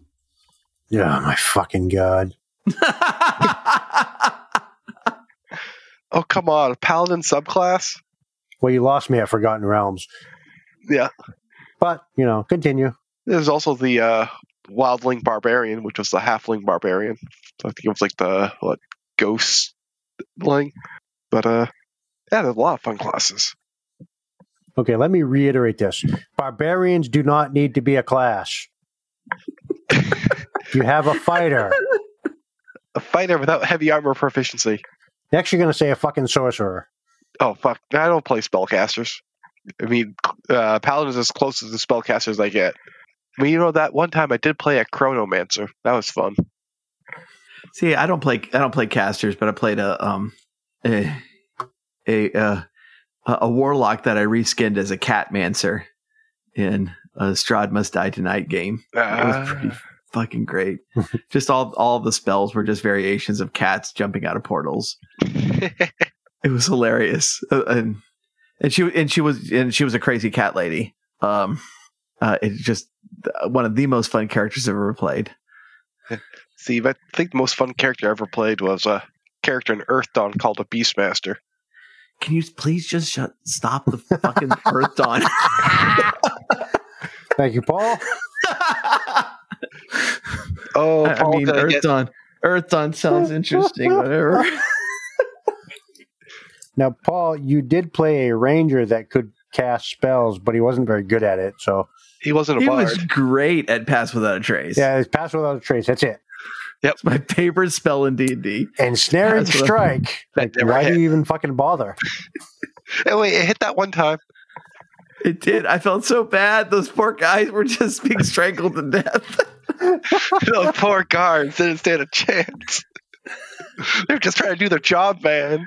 Speaker 2: yeah, my fucking god!
Speaker 3: Oh come on, a Paladin subclass?
Speaker 2: Well, you lost me at Forgotten Realms,
Speaker 3: Yeah.
Speaker 2: but you know, continue.
Speaker 3: There's also the uh, Wildling Barbarian, which was the Halfling Barbarian. I think it was like the what Ghost Ling. But uh, yeah, there's a lot of fun classes.
Speaker 2: Okay, let me reiterate this. Barbarians do not need to be a class. you have a fighter.
Speaker 3: A fighter without heavy armor proficiency.
Speaker 2: Next, you're going to say a fucking sorcerer.
Speaker 3: Oh fuck, I don't play spellcasters. I mean, uh, Paladin's as close as the spellcasters I get. I mean, you know that one time I did play a Chronomancer. That was fun.
Speaker 1: See, I don't play I don't play casters, but I played a um a a uh, a warlock that I reskinned as a catmancer in a Strahd Must Die Tonight game. It
Speaker 3: Ah.
Speaker 1: was pretty fucking great. just all all the spells were just variations of cats jumping out of portals. It was hilarious, Uh, and and she and she was and she was a crazy cat lady. Um, uh, it's just uh, one of the most fun characters I've ever played.
Speaker 3: See, but I think the most fun character I ever played was a character in Earth Dawn called a Beastmaster.
Speaker 1: Can you please just shut, stop the fucking Earth Dawn?
Speaker 2: Thank you, Paul.
Speaker 3: Oh,
Speaker 1: I
Speaker 3: Paul,
Speaker 1: mean,
Speaker 3: did I
Speaker 1: Earth
Speaker 3: get-
Speaker 1: Dawn. Earth Dawn sounds interesting. Whatever.
Speaker 2: Now, Paul, you did play a ranger that could cast spells, but he wasn't very good at it. So
Speaker 3: He wasn't a
Speaker 1: He
Speaker 3: bard.
Speaker 1: was great at Pass Without a Trace.
Speaker 2: Yeah, it's pass without a trace. That's it.
Speaker 1: It's my favorite spell in D&D.
Speaker 2: And snare and
Speaker 1: That's what-
Speaker 2: strike.
Speaker 3: That
Speaker 2: Like,
Speaker 3: never
Speaker 2: why
Speaker 3: hit.
Speaker 2: do you even fucking bother?
Speaker 3: Oh, wait, it hit that one time.
Speaker 1: It did. I felt so bad. Those poor guys were just being strangled to death.
Speaker 3: Those poor guards didn't stand a chance. They're just trying to do their job, man.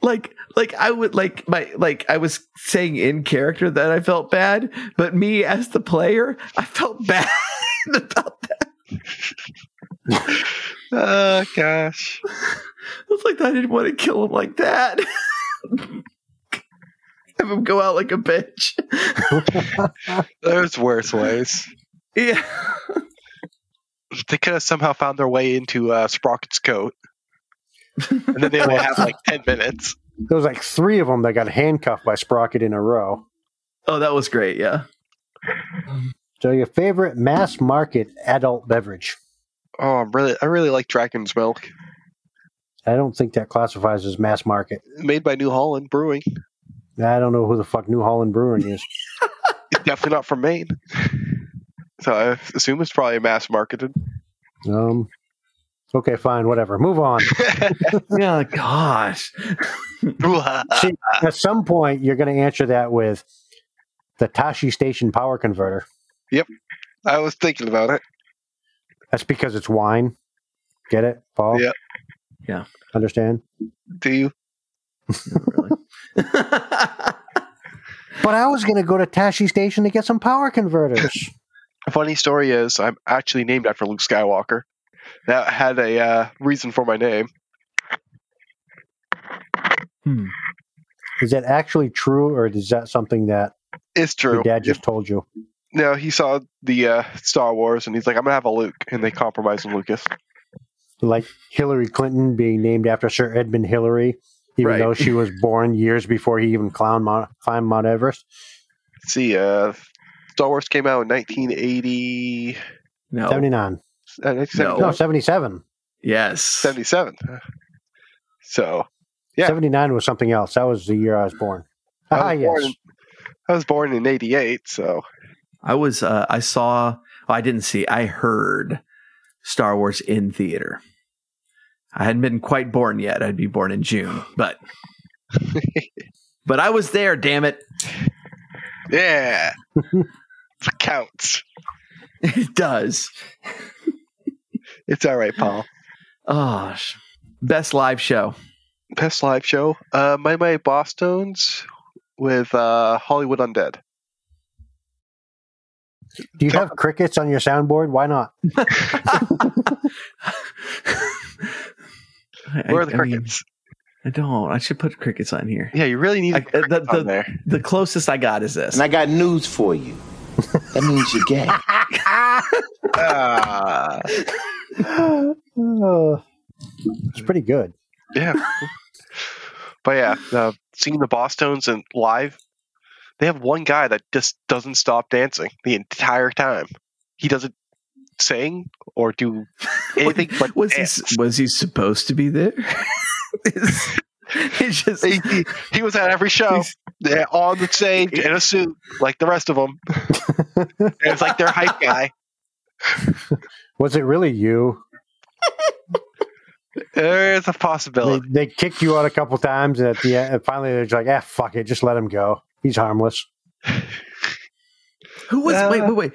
Speaker 1: like like I would like my like I was saying in character that I felt bad, but me as the player, I felt bad about that.
Speaker 3: Oh gosh.
Speaker 1: I was like, I didn't want to kill him like that. Have him go out like a bitch.
Speaker 3: There's worse ways.
Speaker 1: Yeah.
Speaker 3: They could have somehow found their way into uh, Sprocket's coat. And then they only have like 10 minutes.
Speaker 2: There was like three of them that got handcuffed by Sprocket in a row.
Speaker 1: Oh, that was great. Yeah.
Speaker 2: So your favorite mass market adult beverage?
Speaker 3: Oh, I'm really, I really like Dragon's Milk.
Speaker 2: I don't think that classifies as mass market.
Speaker 3: Made by New Holland Brewing.
Speaker 2: I don't know who the fuck New Holland Brewing is.
Speaker 3: It's definitely not from Maine. So I assume it's probably mass marketed.
Speaker 2: Um, okay, fine, whatever. Move on.
Speaker 1: Yeah. Gosh.
Speaker 3: Brouhaha.
Speaker 2: See, at some point, you're going to answer that with the Tashi Station power converter.
Speaker 3: I was thinking about it.
Speaker 2: That's because it's wine. Get it, Paul?
Speaker 3: Yeah.
Speaker 1: Yeah.
Speaker 2: Understand?
Speaker 3: Do you?
Speaker 2: But I was going to go to Tashi Station to get some power converters.
Speaker 3: Funny story is, I'm actually named after Luke Skywalker. That had a uh, reason for my name.
Speaker 2: is that actually true, or is that something that
Speaker 3: It's true.
Speaker 2: your dad just told you?
Speaker 3: No, he saw the uh, Star Wars and he's like, I'm gonna have a Luke, and they compromised on Lucas.
Speaker 2: Like Hillary Clinton being named after Sir Edmund Hillary, even
Speaker 1: Right.
Speaker 2: though she was born years before he even climbed Mount, climbed Mount Everest.
Speaker 3: See, uh, Star Wars came out in 1980, Oh.
Speaker 1: no.
Speaker 2: 79.
Speaker 3: uh,
Speaker 2: No,
Speaker 3: 1977.
Speaker 2: 77.
Speaker 1: Yes.
Speaker 3: 77. So Yeah.
Speaker 2: 79 was something else. That was the year I was born.
Speaker 3: I was
Speaker 2: Ah, yes.
Speaker 3: born- I was born in '88, so
Speaker 1: I was uh, I saw well, I didn't see I heard Star Wars in theater. I hadn't been quite born yet. I'd be born in June, but but I was there. Damn it!
Speaker 3: yeah, it counts.
Speaker 1: It does.
Speaker 3: It's all right, Paul.
Speaker 1: Oh, sh- best live show.
Speaker 3: Best live show, uh, my my Boston's with uh, Hollywood Undead.
Speaker 2: Do you have crickets on your soundboard? Why not?
Speaker 3: Where are the
Speaker 1: I- I mean,
Speaker 3: crickets?
Speaker 1: I, don't. I should put crickets on here.
Speaker 3: yeah, you really need
Speaker 1: I-
Speaker 3: a
Speaker 1: uh, the-
Speaker 3: cricket
Speaker 1: the-
Speaker 3: on there.
Speaker 1: The closest I got is this.
Speaker 8: And I got news for you. That means you're gay.
Speaker 3: Ah,
Speaker 2: Uh, it's pretty good.
Speaker 3: yeah. but yeah, uh, seeing the Boston's and live, they have one guy that just doesn't stop dancing the entire time. He doesn't sing or do anything but
Speaker 1: was he
Speaker 3: dance.
Speaker 1: s- was he supposed to be there? it's, it's just
Speaker 3: he, he- he was at every show
Speaker 1: He's-
Speaker 3: yeah, on the stage in a suit like the rest of them. and it's like their hype guy.
Speaker 2: Was it really you?
Speaker 3: There's a
Speaker 2: They,
Speaker 3: possibility.
Speaker 2: they kicked you out a couple times, and at the end, and finally they're just like, "Ah, fuck it, just let him go. He's harmless."
Speaker 1: Who was
Speaker 3: Uh,
Speaker 1: wait wait wait?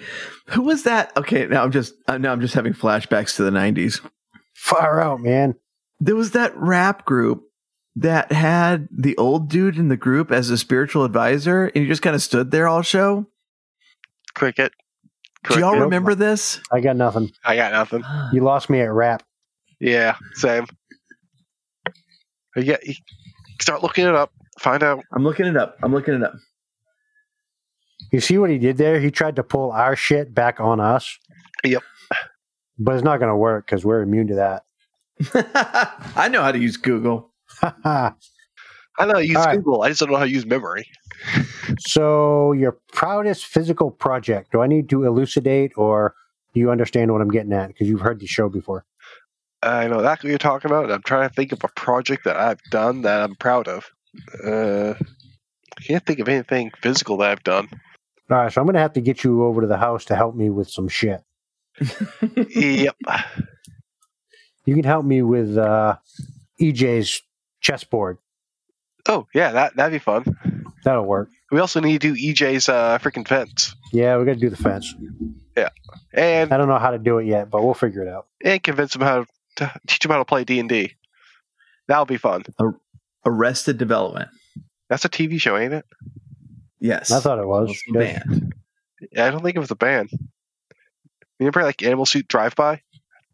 Speaker 1: Who was that? Okay, now I'm just uh, now I'm just having flashbacks to the '90s.
Speaker 2: Far out, man.
Speaker 1: There was that rap group that had the old dude in the group as a spiritual advisor, and he just kind of stood there all show.
Speaker 3: Cricket.
Speaker 1: Do
Speaker 3: Cricket.
Speaker 1: y'all
Speaker 2: Nope.
Speaker 1: remember this?
Speaker 2: I got nothing.
Speaker 3: I got nothing.
Speaker 2: You lost me at rap.
Speaker 3: Yeah, same. Yeah, you start looking it up. Find out.
Speaker 1: I'm looking it up. I'm looking it up.
Speaker 2: You see what he did there? He tried to pull our shit back on us.
Speaker 3: Yep.
Speaker 2: But it's not going to work because we're immune to that.
Speaker 1: I know how to use Google.
Speaker 2: Haha.
Speaker 3: I know how to use
Speaker 2: All right.
Speaker 3: Google. I just don't know how to use memory.
Speaker 2: so, your proudest physical project. Do I need to elucidate or do you understand what I'm getting at? Because you've heard the show before.
Speaker 3: I know that's what you're talking about. And I'm trying to think of a project that I've done that I'm proud of. Uh, I can't think of anything physical that I've done.
Speaker 2: All right, so I'm going to have to get you over to the house to help me with some shit.
Speaker 3: yep.
Speaker 2: You can help me with uh, EJ's chessboard.
Speaker 3: Oh yeah, that that'd be fun.
Speaker 2: That'll work.
Speaker 3: We also need to do EJ's uh, freaking fence
Speaker 2: Yeah, we got to do the fence.
Speaker 3: and
Speaker 2: I don't know how to do it yet, but we'll figure it out.
Speaker 3: and convince him how to teach him how to play D and D. That'll be fun.
Speaker 1: Arrested Development.
Speaker 3: That's a TV show, ain't it?
Speaker 1: Yes.
Speaker 2: I thought it was.
Speaker 1: It's a band.
Speaker 3: Yeah, I don't think it was a band. Remember, like Animal Suit Drive By? I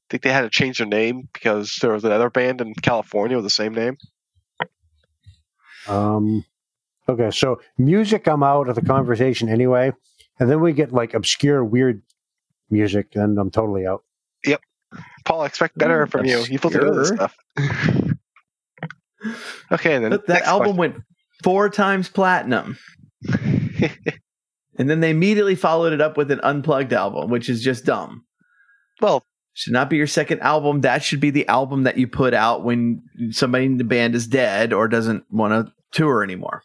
Speaker 3: think they had to change their name because there was another band in California with the same name.
Speaker 2: Um, okay, so music, I'm out of the conversation anyway, and then we get like obscure, weird music, and I'm totally out.
Speaker 3: Paul, I expect better
Speaker 1: Ooh,
Speaker 3: from you. You filter into this
Speaker 1: obscure.
Speaker 3: stuff. okay, and then
Speaker 1: But that
Speaker 3: next
Speaker 1: album went four times platinum.
Speaker 3: question.
Speaker 1: And then they immediately followed it up with an unplugged album, which is just dumb.
Speaker 3: well,
Speaker 1: Should not be your second album. That should be the album that you put out when somebody in the band is dead or doesn't want to tour anymore.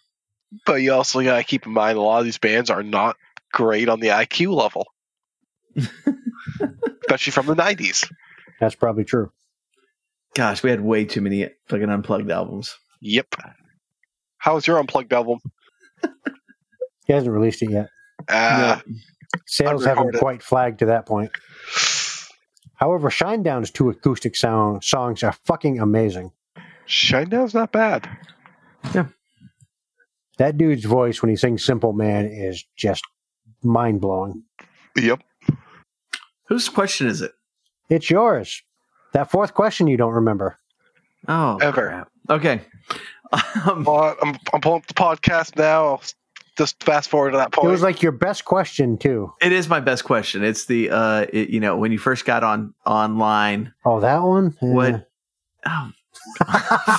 Speaker 3: but you also gotta keep in mind a lot of these bands are not great on the IQ level, especially from the '90s.
Speaker 2: That's probably true.
Speaker 1: Gosh, we had way too many fucking unplugged albums.
Speaker 3: Yep. How was your unplugged album?
Speaker 2: He hasn't released it yet.
Speaker 3: Ah,
Speaker 2: Sales
Speaker 3: Unrecorded.
Speaker 2: haven't quite flagged to that point. However, Shinedown's two acoustic sound songs are fucking amazing.
Speaker 3: Shinedown's not bad.
Speaker 2: That dude's voice when he sings "Simple Man" is just mind blowing.
Speaker 3: Yep.
Speaker 1: Whose question is it?
Speaker 2: It's yours. That fourth question you don't remember.
Speaker 1: Oh,
Speaker 3: Ever.
Speaker 1: crap. Okay. Um,
Speaker 3: Well, I'm, I'm pulling up the podcast now. I'll just fast forward to that point.
Speaker 2: It was like your best question too.
Speaker 1: it is my best question. It's the uh, it, you know, when you first got on online,
Speaker 2: Oh, that one. Yeah.
Speaker 1: what? Oh,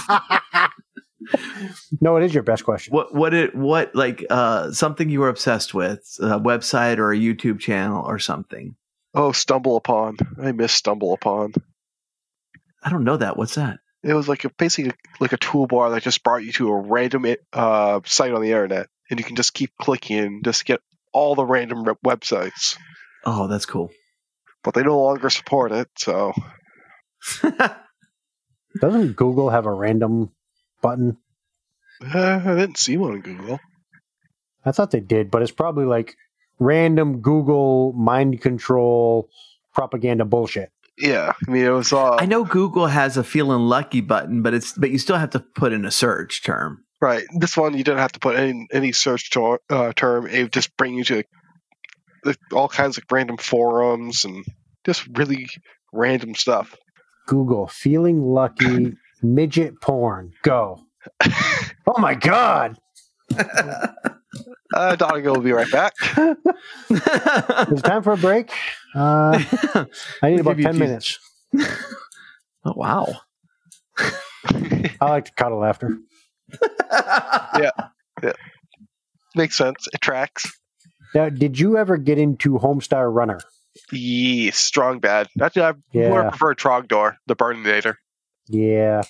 Speaker 2: No, it is your best question.
Speaker 1: what what it what like uh something you were obsessed with a website or a youtube channel or something
Speaker 3: oh, Stumble Upon. I miss Stumble Upon.
Speaker 1: i don't know that what's that
Speaker 3: It was like a, basically like a toolbar that just brought you to a random uh, site on the internet, and you can just keep clicking and just get all the random re- websites.
Speaker 1: oh that's cool
Speaker 3: But they no longer support it, so
Speaker 2: Doesn't Google have a random button?
Speaker 3: Uh, I didn't see one on Google.
Speaker 2: I thought they did, but it's probably like random Google mind control propaganda bullshit.
Speaker 3: Yeah, I mean it was. Uh,
Speaker 1: i know google has a feeling lucky button but it's but you still have to put in a search term
Speaker 3: Right. This one you didn't have to put in any search tor- uh, term. It would just bring you to the, all kinds of random forums and just really random stuff.
Speaker 2: Google feeling lucky midget porn. Go. Oh my god.
Speaker 3: Uh, Donegal will be right back.
Speaker 2: Is it time for a break? Uh,
Speaker 1: oh
Speaker 2: I need
Speaker 1: We'll
Speaker 2: about
Speaker 1: give you a
Speaker 2: 10
Speaker 1: few-
Speaker 2: minutes.
Speaker 1: wow
Speaker 2: I like to cuddle after.
Speaker 3: Makes sense. It tracks.
Speaker 2: Now, did you ever get into Homestar Runner?
Speaker 3: Yes, strong bad. Actually, I
Speaker 2: Yeah.
Speaker 3: more prefer Trogdor, the Burninator.
Speaker 2: Yeah.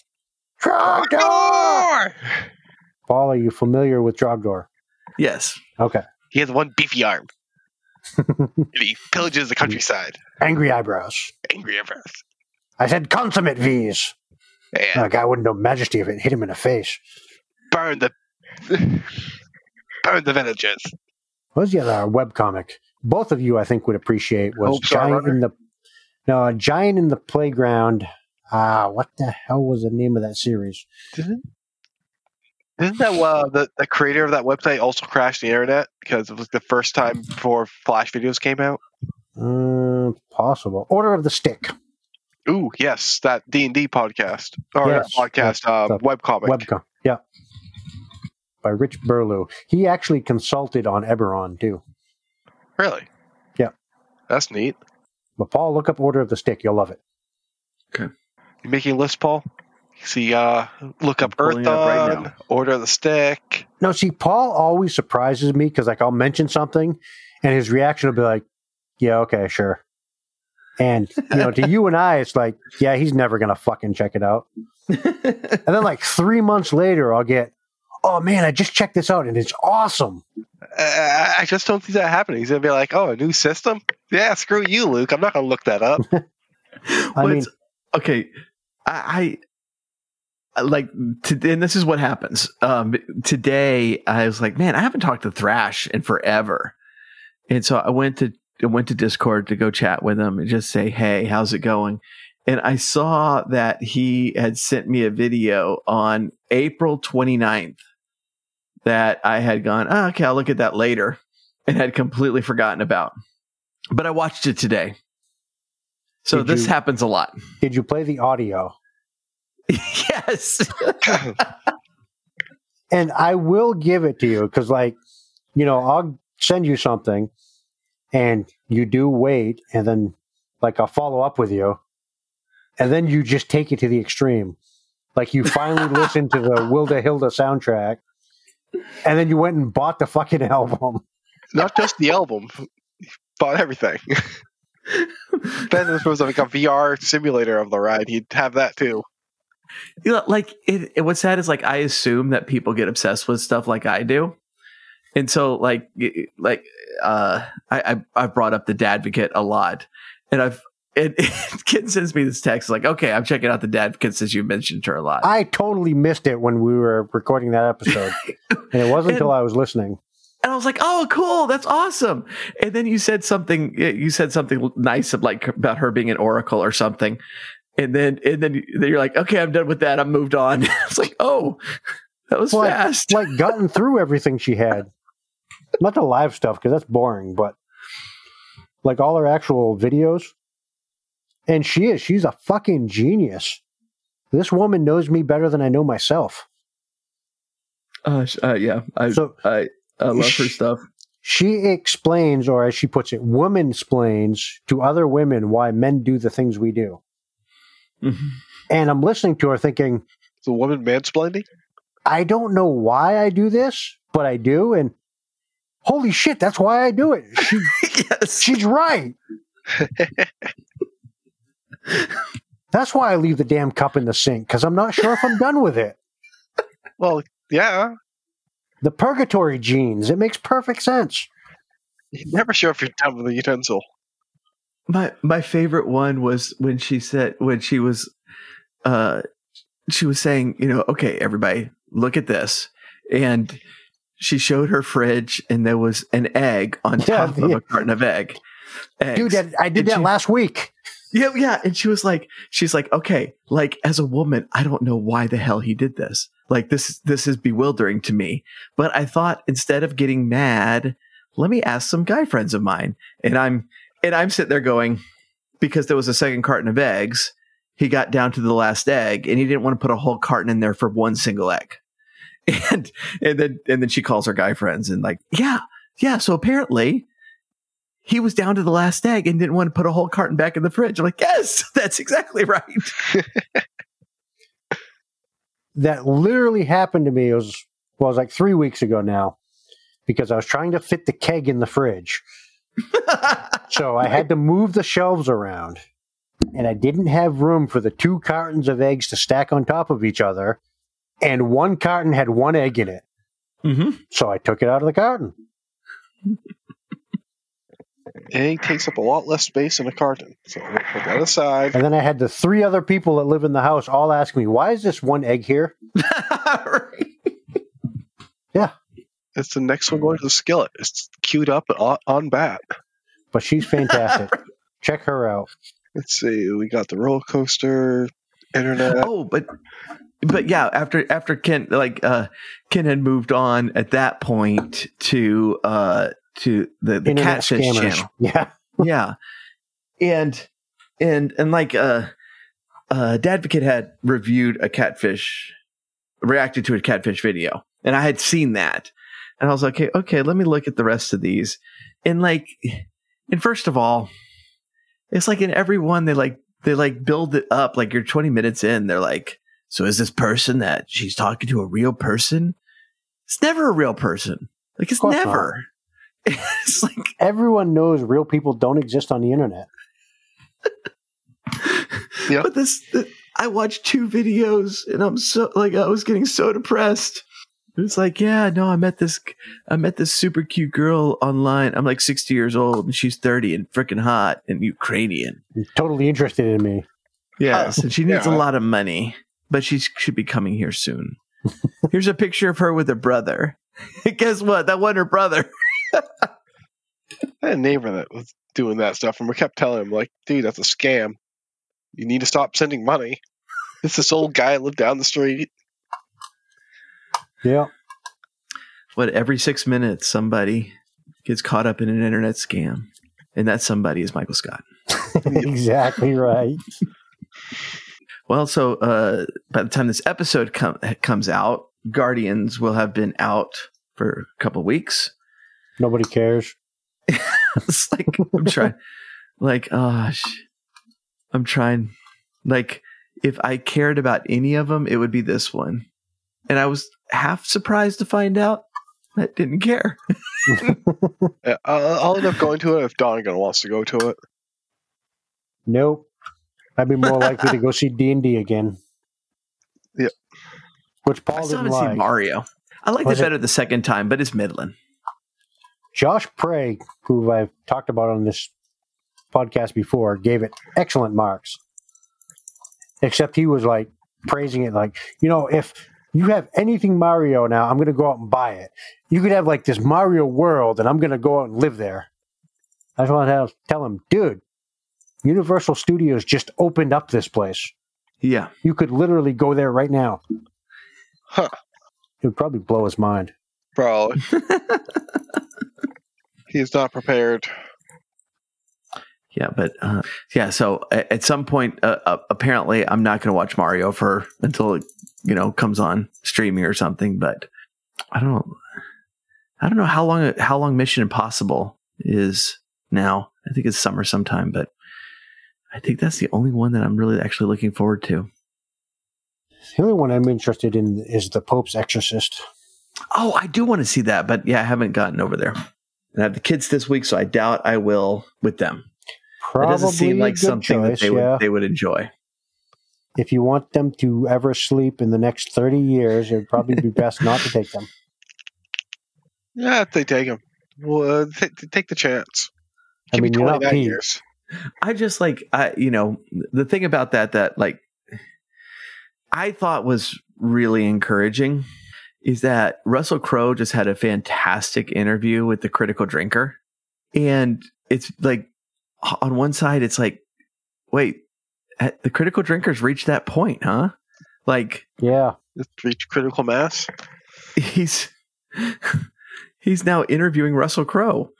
Speaker 2: Trogdor! Paul, are you familiar with Trogdor?
Speaker 1: yes
Speaker 2: Okay.
Speaker 3: He has one beefy arm. and he pillages the countryside.
Speaker 2: Angry eyebrows.
Speaker 3: Angry at us.
Speaker 2: I said consummate V's.
Speaker 3: Yeah.
Speaker 2: That guy wouldn't know majesty if it hit him in the face.
Speaker 3: Burn the. burn the villages.
Speaker 2: What was the other webcomic? Both of you, I think, would appreciate was
Speaker 3: Hope Star
Speaker 2: Giant
Speaker 3: Runner?
Speaker 2: in the No, Giant in the Playground. Ah, what the hell was the name of that series?
Speaker 3: Isn't that uh, the the creator of that website also crashed the internet because it was the first time before Flash videos came out?
Speaker 2: Uh, possible. Order of the Stick
Speaker 3: Ooh, yes, that D and D podcast or
Speaker 2: Yes,
Speaker 3: not podcast uh,
Speaker 2: the
Speaker 3: webcomic.
Speaker 2: webcom. Yeah. By Rich Berlew. He actually consulted on Eberron, too.
Speaker 3: really?
Speaker 2: Yeah.
Speaker 3: that's neat.
Speaker 2: But Paul, look up Order of the Stick. You'll love it.
Speaker 3: You making a list, Paul? See, uh, look up
Speaker 1: pulling
Speaker 3: Earth
Speaker 1: it up right
Speaker 3: on
Speaker 1: now.
Speaker 3: Order of the Stick.
Speaker 2: No, see, Paul always surprises me because, like, I'll mention something and his reaction will be like, yeah, okay, sure. And, you know, to you and I, it's like, yeah, he's never going to fucking check it out. and then, like, three months later, I'll get, oh man, I just checked this out and it's awesome.
Speaker 3: I, I just don't see that happening. He's gonna be like, "Oh, a new system? Yeah, screw you, Luke. I'm not gonna look that up."
Speaker 2: I
Speaker 1: Well,
Speaker 2: mean,
Speaker 1: it's- okay, I, I I like to, and this is what happens. Um, today I was like, man, I haven't talked to Thrash in forever, and so I went to I went to Discord to go chat with him and just say, hey, how's it going? And I saw that he had sent me a video on April 29th that I had gone, oh, okay, I'll look at that later and had completely forgotten about. But I watched it today. So
Speaker 2: Did
Speaker 1: this
Speaker 2: you-
Speaker 1: happens a lot.
Speaker 2: did you play the audio?
Speaker 1: yes.
Speaker 2: and I will give it to you because, like, you know, I'll send you something, and you do wait, and then like I'll follow up with you, and then you just take it to the extreme, like you finally listened to the Wilda Hilda soundtrack, and then you went and bought the fucking album.
Speaker 3: not just the album, bought everything. then this was like a VR simulator of the ride. He'd have that too.
Speaker 1: You know, like it, it- what's sad is like I assume that people get obsessed with stuff like I do. And so like y- like uh I, I I've brought up the Dadvocate a lot. And I've and Kid sends me this text like, okay, I'm checking out the Dadvocate since you mentioned her a lot.
Speaker 2: I totally missed it when we were recording that episode, and it wasn't until I was listening.
Speaker 1: and I was like, "Oh, cool, that's awesome." And then you said something. You said something nice of like about her being an oracle or something. And then and then you- then you're like, "Okay, I'm done with that. I'm moved on." it's like, "Oh, that was
Speaker 2: Well,
Speaker 1: fast."
Speaker 2: like gotten through everything she had. Not the live stuff because that's boring, but like all her actual videos. And she is. She's a fucking genius. This woman knows me better than I know myself.
Speaker 1: Uh, sh- uh, yeah, I
Speaker 2: So
Speaker 1: I, I love her
Speaker 2: Sh-
Speaker 1: stuff.
Speaker 2: she explains, or as she puts it, woman explains to other women why men do the things we do.
Speaker 1: Mhm.
Speaker 2: And I'm listening to her thinking,
Speaker 3: The woman mansplaining.
Speaker 2: I don't know why I do this, but I do. And holy shit, that's why I do it. She,
Speaker 1: yes,
Speaker 2: she's right. That's why I leave the damn cup in the sink because I'm not sure if I'm done with it.
Speaker 3: Well, yeah,
Speaker 2: The purgatory genes, it makes perfect sense.
Speaker 3: you're never sure if you're done with the utensil.
Speaker 1: my my favorite one was when she said when she was uh she was saying you know okay everybody look at this and she showed her fridge and there was an egg on
Speaker 2: Yeah,
Speaker 1: top of
Speaker 2: yeah.
Speaker 1: a carton of egg eggs.
Speaker 2: Dude, that, I did
Speaker 1: Did
Speaker 2: that
Speaker 1: you-
Speaker 2: last week.
Speaker 1: yeah yeah and she was like she's like okay like as a woman i don't know why the hell he did this like this this is bewildering to me but i thought instead of getting mad let me ask some guy friends of mine and i'm and i'm sitting there going because there was a second carton of eggs he got down to the last egg and he didn't want to put a whole carton in there for one single egg and and then and then she calls her guy friends and like yeah yeah so apparently he was down to the last egg and didn't want to put a whole carton back in the fridge. I'm like, yes, that's exactly right.
Speaker 2: That literally happened to me. It was, well, it was like three weeks ago now because I was trying to fit the keg in the fridge. So I had to move the shelves around, and I didn't have room for the two cartons of eggs to stack on top of each other, and one carton had one egg in it.
Speaker 1: mm-hmm.
Speaker 2: So I took it out of the carton.
Speaker 3: Egg takes up a lot less space in a carton, so we'll put that aside.
Speaker 2: And then I had the three other people that live in the house all ask me, why is this one egg here?
Speaker 3: It's the next one going to the skillet. It's queued up and on- on bat.
Speaker 2: But she's fantastic. Check her out.
Speaker 3: Let's see. We got the roller coaster, internet.
Speaker 1: Oh, but but yeah, after after Ken like uh Ken had moved on at that point to uh to the, the
Speaker 2: Internet
Speaker 1: catfish
Speaker 2: scammers.
Speaker 1: channel.
Speaker 2: Yeah.
Speaker 1: yeah and and and like uh uh dadvocate had reviewed a catfish reacted to a catfish video and i had seen that and i was like okay okay let me look at the rest of these and like and first of all it's like in every one they like they like build it up like you're 20 minutes in they're like so is this person that she's talking to a real person it's never a real person like it's
Speaker 2: Of course not.
Speaker 1: never it's like
Speaker 2: Everyone knows real people don't exist on the internet.
Speaker 3: Yeah.
Speaker 1: But this, I watched two videos and I'm so like I was getting so depressed. It was like, yeah, no, I met this, I met this super cute girl online. I'm like 60 years old and she's 30 and freaking hot and Ukrainian.
Speaker 2: You're totally interested in me.
Speaker 1: Yes, and she needs
Speaker 3: yeah.
Speaker 1: a lot of money, but she should be coming here soon. Here's a picture of her with her brother. Guess what? That wasn't her brother.
Speaker 3: I had a neighbor that was doing that stuff, and we kept telling him, like, dude, that's a scam. You need to stop sending money. It's this old guy that lived down the street.
Speaker 2: Yeah.
Speaker 1: What? Every six minutes, somebody gets caught up in an internet scam, and that somebody is Michael Scott.
Speaker 2: exactly right.
Speaker 1: Well, so uh, by the time this episode com- comes out, Guardians will have been out for a couple weeks.
Speaker 2: Nobody cares.
Speaker 1: it's like I'm trying, like, oh, sh- I'm trying. Like, if I cared about any of them, it would be this one. And I was half surprised to find out I didn't care.
Speaker 3: Uh, I'll I'll end up going to it if Donegan wants to go to it.
Speaker 2: Nope. I'd be more likely to go see D and D again.
Speaker 3: Yeah.
Speaker 2: Which
Speaker 1: I
Speaker 2: Paul
Speaker 1: still haven't
Speaker 2: didn't like.
Speaker 1: seen Mario. I liked
Speaker 2: Was
Speaker 1: it
Speaker 2: it-
Speaker 1: better the second time, but it's middling.
Speaker 2: Josh Prey, who I've talked about on this podcast before, gave it excellent marks. Except he was like praising it, like, you know, if you have anything Mario now, I'm going to go out and buy it. You could have like this Mario world, and I'm going to go out and live there. I just want to tell him, dude, Universal Studios just opened up this place.
Speaker 1: Yeah.
Speaker 2: You could literally go there right now.
Speaker 3: Huh.
Speaker 2: It would probably blow his mind.
Speaker 3: Probably. He's not prepared.
Speaker 1: Yeah, but uh, yeah. So a- at some point, uh, uh, apparently, I'm not going to watch Mario for until it, you know comes on streaming or something. But I don't, I don't know how long how long Mission Impossible is now. I think it's summer sometime, but I think that's the only one that I'm really actually looking forward to.
Speaker 2: The only one I'm interested in is the Pope's Exorcist.
Speaker 1: Oh, I do want to see that, but yeah, I haven't gotten over there. And I have the kids this week, so I doubt I will with them.
Speaker 2: Probably
Speaker 1: it doesn't seem
Speaker 2: a
Speaker 1: like
Speaker 2: good
Speaker 1: something
Speaker 2: choice,
Speaker 1: that they would
Speaker 2: yeah.
Speaker 1: they would enjoy.
Speaker 2: If you want them to ever sleep in the next 30 years, it would probably be best not to take them.
Speaker 3: Yeah, if they take him. Well, t- t- take the chance.
Speaker 2: I
Speaker 3: Give
Speaker 2: mean,
Speaker 3: me
Speaker 2: you're not
Speaker 3: 29
Speaker 2: Pete.
Speaker 3: years.
Speaker 1: I just like I you know the thing about that that like I thought was really encouraging is that Russell Crowe just had a fantastic interview with the critical drinker and it's like on one side it's like wait eh, the critical drinkers reached that point huh like
Speaker 2: Yeah.
Speaker 3: Just reach critical mass.
Speaker 1: he's he's now interviewing Russell Crowe.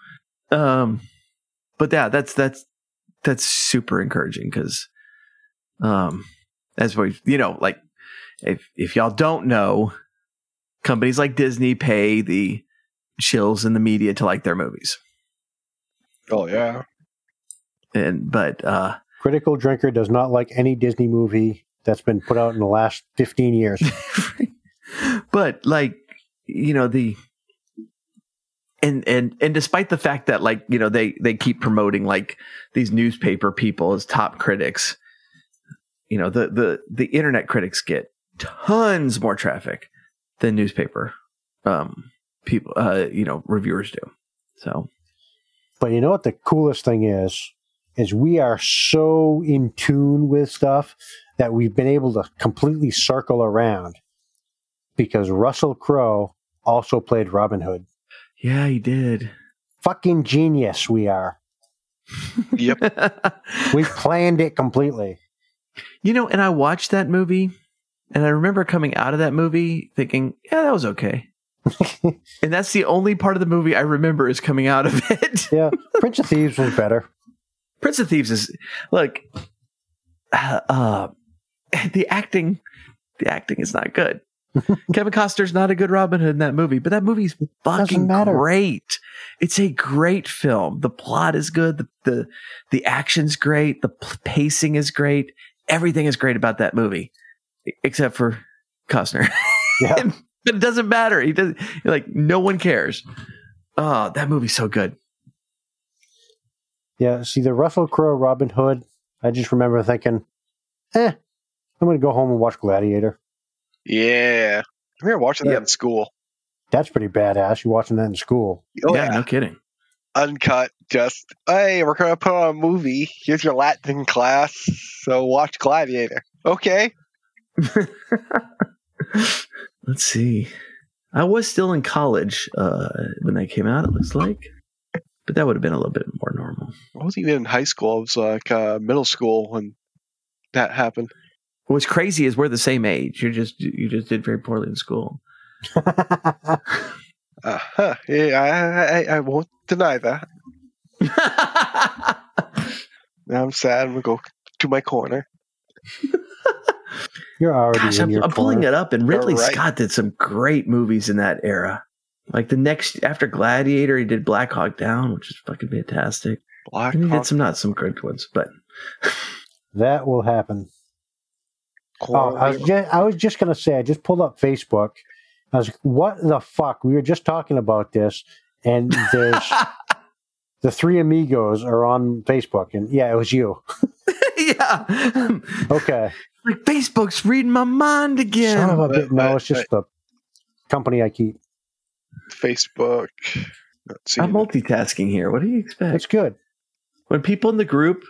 Speaker 1: Um, but yeah, that's that's that's super encouraging because, um, as we you know, like if if y'all don't know, companies like Disney pay the shills in the media to like their movies,
Speaker 3: Oh, yeah.
Speaker 1: and but uh,
Speaker 2: Critical Drinker does not like any Disney movie that's been put out in the last 15 years.
Speaker 1: but like you know the and and and despite the fact that like you know they they keep promoting like these newspaper people as top critics you know the the the internet critics get tons more traffic than newspaper um people uh you know reviewers do so
Speaker 2: But you know what the coolest thing is? Is we are so in tune with stuff that we've been able to completely circle around because Russell Crowe also played Robin Hood.
Speaker 1: yeah he did
Speaker 2: Fucking genius we are.
Speaker 3: Yep.
Speaker 2: We planned it completely.
Speaker 1: You know, and I watched that movie and I remember coming out of that movie thinking, yeah, that was okay. and that's the only part of the movie I remember is coming out of it.
Speaker 2: Yeah. Prince of Thieves was better.
Speaker 1: Prince of Thieves is look uh, uh the acting the acting is not good. Kevin Costner's not a good Robin Hood in that movie, but that movie's fucking
Speaker 2: matter.
Speaker 1: great. It's a great film. The plot is good, the the, the action's great, the p- pacing is great. Everything is great about that movie e- except for Costner.
Speaker 2: Yeah.
Speaker 1: but it doesn't matter. He doesn't like no one cares. Oh, that movie's so good.
Speaker 2: Yeah. See, the Russell Crowe Robin Hood, I just remember thinking, eh, I'm going to go home and watch Gladiator.
Speaker 3: yeah. I remember watching that
Speaker 1: Yep.
Speaker 3: in school.
Speaker 2: That's pretty badass. You're watching that in school.
Speaker 3: Oh,
Speaker 1: yeah, no kidding.
Speaker 3: uncut. Just hey, we're gonna put on a movie. Here's your Latin class. So watch Gladiator. Okay.
Speaker 1: Let's see. I was still in college uh, when that came out. It looks like, but that would have been a little bit more normal.
Speaker 3: I wasn't even in high school. I was like uh, middle school when that happened.
Speaker 1: What's crazy is we're the same age. You just you just did very poorly in school.
Speaker 3: Uh, huh. Yeah, I, I, I won't deny that. Now I'm sad. I'm gonna go to my corner.
Speaker 2: You're already
Speaker 1: Gosh,
Speaker 2: in
Speaker 1: I'm,
Speaker 2: your
Speaker 1: I'm pulling
Speaker 2: corner.
Speaker 1: it up, and Ridley
Speaker 3: All right.
Speaker 1: Scott did some great movies in that era. Like the next after Gladiator, he did Black Hawk Down, which is fucking fantastic.
Speaker 3: Black
Speaker 1: And he
Speaker 3: Hawk
Speaker 1: did some not some good ones, but
Speaker 2: That will happen. Oh,
Speaker 3: Corner.
Speaker 2: I was just, I was just gonna say. I just pulled up Facebook. I was like, what the fuck? We were just talking about this, and there's the three amigos are on Facebook, and yeah, it was you.
Speaker 1: yeah,
Speaker 2: Okay,
Speaker 1: like Facebook's reading my mind again.
Speaker 2: son of a
Speaker 3: but-
Speaker 2: bit. No,
Speaker 3: but-
Speaker 2: it's just the company I keep.
Speaker 3: Facebook. Let's see.
Speaker 1: I'm multitasking here. What do you expect?
Speaker 2: It's good.
Speaker 1: when people in the group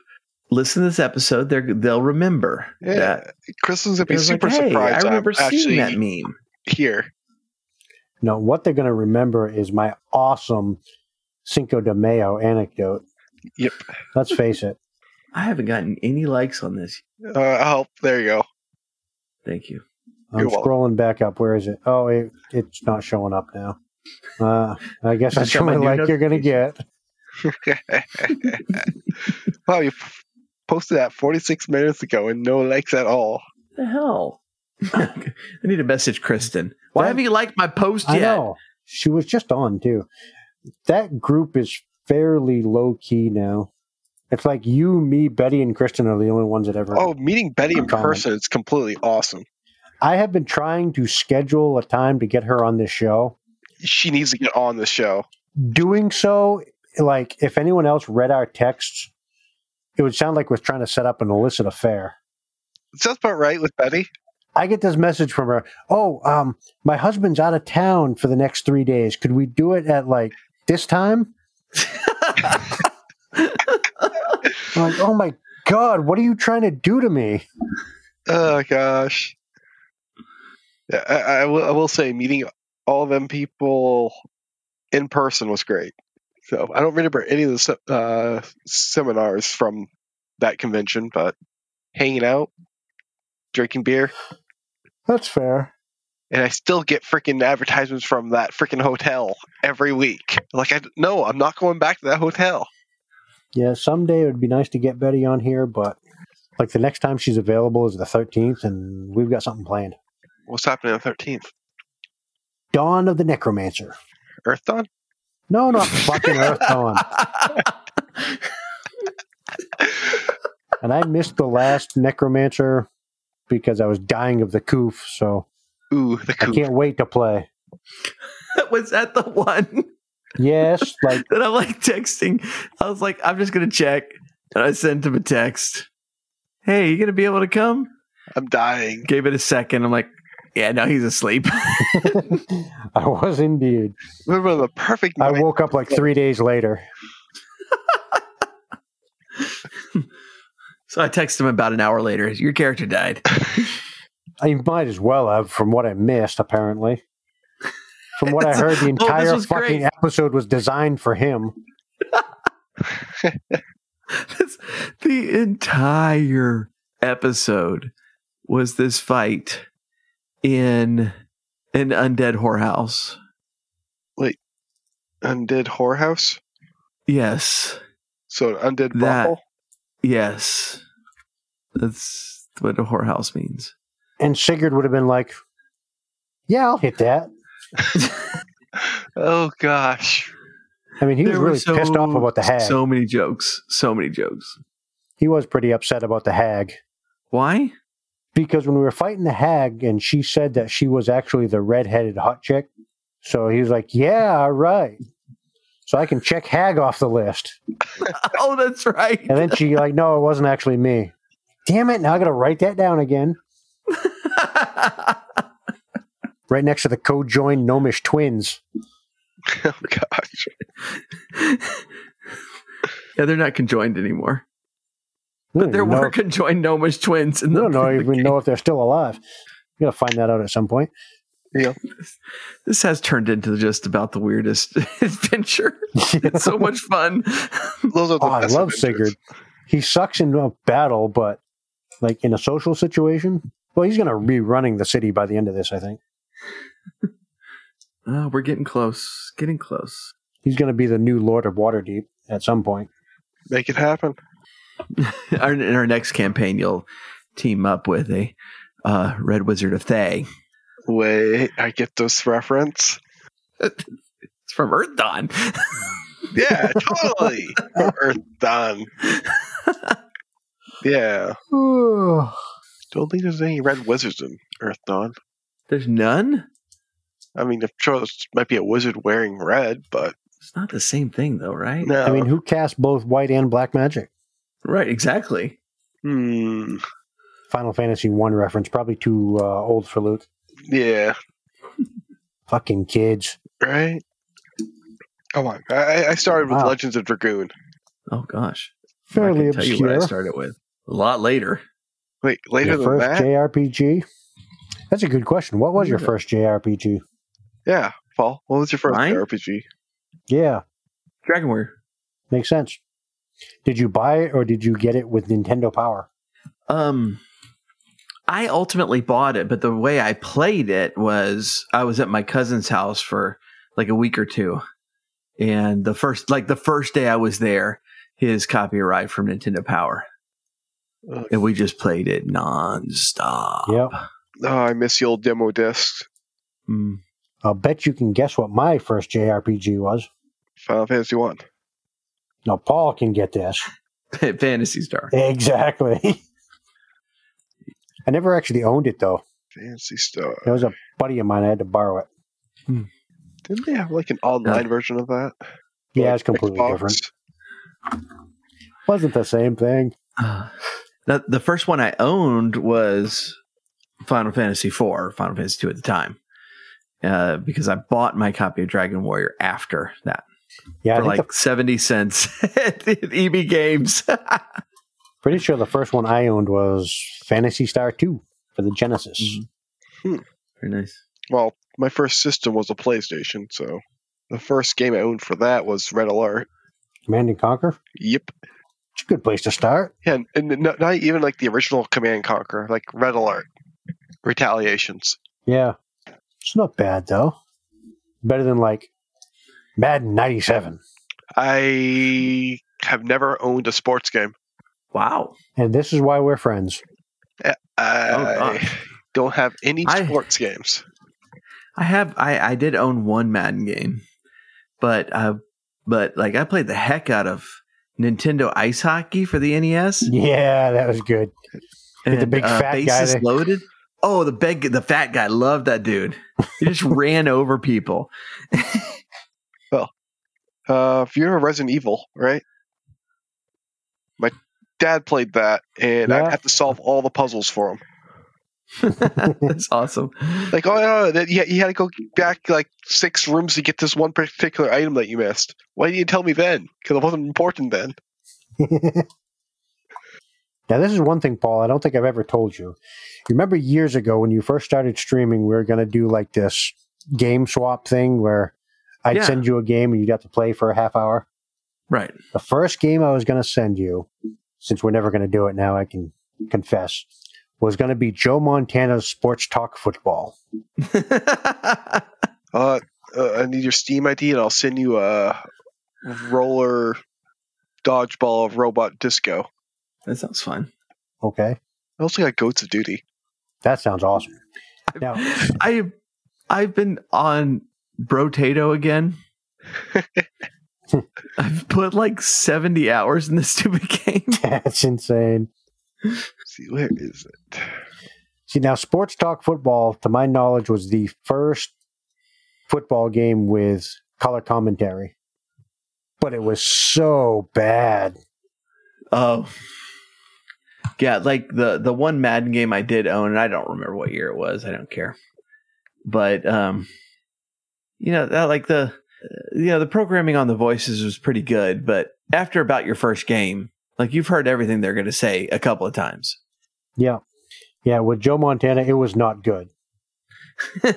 Speaker 1: listen to this episode, they they'll remember
Speaker 3: Yeah,
Speaker 1: that.
Speaker 3: Kristen's gonna be
Speaker 1: They're like,
Speaker 3: super
Speaker 1: hey, I
Speaker 3: surprised. I
Speaker 1: remember
Speaker 3: am actually
Speaker 1: seeing that meme.
Speaker 3: here.
Speaker 2: No, what they're gonna remember is my awesome Cinco de Mayo anecdote.
Speaker 3: Yep.
Speaker 2: Let's face it.
Speaker 1: I haven't gotten any likes on this.
Speaker 3: Uh, help. There you go.
Speaker 1: Thank you.
Speaker 2: I'm
Speaker 3: You're welcome.
Speaker 2: scrolling back up. Where is it? Oh, it, it's not showing up now. Uh, I guess
Speaker 1: That's
Speaker 2: it's
Speaker 1: got my
Speaker 2: showing
Speaker 1: new
Speaker 2: like you're gonna get.
Speaker 3: wow, you f- posted that 46 minutes ago and no likes at all.
Speaker 1: the hell? I need to message Kristen. Why
Speaker 2: That-
Speaker 1: haven't you liked my post
Speaker 2: I
Speaker 1: yet?
Speaker 2: know. She was just on too. That group is fairly low key now. It's like you, me, Betty, and Kristen are the only ones that ever.
Speaker 3: Oh, meeting Betty in
Speaker 2: Comment.
Speaker 3: person is completely awesome.
Speaker 2: I have been trying to schedule a time to get her on this show.
Speaker 3: She needs to get on the show.
Speaker 2: doing so, like if anyone else read our texts, it would sound like we're trying to set up an illicit affair.
Speaker 3: Sounds about right with Betty.
Speaker 2: I get this message from her. Oh, um, my husband's out of town for the next three days. Could we do it at like this time? I'm like, oh my god, what are you trying to do to me?
Speaker 3: Oh gosh. Yeah, I, I, will, I will say meeting all them people in person was great. So I don't remember any of the se- uh, seminars from that convention, but hanging out, drinking beer,
Speaker 2: That's fair.
Speaker 3: and I still get freaking advertisements from that freaking hotel every week. Like, I no, I'm not going back to that hotel.
Speaker 2: Yeah, someday it would be nice to get Betty on here, but like the next time she's available is the 13th, and we've got something planned.
Speaker 3: What's happening on the 13th?
Speaker 2: Dawn of the Necromancer.
Speaker 3: Earth Dawn?
Speaker 2: No, not fucking Earth Dawn. and I missed the last Necromancer because I was dying of the coof, so
Speaker 3: Ooh, the
Speaker 2: I
Speaker 3: coop.
Speaker 2: can't wait to play.
Speaker 1: was that the one
Speaker 2: Yes, like
Speaker 1: that I'm like texting? I was like, I'm just gonna check, and I sent him a text. Hey, you gonna be able to come?
Speaker 3: I'm dying.
Speaker 1: Gave it a second. I'm like, yeah, no, he's asleep.
Speaker 2: I was indeed.
Speaker 3: Remember the perfect
Speaker 2: I
Speaker 3: night.
Speaker 2: woke up like three days later.
Speaker 1: so I texted him about an hour later. Your character died.
Speaker 2: I might as well have, from what I missed, apparently. From what I heard, the
Speaker 1: oh, this
Speaker 2: entire
Speaker 1: was
Speaker 2: fucking
Speaker 1: great.
Speaker 2: episode was designed for him.
Speaker 1: That's- the entire episode was this fight in an undead whorehouse.
Speaker 3: Undead whorehouse.
Speaker 1: Yes.
Speaker 3: So an undead
Speaker 1: That-
Speaker 3: brothel.
Speaker 1: Yes. That's what a whorehouse means.
Speaker 2: And Sigurd would have been like, Yeah, I'll hit that.
Speaker 3: Oh gosh.
Speaker 2: I mean, he was
Speaker 1: There were
Speaker 2: really
Speaker 1: so-
Speaker 2: pissed off about the hag.
Speaker 1: So many jokes. So many jokes.
Speaker 2: he was pretty upset about the hag.
Speaker 1: Why?
Speaker 2: because when we were fighting the hag and she said that she was actually the redheaded hot chick so he was like yeah all right so i can check hag off the list
Speaker 1: Oh, that's right.
Speaker 2: and then she like no it wasn't actually me damn it now i gotta write that down again right next to the co-joined gnomish twins.
Speaker 3: Oh gosh.
Speaker 1: Yeah, they're not conjoined anymore. But there
Speaker 2: We don't
Speaker 1: were conjoined gnomish twins in
Speaker 2: even
Speaker 1: the, in
Speaker 2: know- we don't know
Speaker 1: the
Speaker 2: even
Speaker 1: game.
Speaker 2: know if they're still alive. You gotta find that out at some point.
Speaker 1: This has turned into just about the weirdest adventure. It's so much fun.
Speaker 3: Those are the
Speaker 2: Oh, I
Speaker 3: best
Speaker 2: love Sigurd.
Speaker 3: adventures.
Speaker 2: He sucks in a battle, but like in a social situation, well, he's gonna be running the city by the end of this. I think
Speaker 1: Uh, we're getting close. Getting close.
Speaker 2: he's gonna be the new Lord of Waterdeep at some point.
Speaker 3: Make it happen.
Speaker 1: Our, in our next campaign, you'll team up with a uh, Red Wizard of Thay.
Speaker 3: Wait, I get this reference.
Speaker 1: It's from Earth Dawn.
Speaker 3: Yeah, totally. From Earth done. Yeah. Don't think there's any red wizards in Earth Dawn.
Speaker 1: There's none.
Speaker 3: I mean, I'm sure there might be a wizard wearing red, but
Speaker 1: It's not the same thing, though, right?
Speaker 3: no.
Speaker 2: Mm, I mean, who cast both white and black magic?
Speaker 1: Right, exactly.
Speaker 3: hmm,
Speaker 2: Final Fantasy One reference, probably too uh, old for Luke.
Speaker 3: yeah,
Speaker 2: Fucking kids.
Speaker 3: right. Come on, I, I started with
Speaker 2: Wow.
Speaker 3: Legends of Dragoon.
Speaker 1: Oh, gosh. I
Speaker 2: Fairly
Speaker 1: can tell you what I
Speaker 2: obscure.
Speaker 1: started with. A lot later.
Speaker 3: Wait, later
Speaker 2: Your
Speaker 3: than
Speaker 2: first
Speaker 3: that?
Speaker 2: JRPG? That's a good question. What was your first JRPG?
Speaker 3: yeah, Paul. What was your first
Speaker 1: Mine?
Speaker 3: RPG?
Speaker 2: Yeah,
Speaker 1: Dragon Warrior.
Speaker 2: makes sense. Did you buy it or did you get it with Nintendo Power?
Speaker 1: Um, I ultimately bought it, but the way I played it was I was at my cousin's house for like a week or two, and the first like the first day I was there, his copy arrived from Nintendo Power,
Speaker 3: Ugh.
Speaker 1: and we just played it nonstop.
Speaker 2: Yep.
Speaker 3: Oh, I miss the old demo disc.
Speaker 1: Mm.
Speaker 2: I'll bet you can guess what my first JRPG was.
Speaker 3: Final Fantasy One.
Speaker 2: Now, Paul can get this.
Speaker 1: Fantasy Star.
Speaker 2: Exactly. I never actually owned it, though.
Speaker 3: Fancy Star.
Speaker 2: It was a buddy of mine. I had to borrow it.
Speaker 3: Didn't they have like an online version of that?
Speaker 2: Yeah,
Speaker 3: Like
Speaker 2: it's completely
Speaker 3: Xbox?
Speaker 2: different. Wasn't the same thing.
Speaker 1: Uh, the, the first one I owned was Final Fantasy IV, or Final Fantasy II at the time, uh, because I bought my copy of Dragon Warrior after that.
Speaker 2: Yeah, I
Speaker 1: for
Speaker 2: think the
Speaker 1: like 70 cents at EB Games.
Speaker 2: Pretty sure the first one I owned was Fantasy Star 2 for the Genesis.
Speaker 1: Mhm. Very nice.
Speaker 3: Well, my first system was a PlayStation, so the first game I owned for that was Red Alert.
Speaker 2: Command and Conquer?
Speaker 3: Yep.
Speaker 2: It's a good place to start.
Speaker 3: Yeah, and, and no- not even like the original Command and Conquer, like Red Alert, Retaliations.
Speaker 2: Yeah. It's not bad, though. Better than like Madden 97.
Speaker 3: I have never owned a sports game.
Speaker 1: Wow.
Speaker 2: And this is why we're friends.
Speaker 3: I
Speaker 1: Oh, gosh.
Speaker 3: don't have any
Speaker 1: I-
Speaker 3: sports games.
Speaker 1: I have I I did own one Madden game. But uh but like I played the heck out of Nintendo Ice Hockey for the E NES.
Speaker 2: Yeah, that was good. the big fat guy
Speaker 1: uh, bases
Speaker 2: that-
Speaker 1: loaded. Oh, the big the fat guy loved that dude. He just ran over people.
Speaker 3: Uh, if you're a Resident Evil, right? My dad played that, and
Speaker 2: Yeah.
Speaker 3: I'd have to solve all the puzzles for him.
Speaker 1: That's awesome.
Speaker 3: Like, oh, no, that you, you had to go back like six rooms to get this one particular item that you missed. Why didn't you tell me then? Because it wasn't important then.
Speaker 2: now, this is one thing, Paul, I don't think I've ever told you. You remember years ago when you first started streaming, we were going to do like this game swap thing where I'd
Speaker 1: Yeah.
Speaker 2: send you a game and you'd have to play for a half hour?
Speaker 1: Right.
Speaker 2: The first game I was going to send you, since we're never going to do it now, I can confess, was going to be Joe Montana's Sports Talk Football.
Speaker 3: Uh, uh, I need your Steam ID, and I'll send you a roller dodgeball of robot disco.
Speaker 1: that sounds fun.
Speaker 2: Okay.
Speaker 3: I also got Goats of Duty.
Speaker 2: That sounds awesome. Now,
Speaker 1: I I've been on Brotato again. I've put like 70 hours in this stupid game.
Speaker 2: that's insane.
Speaker 3: Let's see where is it?
Speaker 2: See, now, Sports Talk Football, to my knowledge, was the first football game with color commentary. But it was so bad.
Speaker 1: Oh. Yeah, like the the one Madden game I did own and I don't remember what year it was. I don't care. but um, you know, that, like the you know the programming on the voices was pretty good, but after about your first game, like you've heard everything they're going to say a couple of times.
Speaker 2: Yeah. Yeah, with Joe Montana, it was not good.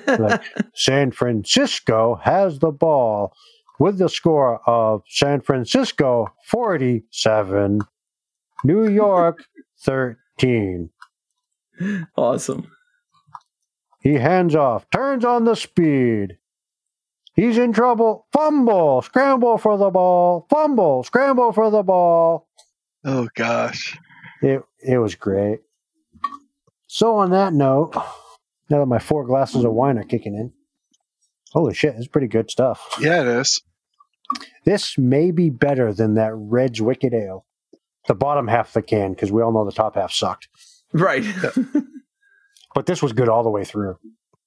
Speaker 2: Like, San Francisco has the ball with the score of San Francisco 47, New York 13.
Speaker 1: awesome.
Speaker 2: He hands off, turns on the speed. He's in trouble. Fumble, scramble for the ball. Fumble, scramble for the ball.
Speaker 3: Oh gosh.
Speaker 2: It it was great. So on that note, now that my four glasses of wine are kicking in, holy shit, it's pretty good stuff.
Speaker 3: Yeah, it is.
Speaker 2: This may be better than that Red's Wicked Ale. The bottom half of the can, because we all know the top half sucked.
Speaker 1: Right.
Speaker 2: But this was good all the way through.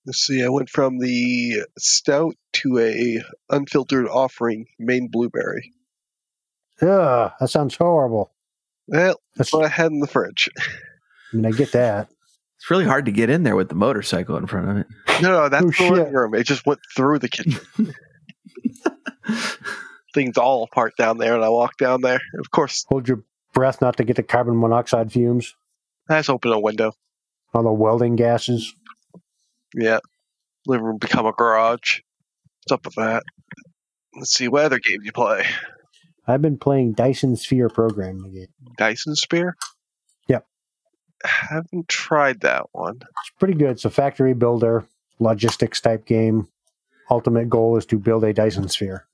Speaker 3: Let's see. I went from the stout to a unfiltered offering, Maine blueberry.
Speaker 2: Ugh, that sounds horrible.
Speaker 3: Well,
Speaker 2: That's,
Speaker 3: that's what I had in the fridge.
Speaker 2: I mean, I get that.
Speaker 1: It's really hard to get in there with the motorcycle in front of it.
Speaker 3: No, no, that's
Speaker 2: Oh,
Speaker 3: the living
Speaker 2: shit.
Speaker 3: room. It just went through the kitchen. Things all apart down there, and I walked down there. Of course,
Speaker 2: Hold your breath not to get the carbon monoxide fumes,
Speaker 3: I just opened a window.
Speaker 2: all the welding gases.
Speaker 3: Yeah, living room become a garage. What's up with that? Let's see what other game you play.
Speaker 2: I've been playing Dyson Sphere programming again.
Speaker 3: Dyson Spear.
Speaker 2: Yep.
Speaker 3: Haven't tried that one.
Speaker 2: It's pretty good. It's a factory builder, logistics type game. Ultimate goal is to build a Dyson Sphere.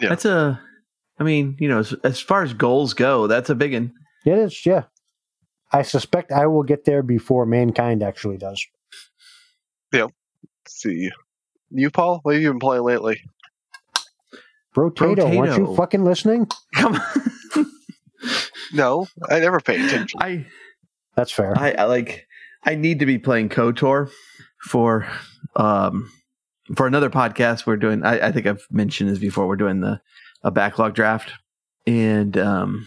Speaker 3: Yeah.
Speaker 1: That's a, I mean, you know, as, as far as goals go, that's a big one.
Speaker 2: It is, yeah. I suspect I will get there before mankind actually does.
Speaker 3: Let's see. You, Paul? What have you been playing lately?
Speaker 2: Brotato, weren't you
Speaker 1: Brotato.
Speaker 2: fucking listening?
Speaker 1: Come on.
Speaker 3: No, I never pay attention.
Speaker 1: I,
Speaker 2: That's fair.
Speaker 1: I, I like, I need to be playing KOTOR for, um, for another podcast we're doing. I, I think I've mentioned this before. We're doing the, a backlog draft. And, um,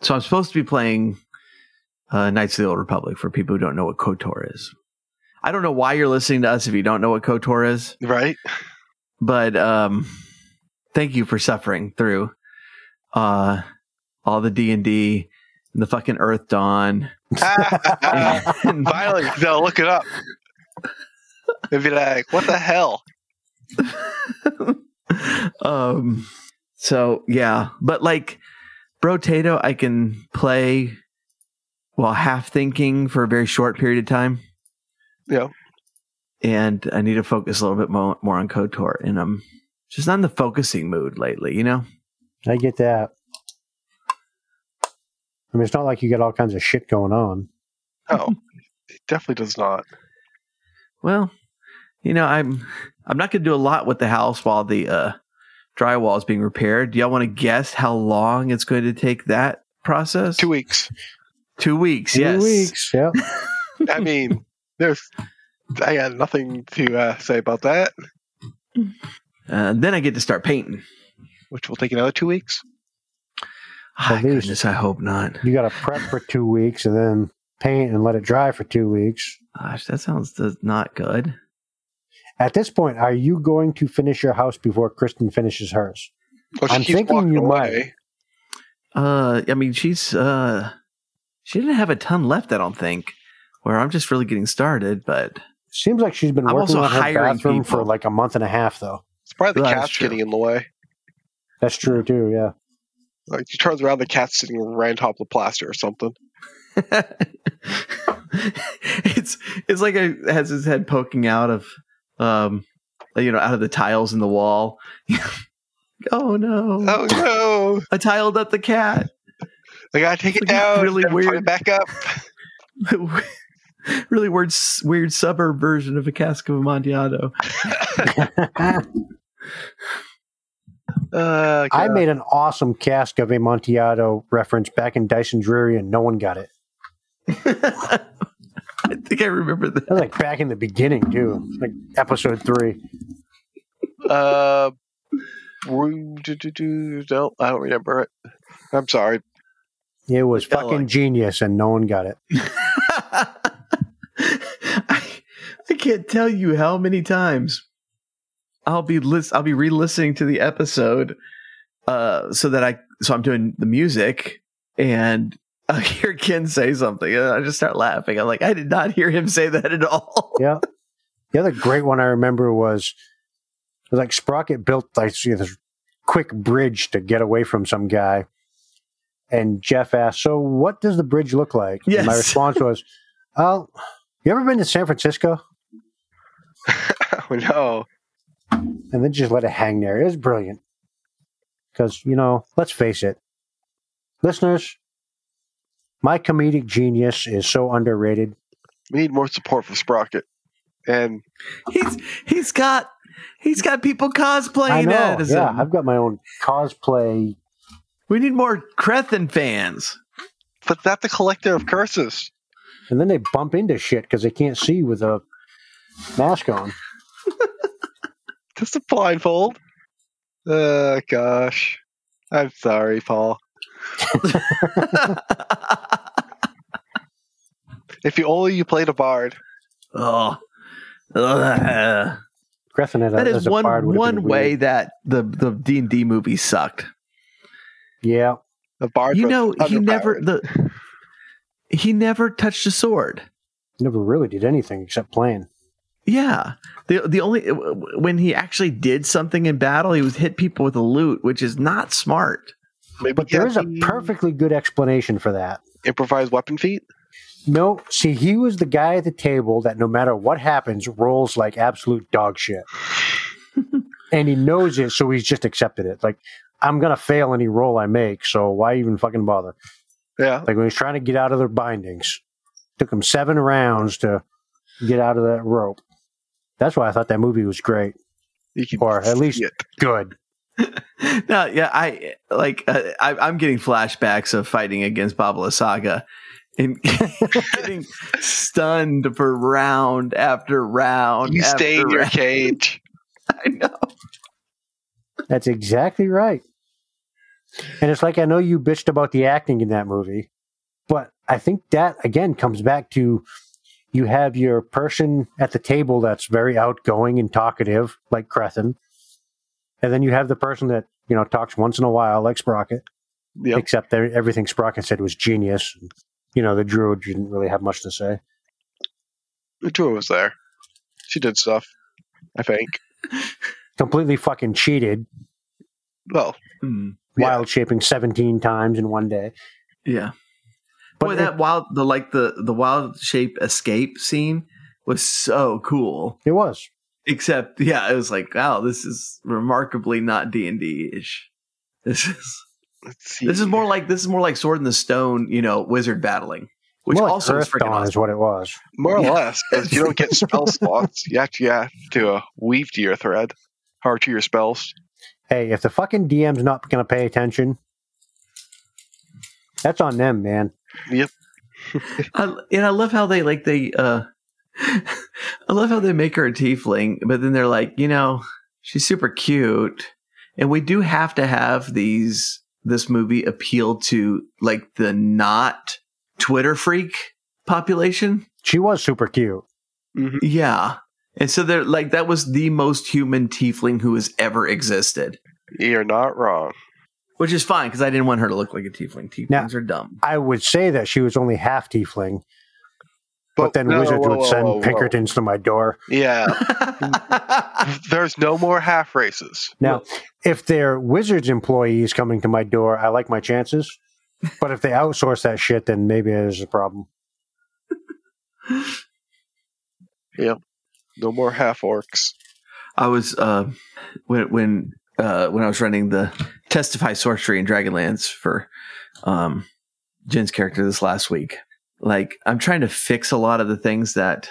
Speaker 1: so I'm supposed to be playing, uh, Knights of the Old Republic for people who don't know what KOTOR is. I don't know why you're listening to us if you don't know what KOTOR is.
Speaker 3: Right?
Speaker 1: but um thank you for suffering through uh all the d&d and the fucking earth dawn and,
Speaker 3: Finally, they'll look it up. They'll be like, what the hell?
Speaker 1: um so yeah but like brotato i can play while half thinking for a very short period of time
Speaker 3: Yeah.
Speaker 1: and i need to focus a little bit mo- more on kotor and i'm just not in the focusing mood lately you know
Speaker 2: I get that. I mean, it's not like you got all kinds of shit going on.
Speaker 3: No, it definitely does not.
Speaker 1: Well, you know, I'm I'm not going to do a lot with the house while the uh, drywall is being repaired. Do y'all want to guess how long it's going to take that process?
Speaker 3: Two weeks.
Speaker 1: Two weeks.
Speaker 2: Two
Speaker 1: yes.
Speaker 2: weeks. Yep.
Speaker 3: I mean, there's. I got nothing to uh, say about that,
Speaker 1: Uh, then I get to start painting.
Speaker 3: which will take another two weeks.
Speaker 1: Oh,
Speaker 2: At least.
Speaker 1: goodness, I hope not.
Speaker 2: You got to prep for two weeks and then paint and let it dry for two weeks.
Speaker 1: Gosh, that sounds does- not good.
Speaker 2: At this point, are you going to finish your house before Kristen finishes hers?
Speaker 3: Well,
Speaker 2: I'm
Speaker 3: she's
Speaker 2: thinking
Speaker 3: walking
Speaker 2: you
Speaker 1: Uh, I mean, she's uh, she didn't have a ton left. I don't think. Where I'm just really getting started, but
Speaker 2: Seems like she's been
Speaker 1: I'm
Speaker 2: working
Speaker 1: also
Speaker 2: on her
Speaker 1: hiring
Speaker 2: bathroom
Speaker 1: people.
Speaker 2: for like a month and a half, though.
Speaker 3: It's probably the
Speaker 1: That is
Speaker 3: cat's
Speaker 1: true.
Speaker 3: getting in the way.
Speaker 2: That's true too. Yeah.
Speaker 3: Like, she turns around, the cat's sitting right on top of the plaster or something.
Speaker 1: it's it's like a has his head poking out of um you know out of the tiles in the wall. oh no.
Speaker 3: Oh no!
Speaker 1: I tiled up the cat.
Speaker 3: I gotta take it
Speaker 1: It's like
Speaker 3: down.
Speaker 1: really
Speaker 3: and put
Speaker 1: weird.
Speaker 3: it back up.
Speaker 1: really weird s- weird suburb version of a cask of Amontillado.
Speaker 3: Uh,
Speaker 2: I made an awesome cask of Amontillado reference back in Dyson Dreary, and no one got it.
Speaker 1: I think I remember
Speaker 2: That
Speaker 1: that.
Speaker 2: was like back in the beginning too, like episode three.
Speaker 3: Uh, Roo- do- do- do- no, I don't remember it. I'm sorry.
Speaker 2: It was
Speaker 1: Yeah,
Speaker 2: fucking
Speaker 1: like-
Speaker 2: genius, and no one got it.
Speaker 1: I, I can't tell you how many times I'll be list I'll be re-listening to the episode uh so that I so I'm doing the music and I hear Ken say something and I just start laughing. I'm like, I did not hear him say that at all.
Speaker 2: Yeah. The other great one I remember was it was like Sprocket built like see this quick bridge to get away from some guy. And Jeff asked, So what does the bridge look like? And my
Speaker 1: Yes.
Speaker 2: response was, Oh, you ever been to San Francisco?
Speaker 3: Oh, no.
Speaker 2: And then just let it hang there. It was brilliant. Because, you know, let's face it, listeners, my comedic genius is so underrated.
Speaker 3: We need more support for Sprocket. And
Speaker 1: He's he's got he's got people cosplaying
Speaker 2: I know.
Speaker 1: as
Speaker 2: Yeah,
Speaker 1: him.
Speaker 2: I've got my own cosplay.
Speaker 1: We need more Crethin fans.
Speaker 3: but not the collector of curses.
Speaker 2: And then they bump into shit because they can't see with a mask on.
Speaker 3: Just a blindfold. Uh, gosh. I'm sorry, Paul. If you only you played a bard.
Speaker 1: oh. Ugh.
Speaker 2: Griffin as a-
Speaker 1: That
Speaker 2: as
Speaker 1: is
Speaker 2: a
Speaker 1: one
Speaker 2: bard would've
Speaker 1: one
Speaker 2: been
Speaker 1: way
Speaker 2: weird.
Speaker 1: that the the D and D movie sucked.
Speaker 2: Yeah,
Speaker 3: The bard.
Speaker 1: You
Speaker 3: was
Speaker 1: know, he never
Speaker 3: underpowered.
Speaker 1: the he never touched a sword.
Speaker 2: never really did anything except playing.
Speaker 1: Yeah. The the only when he actually did something in battle, he was hit people with a loot, which is not smart.
Speaker 3: Maybe
Speaker 2: But
Speaker 3: he
Speaker 2: there
Speaker 3: had
Speaker 2: is a
Speaker 3: the
Speaker 2: perfectly good explanation for that.
Speaker 3: improvised weapon feat.
Speaker 2: No, see, he was the guy at the table that no matter what happens, rolls like absolute dog shit. and he knows it, so he's just accepted it. Like, I'm going to fail any roll I make, so why even fucking bother?
Speaker 3: Yeah.
Speaker 2: Like, when he's trying to get out of their bindings, took him seven rounds to get out of that rope. That's why I thought that movie was great.
Speaker 3: You can
Speaker 2: Or at least
Speaker 3: see it.
Speaker 2: good.
Speaker 1: No, yeah, I like uh, I, I'm getting flashbacks of fighting against Babla Saga and getting stunned for round after round.
Speaker 3: you
Speaker 1: after
Speaker 3: stay in your
Speaker 1: round.
Speaker 3: cage.
Speaker 1: I know.
Speaker 2: That's exactly right. And it's like I know you bitched about the acting in that movie, but I think that again comes back to you have your person at the table that's very outgoing and talkative, like Crethin, and then you have the person that you know talks once in a while, like Sprocket.
Speaker 3: Yep.
Speaker 2: Except that everything Sprocket said was genius. You know, the druid didn't really have much to say.
Speaker 3: The Drew was there. She did stuff. I think.
Speaker 2: Completely fucking cheated,
Speaker 3: Well,
Speaker 1: Hmm.
Speaker 3: Yeah.
Speaker 2: wild shaping seventeen times in one day.
Speaker 1: Yeah.
Speaker 2: But
Speaker 1: Boy,
Speaker 2: it-
Speaker 1: that wild the like the the wild shape escape scene was so cool.
Speaker 2: it was.
Speaker 1: Except, yeah, it was like, wow, this is remarkably not D and D ish. This is
Speaker 3: let's see.
Speaker 1: this is more like this is more like Sword in the Stone, you know, wizard battling, which
Speaker 2: More like
Speaker 1: also is
Speaker 2: Earth
Speaker 1: freaking
Speaker 2: Dawn
Speaker 1: awesome.
Speaker 2: is what it was.
Speaker 3: more or
Speaker 1: Yeah.
Speaker 3: less because you don't get spell slots. You actually have to uh, weave to your thread or to your spells.
Speaker 2: hey, if the fucking DM's not going to pay attention, that's on them, man.
Speaker 1: I, and I love how they like they uh I love how they make her a tiefling, but then they're like, you know, she's super cute. And we do have to have these this movie appeal to like the not Twitter freak population.
Speaker 2: She was super cute.
Speaker 1: Yeah. And so they're like that was the most human tiefling who has ever existed.
Speaker 3: You're not wrong.
Speaker 1: Which is fine because I didn't want her to look like a tiefling. Tieflings are dumb.
Speaker 2: I would say that she was only half tiefling, but then
Speaker 3: no,
Speaker 2: wizards
Speaker 3: whoa,
Speaker 2: would
Speaker 3: whoa,
Speaker 2: send
Speaker 3: whoa, whoa.
Speaker 2: Pinkertons to my door.
Speaker 3: Yeah, there's no more half races.
Speaker 2: Now, if they're wizards employees coming to my door, I like my chances. But if they outsource that shit, then maybe there's a problem.
Speaker 3: No more half orcs.
Speaker 1: I was uh, when when uh, when I was running the testify sorcery in Dragonlance for um, Jen's character this last week. Like I'm trying to fix a lot of the things that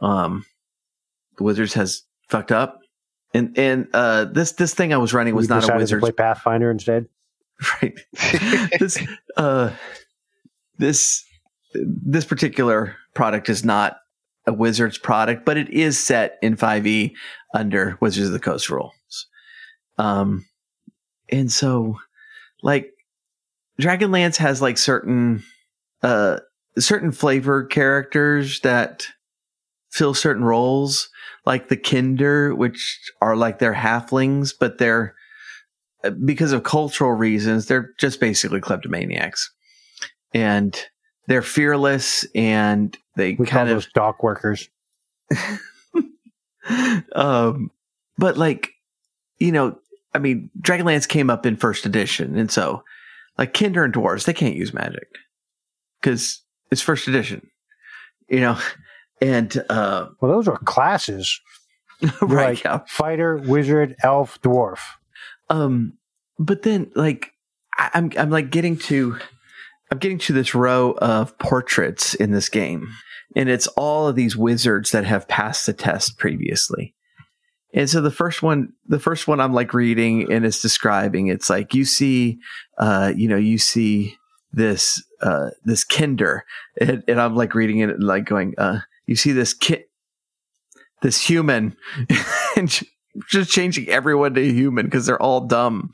Speaker 1: um, the wizards has fucked up, and and uh, this this thing I was running was
Speaker 2: You
Speaker 1: not a
Speaker 2: decided
Speaker 1: wizard's
Speaker 2: to play Pathfinder instead.
Speaker 1: right this uh this this particular product is not a wizard's product but it is set in 5e under wizards of the coast rules um and so like dragonlance has like certain uh certain flavor characters that fill certain roles, like the kinder, which are like they're halflings, but they're uh, because of cultural reasons, they're just basically kleptomaniacs, and they're fearless and they
Speaker 2: We call
Speaker 1: kind of
Speaker 2: those dock workers.
Speaker 1: um, but like, you know, I mean, Dragonlance came up in first edition, and so like Kinder and dwarves, they can't use magic because it's first edition, you know, and uh,
Speaker 2: Well, those are classes. They're
Speaker 1: right,
Speaker 2: like
Speaker 1: yeah.
Speaker 2: fighter, wizard, elf, dwarf.
Speaker 1: Um, but then like, I, I'm I'm like getting to. I'm getting to this row of portraits in this game, and it's all of these wizards that have passed the test previously. And so the first one, the first one I'm like reading and it's describing, it's like you see, uh, you know, you see this, uh, this kinder and, and I'm like reading it and like going, uh, you see this kid, this human and ju- just changing everyone to human because they're all dumb.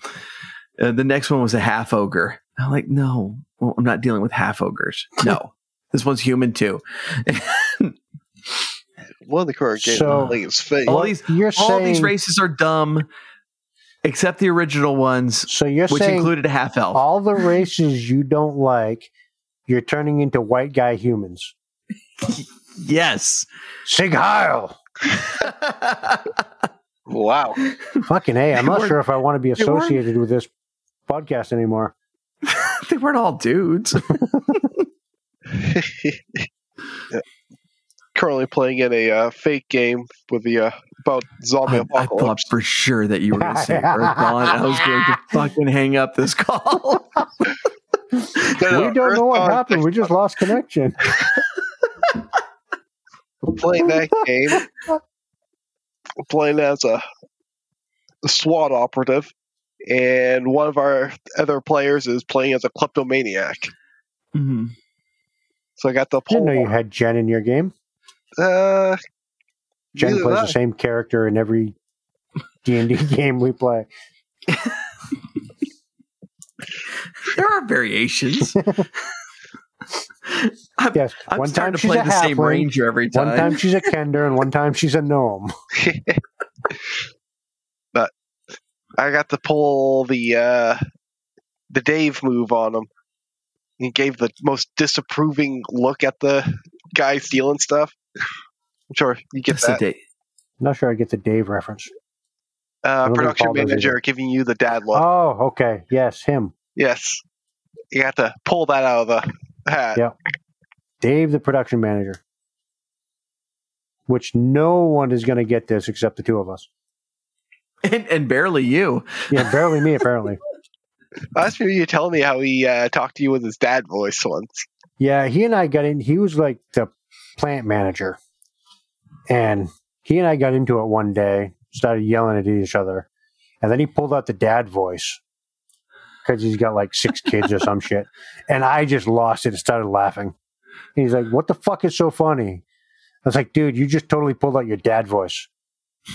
Speaker 1: Uh, the next one was a half ogre. I'm like, no, well, I'm not dealing with half ogres. No, this one's human too.
Speaker 3: One of the current game
Speaker 2: So-
Speaker 3: like it's fake.
Speaker 1: All
Speaker 2: What
Speaker 1: these-
Speaker 2: you're
Speaker 1: all
Speaker 2: saying,
Speaker 1: these races are dumb except the original ones
Speaker 2: So you're
Speaker 1: which
Speaker 2: saying
Speaker 1: included a half elf
Speaker 2: all the races you don't like, you're turning into white guy humans.
Speaker 1: yes
Speaker 2: Sig Heil!
Speaker 3: Wow.
Speaker 2: Fucking A. I'm
Speaker 1: They
Speaker 2: not
Speaker 1: weren't-
Speaker 2: sure if I want to be
Speaker 1: they weren't-
Speaker 2: associated with this podcast anymore.
Speaker 1: they weren't all dudes
Speaker 3: Currently playing in a uh, fake game with the uh, about zombie
Speaker 1: I, I thought
Speaker 3: apocalypse.
Speaker 1: for sure that you were going to say Earth Dawn and I was going to fucking hang up this call
Speaker 3: No, no,
Speaker 2: we don't
Speaker 3: Earth
Speaker 2: know what
Speaker 3: Dawn,
Speaker 2: happened. We just lost connection.
Speaker 3: I'm playing that game. I'm playing as a, a SWAT operative, and one of our other players is playing as a kleptomaniac.
Speaker 1: Mhm.
Speaker 3: So I got the
Speaker 2: Didn't know you
Speaker 3: pole.
Speaker 2: had Jen in your game.
Speaker 3: Uh,
Speaker 2: Jen
Speaker 3: neither
Speaker 2: plays
Speaker 3: did
Speaker 2: the same character in every D and D game we play.
Speaker 1: there are variations I'm,
Speaker 2: Yes,
Speaker 1: I'm
Speaker 2: one
Speaker 1: starting
Speaker 2: time
Speaker 1: to
Speaker 2: she's
Speaker 1: play
Speaker 2: a
Speaker 1: the same
Speaker 2: halfling,
Speaker 1: ranger every time,
Speaker 2: One time she's a kender, and one time she's a gnome.
Speaker 3: I got to pull the uh, the Dave move on him. He gave the most disapproving look at the guy stealing stuff. I'm sure you get
Speaker 1: That's the
Speaker 3: that.
Speaker 1: day.
Speaker 2: Not sure I get the Dave reference. don't
Speaker 3: Uh,
Speaker 2: think
Speaker 3: production
Speaker 2: Paul does
Speaker 3: manager
Speaker 2: either.
Speaker 3: giving you the dad look.
Speaker 2: Oh, okay. Yes, him.
Speaker 3: Yes, you got to pull that out of the hat.
Speaker 2: Yeah. Dave, the production manager. Which no one is going to get this except the two of us.
Speaker 1: and, and barely you
Speaker 2: Yeah, barely me, apparently.
Speaker 3: Last year you telling me how he uh, talked to you with his dad voice once.
Speaker 2: Yeah, he and I got in. He was like the plant manager, and he and I got into it one day. Started yelling at each other, and then he pulled out the dad voice because he's got like six kids or some shit. And I just lost it and started laughing. And he's like, "What the fuck is so funny?" I was like, "Dude, you just totally pulled out your dad voice,"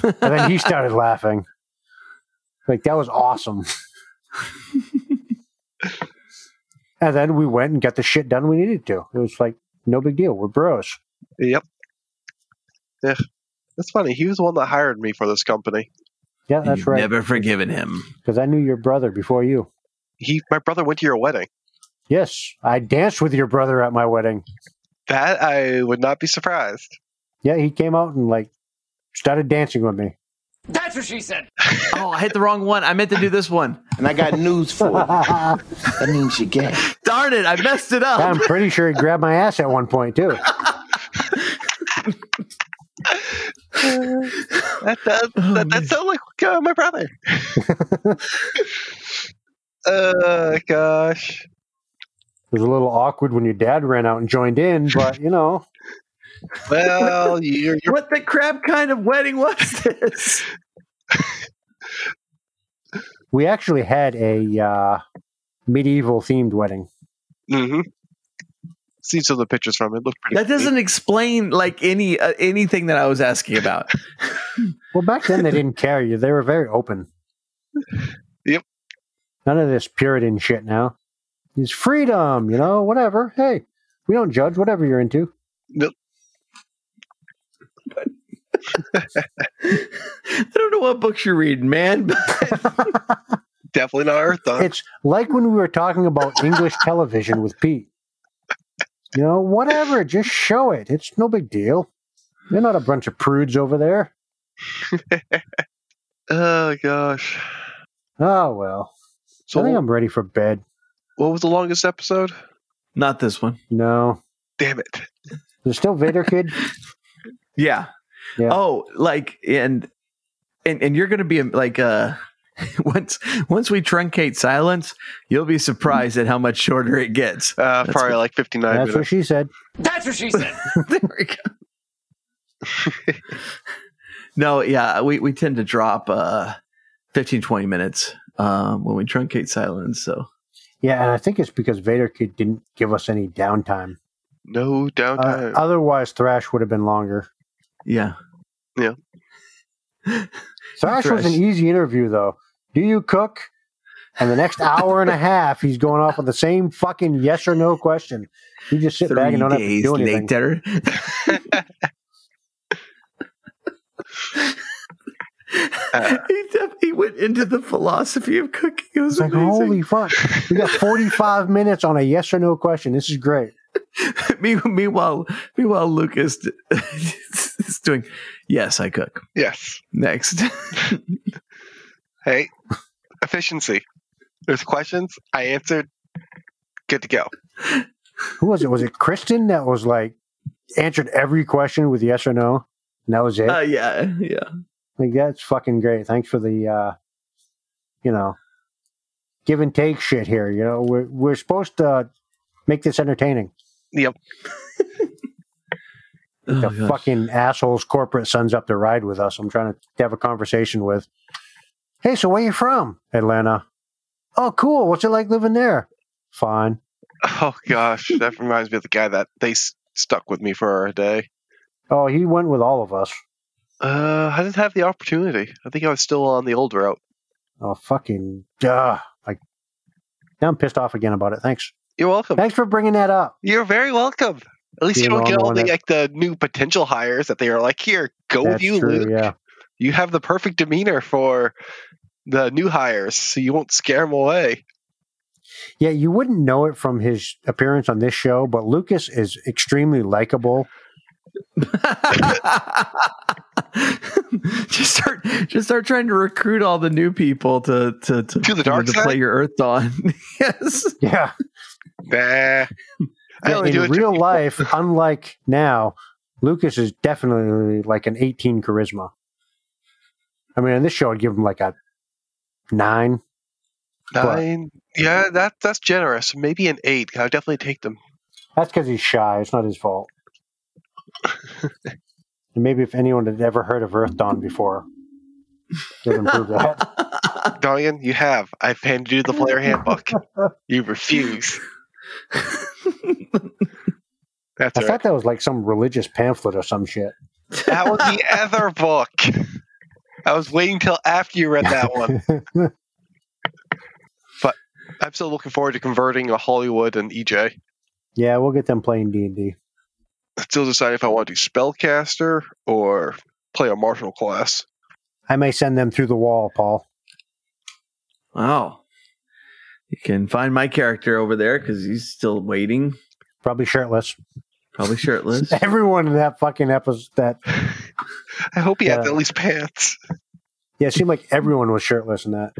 Speaker 2: and then he started laughing. Like that was awesome. And then we went and got the shit done we needed to. It was like no big deal. We're bros.
Speaker 3: Yep. Yeah. That's funny. He was the one that hired me for this company.
Speaker 2: Yeah, that's
Speaker 1: You've
Speaker 2: right.
Speaker 1: never forgiven him
Speaker 2: Because I knew your brother before you.
Speaker 3: He, my brother, went to your wedding.
Speaker 2: Yes, I danced with your brother at my wedding.
Speaker 3: That I would not be surprised.
Speaker 2: Yeah, he came out and like started dancing with me.
Speaker 9: That's what she said.
Speaker 1: oh I hit the wrong one I meant to do this one
Speaker 8: And I got news for you.
Speaker 2: I'm
Speaker 8: That means you're gay.
Speaker 1: Darn it, I messed it up.
Speaker 2: pretty sure he grabbed my ass at one point too.
Speaker 3: That that,
Speaker 1: Oh, man.
Speaker 3: that, that sounds like uh, my brother. uh, gosh.
Speaker 2: It was a little awkward when your dad ran out and joined in, but you know,
Speaker 3: Well, you're, you're
Speaker 1: What the crap kind of wedding was this?
Speaker 2: we actually had a uh, medieval themed wedding.
Speaker 3: hmm See some of the pictures from it. Look pretty.
Speaker 1: That
Speaker 3: neat.
Speaker 1: doesn't explain like any uh, anything that I was asking about.
Speaker 2: Well, back then they didn't care you. They were very open.
Speaker 3: Yep.
Speaker 2: None of this Puritan shit now. It's freedom, you know, whatever. Hey, we don't judge whatever you're into.
Speaker 1: I don't know what books you read, man. But
Speaker 3: Definitely not Earth Dawn.
Speaker 2: It's like when we were talking about English television with Pete. You know, whatever, just show it. It's no big deal. You're not a bunch of prudes over there.
Speaker 3: Oh gosh.
Speaker 2: Oh well. I think
Speaker 3: So
Speaker 2: I'm ready for bed.
Speaker 3: what was the longest episode?
Speaker 1: not this one.
Speaker 2: No.
Speaker 3: Damn it.
Speaker 2: There's still Vader Kid.
Speaker 1: Yeah.
Speaker 2: Yeah.
Speaker 1: Oh, like and and and you're gonna be like uh once once we truncate silence, you'll be surprised at how much shorter it gets.
Speaker 3: Uh,
Speaker 1: That's
Speaker 3: probably like 59
Speaker 2: That's what
Speaker 3: minutes.
Speaker 2: she said.
Speaker 8: That's what she said.
Speaker 1: there we go. no, yeah, we we tend to drop uh 15 20 minutes um when we truncate silence, so
Speaker 2: Yeah, and I think it's because Vader Kid didn't give us any downtime.
Speaker 3: No
Speaker 2: Uh,
Speaker 3: downtime.
Speaker 2: otherwise, Thrash would have been longer.
Speaker 1: yeah.
Speaker 2: Thrash was
Speaker 1: Thrash.
Speaker 2: an easy interview, though. Do you cook? And the next hour and a half, he's going off with the same fucking yes or no question. You just sit back and don't have to do anything.
Speaker 1: later.
Speaker 3: Uh.
Speaker 1: he, def- he went into the philosophy of cooking. It was
Speaker 2: It's like,
Speaker 1: amazing.
Speaker 2: holy fuck. We got 45 minutes on a yes or no question. This is great.
Speaker 1: Me- meanwhile, meanwhile, Lucas d- is doing. Yes, I cook.
Speaker 3: yes.
Speaker 1: Next,
Speaker 3: Hey, efficiency. There's questions. I answered. Good to go.
Speaker 2: Who was it? Was it Kristen that was like, answered every question with yes or no? And that was it?
Speaker 1: uh, yeah, yeah.
Speaker 2: Like that's fucking great. Thanks for the uh you know give and take shit here. You know, we're we're supposed to make this entertaining.
Speaker 1: Oh,
Speaker 2: the
Speaker 1: gosh.
Speaker 2: fucking assholes corporate sons up to ride with us. I'm trying to have a conversation with. Hey, so where you from? Atlanta. Oh, cool. What's it like living there? Fine.
Speaker 3: Oh gosh, that reminds me of the guy that they s- stuck with me for a day.
Speaker 2: Oh, he went with all of us.
Speaker 3: Uh, I didn't have the opportunity. I think I was still on the old route.
Speaker 2: Oh, fucking duh. Like now I'm pissed off again about it. Thanks.
Speaker 3: You're welcome.
Speaker 2: Thanks for bringing that up.
Speaker 3: You're very welcome. At least you
Speaker 2: You're
Speaker 3: don't
Speaker 2: the
Speaker 3: get
Speaker 2: only
Speaker 3: all
Speaker 2: one
Speaker 3: the
Speaker 2: that-
Speaker 3: like the new potential hires that they are like, here, go with
Speaker 2: That's
Speaker 3: you,
Speaker 2: true.
Speaker 3: Luke.
Speaker 2: Yeah.
Speaker 3: You have the perfect demeanor for the new hires, so you won't scare them away.
Speaker 2: Yeah, you wouldn't know it from his appearance on this show, but Lucas is extremely likable.
Speaker 1: just start, just start trying to recruit all the new people to to to,
Speaker 3: To the dark
Speaker 1: to
Speaker 3: side?
Speaker 1: play your Earth Dawn. yes,
Speaker 2: Yeah.
Speaker 3: Nah. I only do
Speaker 2: in
Speaker 3: it
Speaker 2: real life, unlike now, Lucas is definitely like an 18 charisma. I mean, on this show, I'd give him like a nine.
Speaker 3: to nine. Yeah, that that's generous. Maybe an eight. I'll definitely take them.
Speaker 2: That's because he's shy. It's not his fault. and maybe if anyone had ever heard of Earth Dawn before, they'd improve that.
Speaker 3: Dorian, you have. I've handed you the player handbook. you refuse. That's
Speaker 2: I
Speaker 3: right.
Speaker 2: thought that was like some religious pamphlet or some shit.
Speaker 3: That was the other book. I was waiting till after you read that one. I'm still looking forward to converting a Hollywood and E EJ.
Speaker 2: yeah, we'll get them playing D&D.
Speaker 3: Still deciding if I want to do spellcaster or play a martial class.
Speaker 2: I may send them through the wall, Paul.
Speaker 1: wow. You can find my character over there because he's still waiting,
Speaker 2: Probably shirtless.
Speaker 1: probably shirtless.
Speaker 2: Everyone in that fucking episode, that
Speaker 3: I hope he had
Speaker 2: Yeah.
Speaker 3: at least pants.
Speaker 2: yeah, it seemed like everyone was shirtless in that.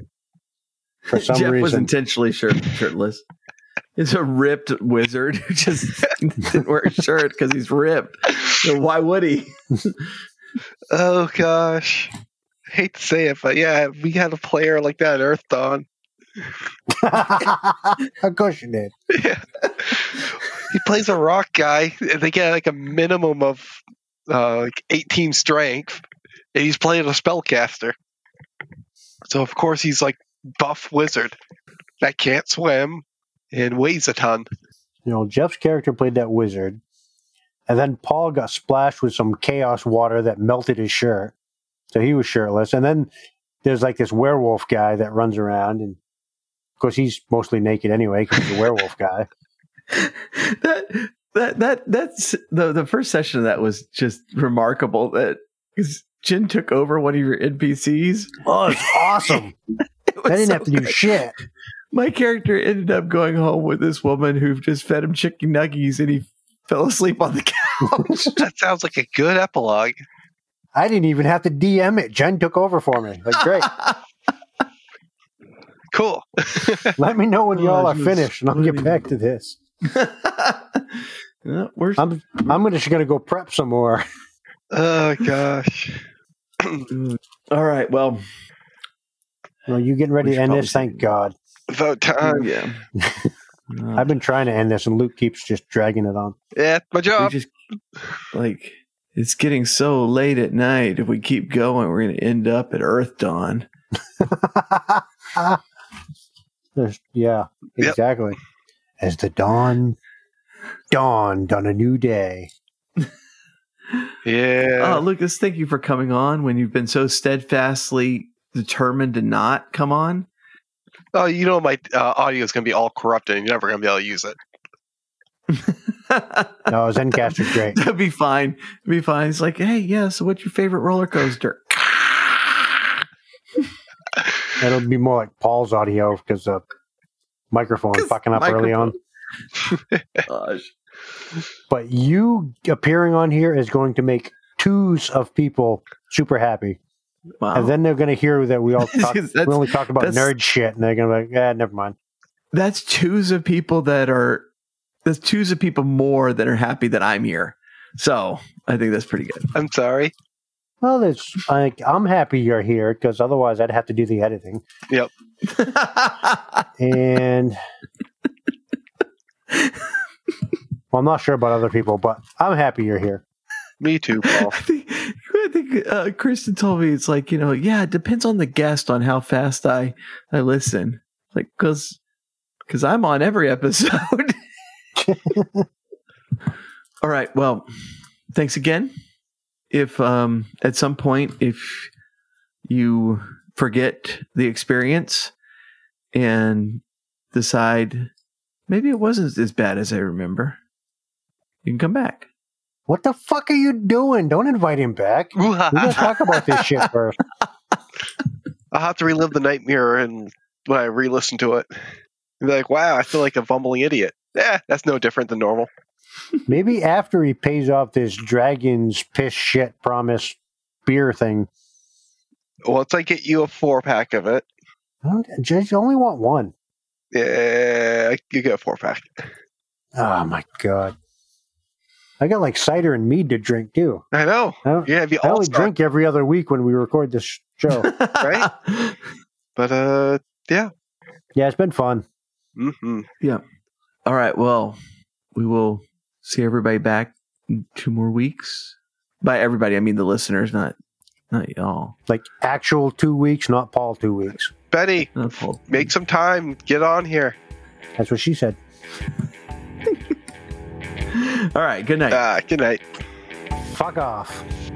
Speaker 2: For some
Speaker 1: Jeff was
Speaker 2: reason,
Speaker 1: intentionally shirt, shirtless. He's a ripped wizard who just didn't wear a shirt because he's ripped. So why would he?
Speaker 3: Oh gosh. Hate to say it, but yeah, we had a player like that in Earth Dawn.
Speaker 2: of course you did.
Speaker 3: Yeah. he plays a rock guy. and They get like a minimum of uh, like 18 strength, and he's playing a spellcaster. So of course he's like buff wizard that can't swim and weighs a ton.
Speaker 2: You know, Jeff's character played that wizard, and then Paul got splashed with some chaos water that melted his shirt, so he was shirtless. And then there's like this werewolf guy that runs around, and of course he's mostly naked anyway because he's a werewolf guy.
Speaker 1: That that that that's the the first session of that was just remarkable. That 'cause Jin took over one of your NPCs.
Speaker 2: Oh, it's awesome.
Speaker 1: It was
Speaker 2: I didn't
Speaker 1: so
Speaker 2: have to do
Speaker 1: good.
Speaker 2: shit.
Speaker 1: My character ended up going home with this woman who just fed him chicken nuggies, and he fell asleep on the couch.
Speaker 3: That sounds like a good epilogue.
Speaker 2: I didn't even have to DM it. Jen took over for me. Like, great.
Speaker 3: Cool.
Speaker 2: Let me know when y'all
Speaker 1: Oh,
Speaker 2: are
Speaker 1: this is
Speaker 2: finished, and I'll get
Speaker 1: funny.
Speaker 2: back to this.
Speaker 1: Yeah, we're-
Speaker 2: I'm I'm gonna- just gonna go prep some more.
Speaker 3: Oh gosh.
Speaker 1: all right. Well,
Speaker 2: Well, you getting ready
Speaker 1: We
Speaker 2: to
Speaker 1: should
Speaker 2: end
Speaker 1: probably
Speaker 2: this? Thank God.
Speaker 3: About time.
Speaker 1: yeah. Uh,
Speaker 2: I've been trying to end this, and Luke keeps just dragging it on.
Speaker 3: Yeah, my
Speaker 1: we
Speaker 3: job.
Speaker 1: just like it's getting so late at night. If we keep going, we're going to end up at Earth Dawn.
Speaker 2: There's, yeah,
Speaker 3: Yep.
Speaker 2: exactly. As the dawn dawned on a new day.
Speaker 3: Yeah.
Speaker 1: Oh, Lucas, thank you for coming on when you've been so steadfastly determined to not come on.
Speaker 3: Oh, you know my uh, audio is gonna be all corrupted. and You're never gonna be able to use it.
Speaker 2: No, Zencaster's great.
Speaker 1: That'd be fine. It'd be fine. It's like, hey, yeah. So, what's your favorite roller coaster?
Speaker 2: It'll be more like Paul's audio because the microphone
Speaker 1: 'Cause
Speaker 2: fucking up early on.
Speaker 1: Gosh.
Speaker 2: But you appearing on here is going to make twos of people super happy,
Speaker 1: Wow.
Speaker 2: and then they're going to hear that we all talk,
Speaker 1: That's-
Speaker 2: we only talk about
Speaker 1: that's-
Speaker 2: nerd shit, and they're going to be like, "Yeah, never mind."
Speaker 1: that's twos of people that are that's twos of people more that are happy that I'm here. So I think that's pretty good.
Speaker 3: I'm sorry.
Speaker 2: Well, it's like I'm happy you're here because otherwise I'd have to do the editing. And well, I'm not sure about other people, but I'm happy you're here.
Speaker 3: Me too, Paul.
Speaker 1: I think, I think uh, Kristen told me it's like you know yeah it depends on the guest on how fast I I listen like because because I'm on every episode. All right, well, thanks again. If um, at some point if you forget the experience and decide maybe it wasn't as bad as I remember, you can come back.
Speaker 2: What the fuck are you doing? Don't invite him back. We gotta talk about this shit first.
Speaker 3: I'll have to relive the nightmare and when I re-listen to it, and be like, "Wow, I feel like a bumbling idiot." Yeah, that's no different than normal.
Speaker 2: Maybe after he pays off this dragon's piss shit promise beer thing.
Speaker 3: Once I get you a four pack of it,
Speaker 2: I don't, just only want one.
Speaker 3: yeah, you get a four pack.
Speaker 2: Oh my god. I got like cider and mead to drink too.
Speaker 3: I know.
Speaker 2: I, don't,
Speaker 3: Yeah, if you
Speaker 2: I
Speaker 3: all
Speaker 2: only
Speaker 3: drink,
Speaker 2: drink every other week when we record this show.
Speaker 3: Right? but uh,
Speaker 2: yeah, it's been fun.
Speaker 3: mm-hmm.
Speaker 1: All right. Well, we will see everybody back in two more weeks. By everybody, I mean the listeners, not not y'all.
Speaker 2: Like actual two weeks, not Paul two weeks.
Speaker 3: Benny,
Speaker 1: Not Paul.
Speaker 3: make some time. Get on here.
Speaker 2: That's what she said.
Speaker 1: All right. Good night.
Speaker 3: Ah, good night.
Speaker 2: Fuck off.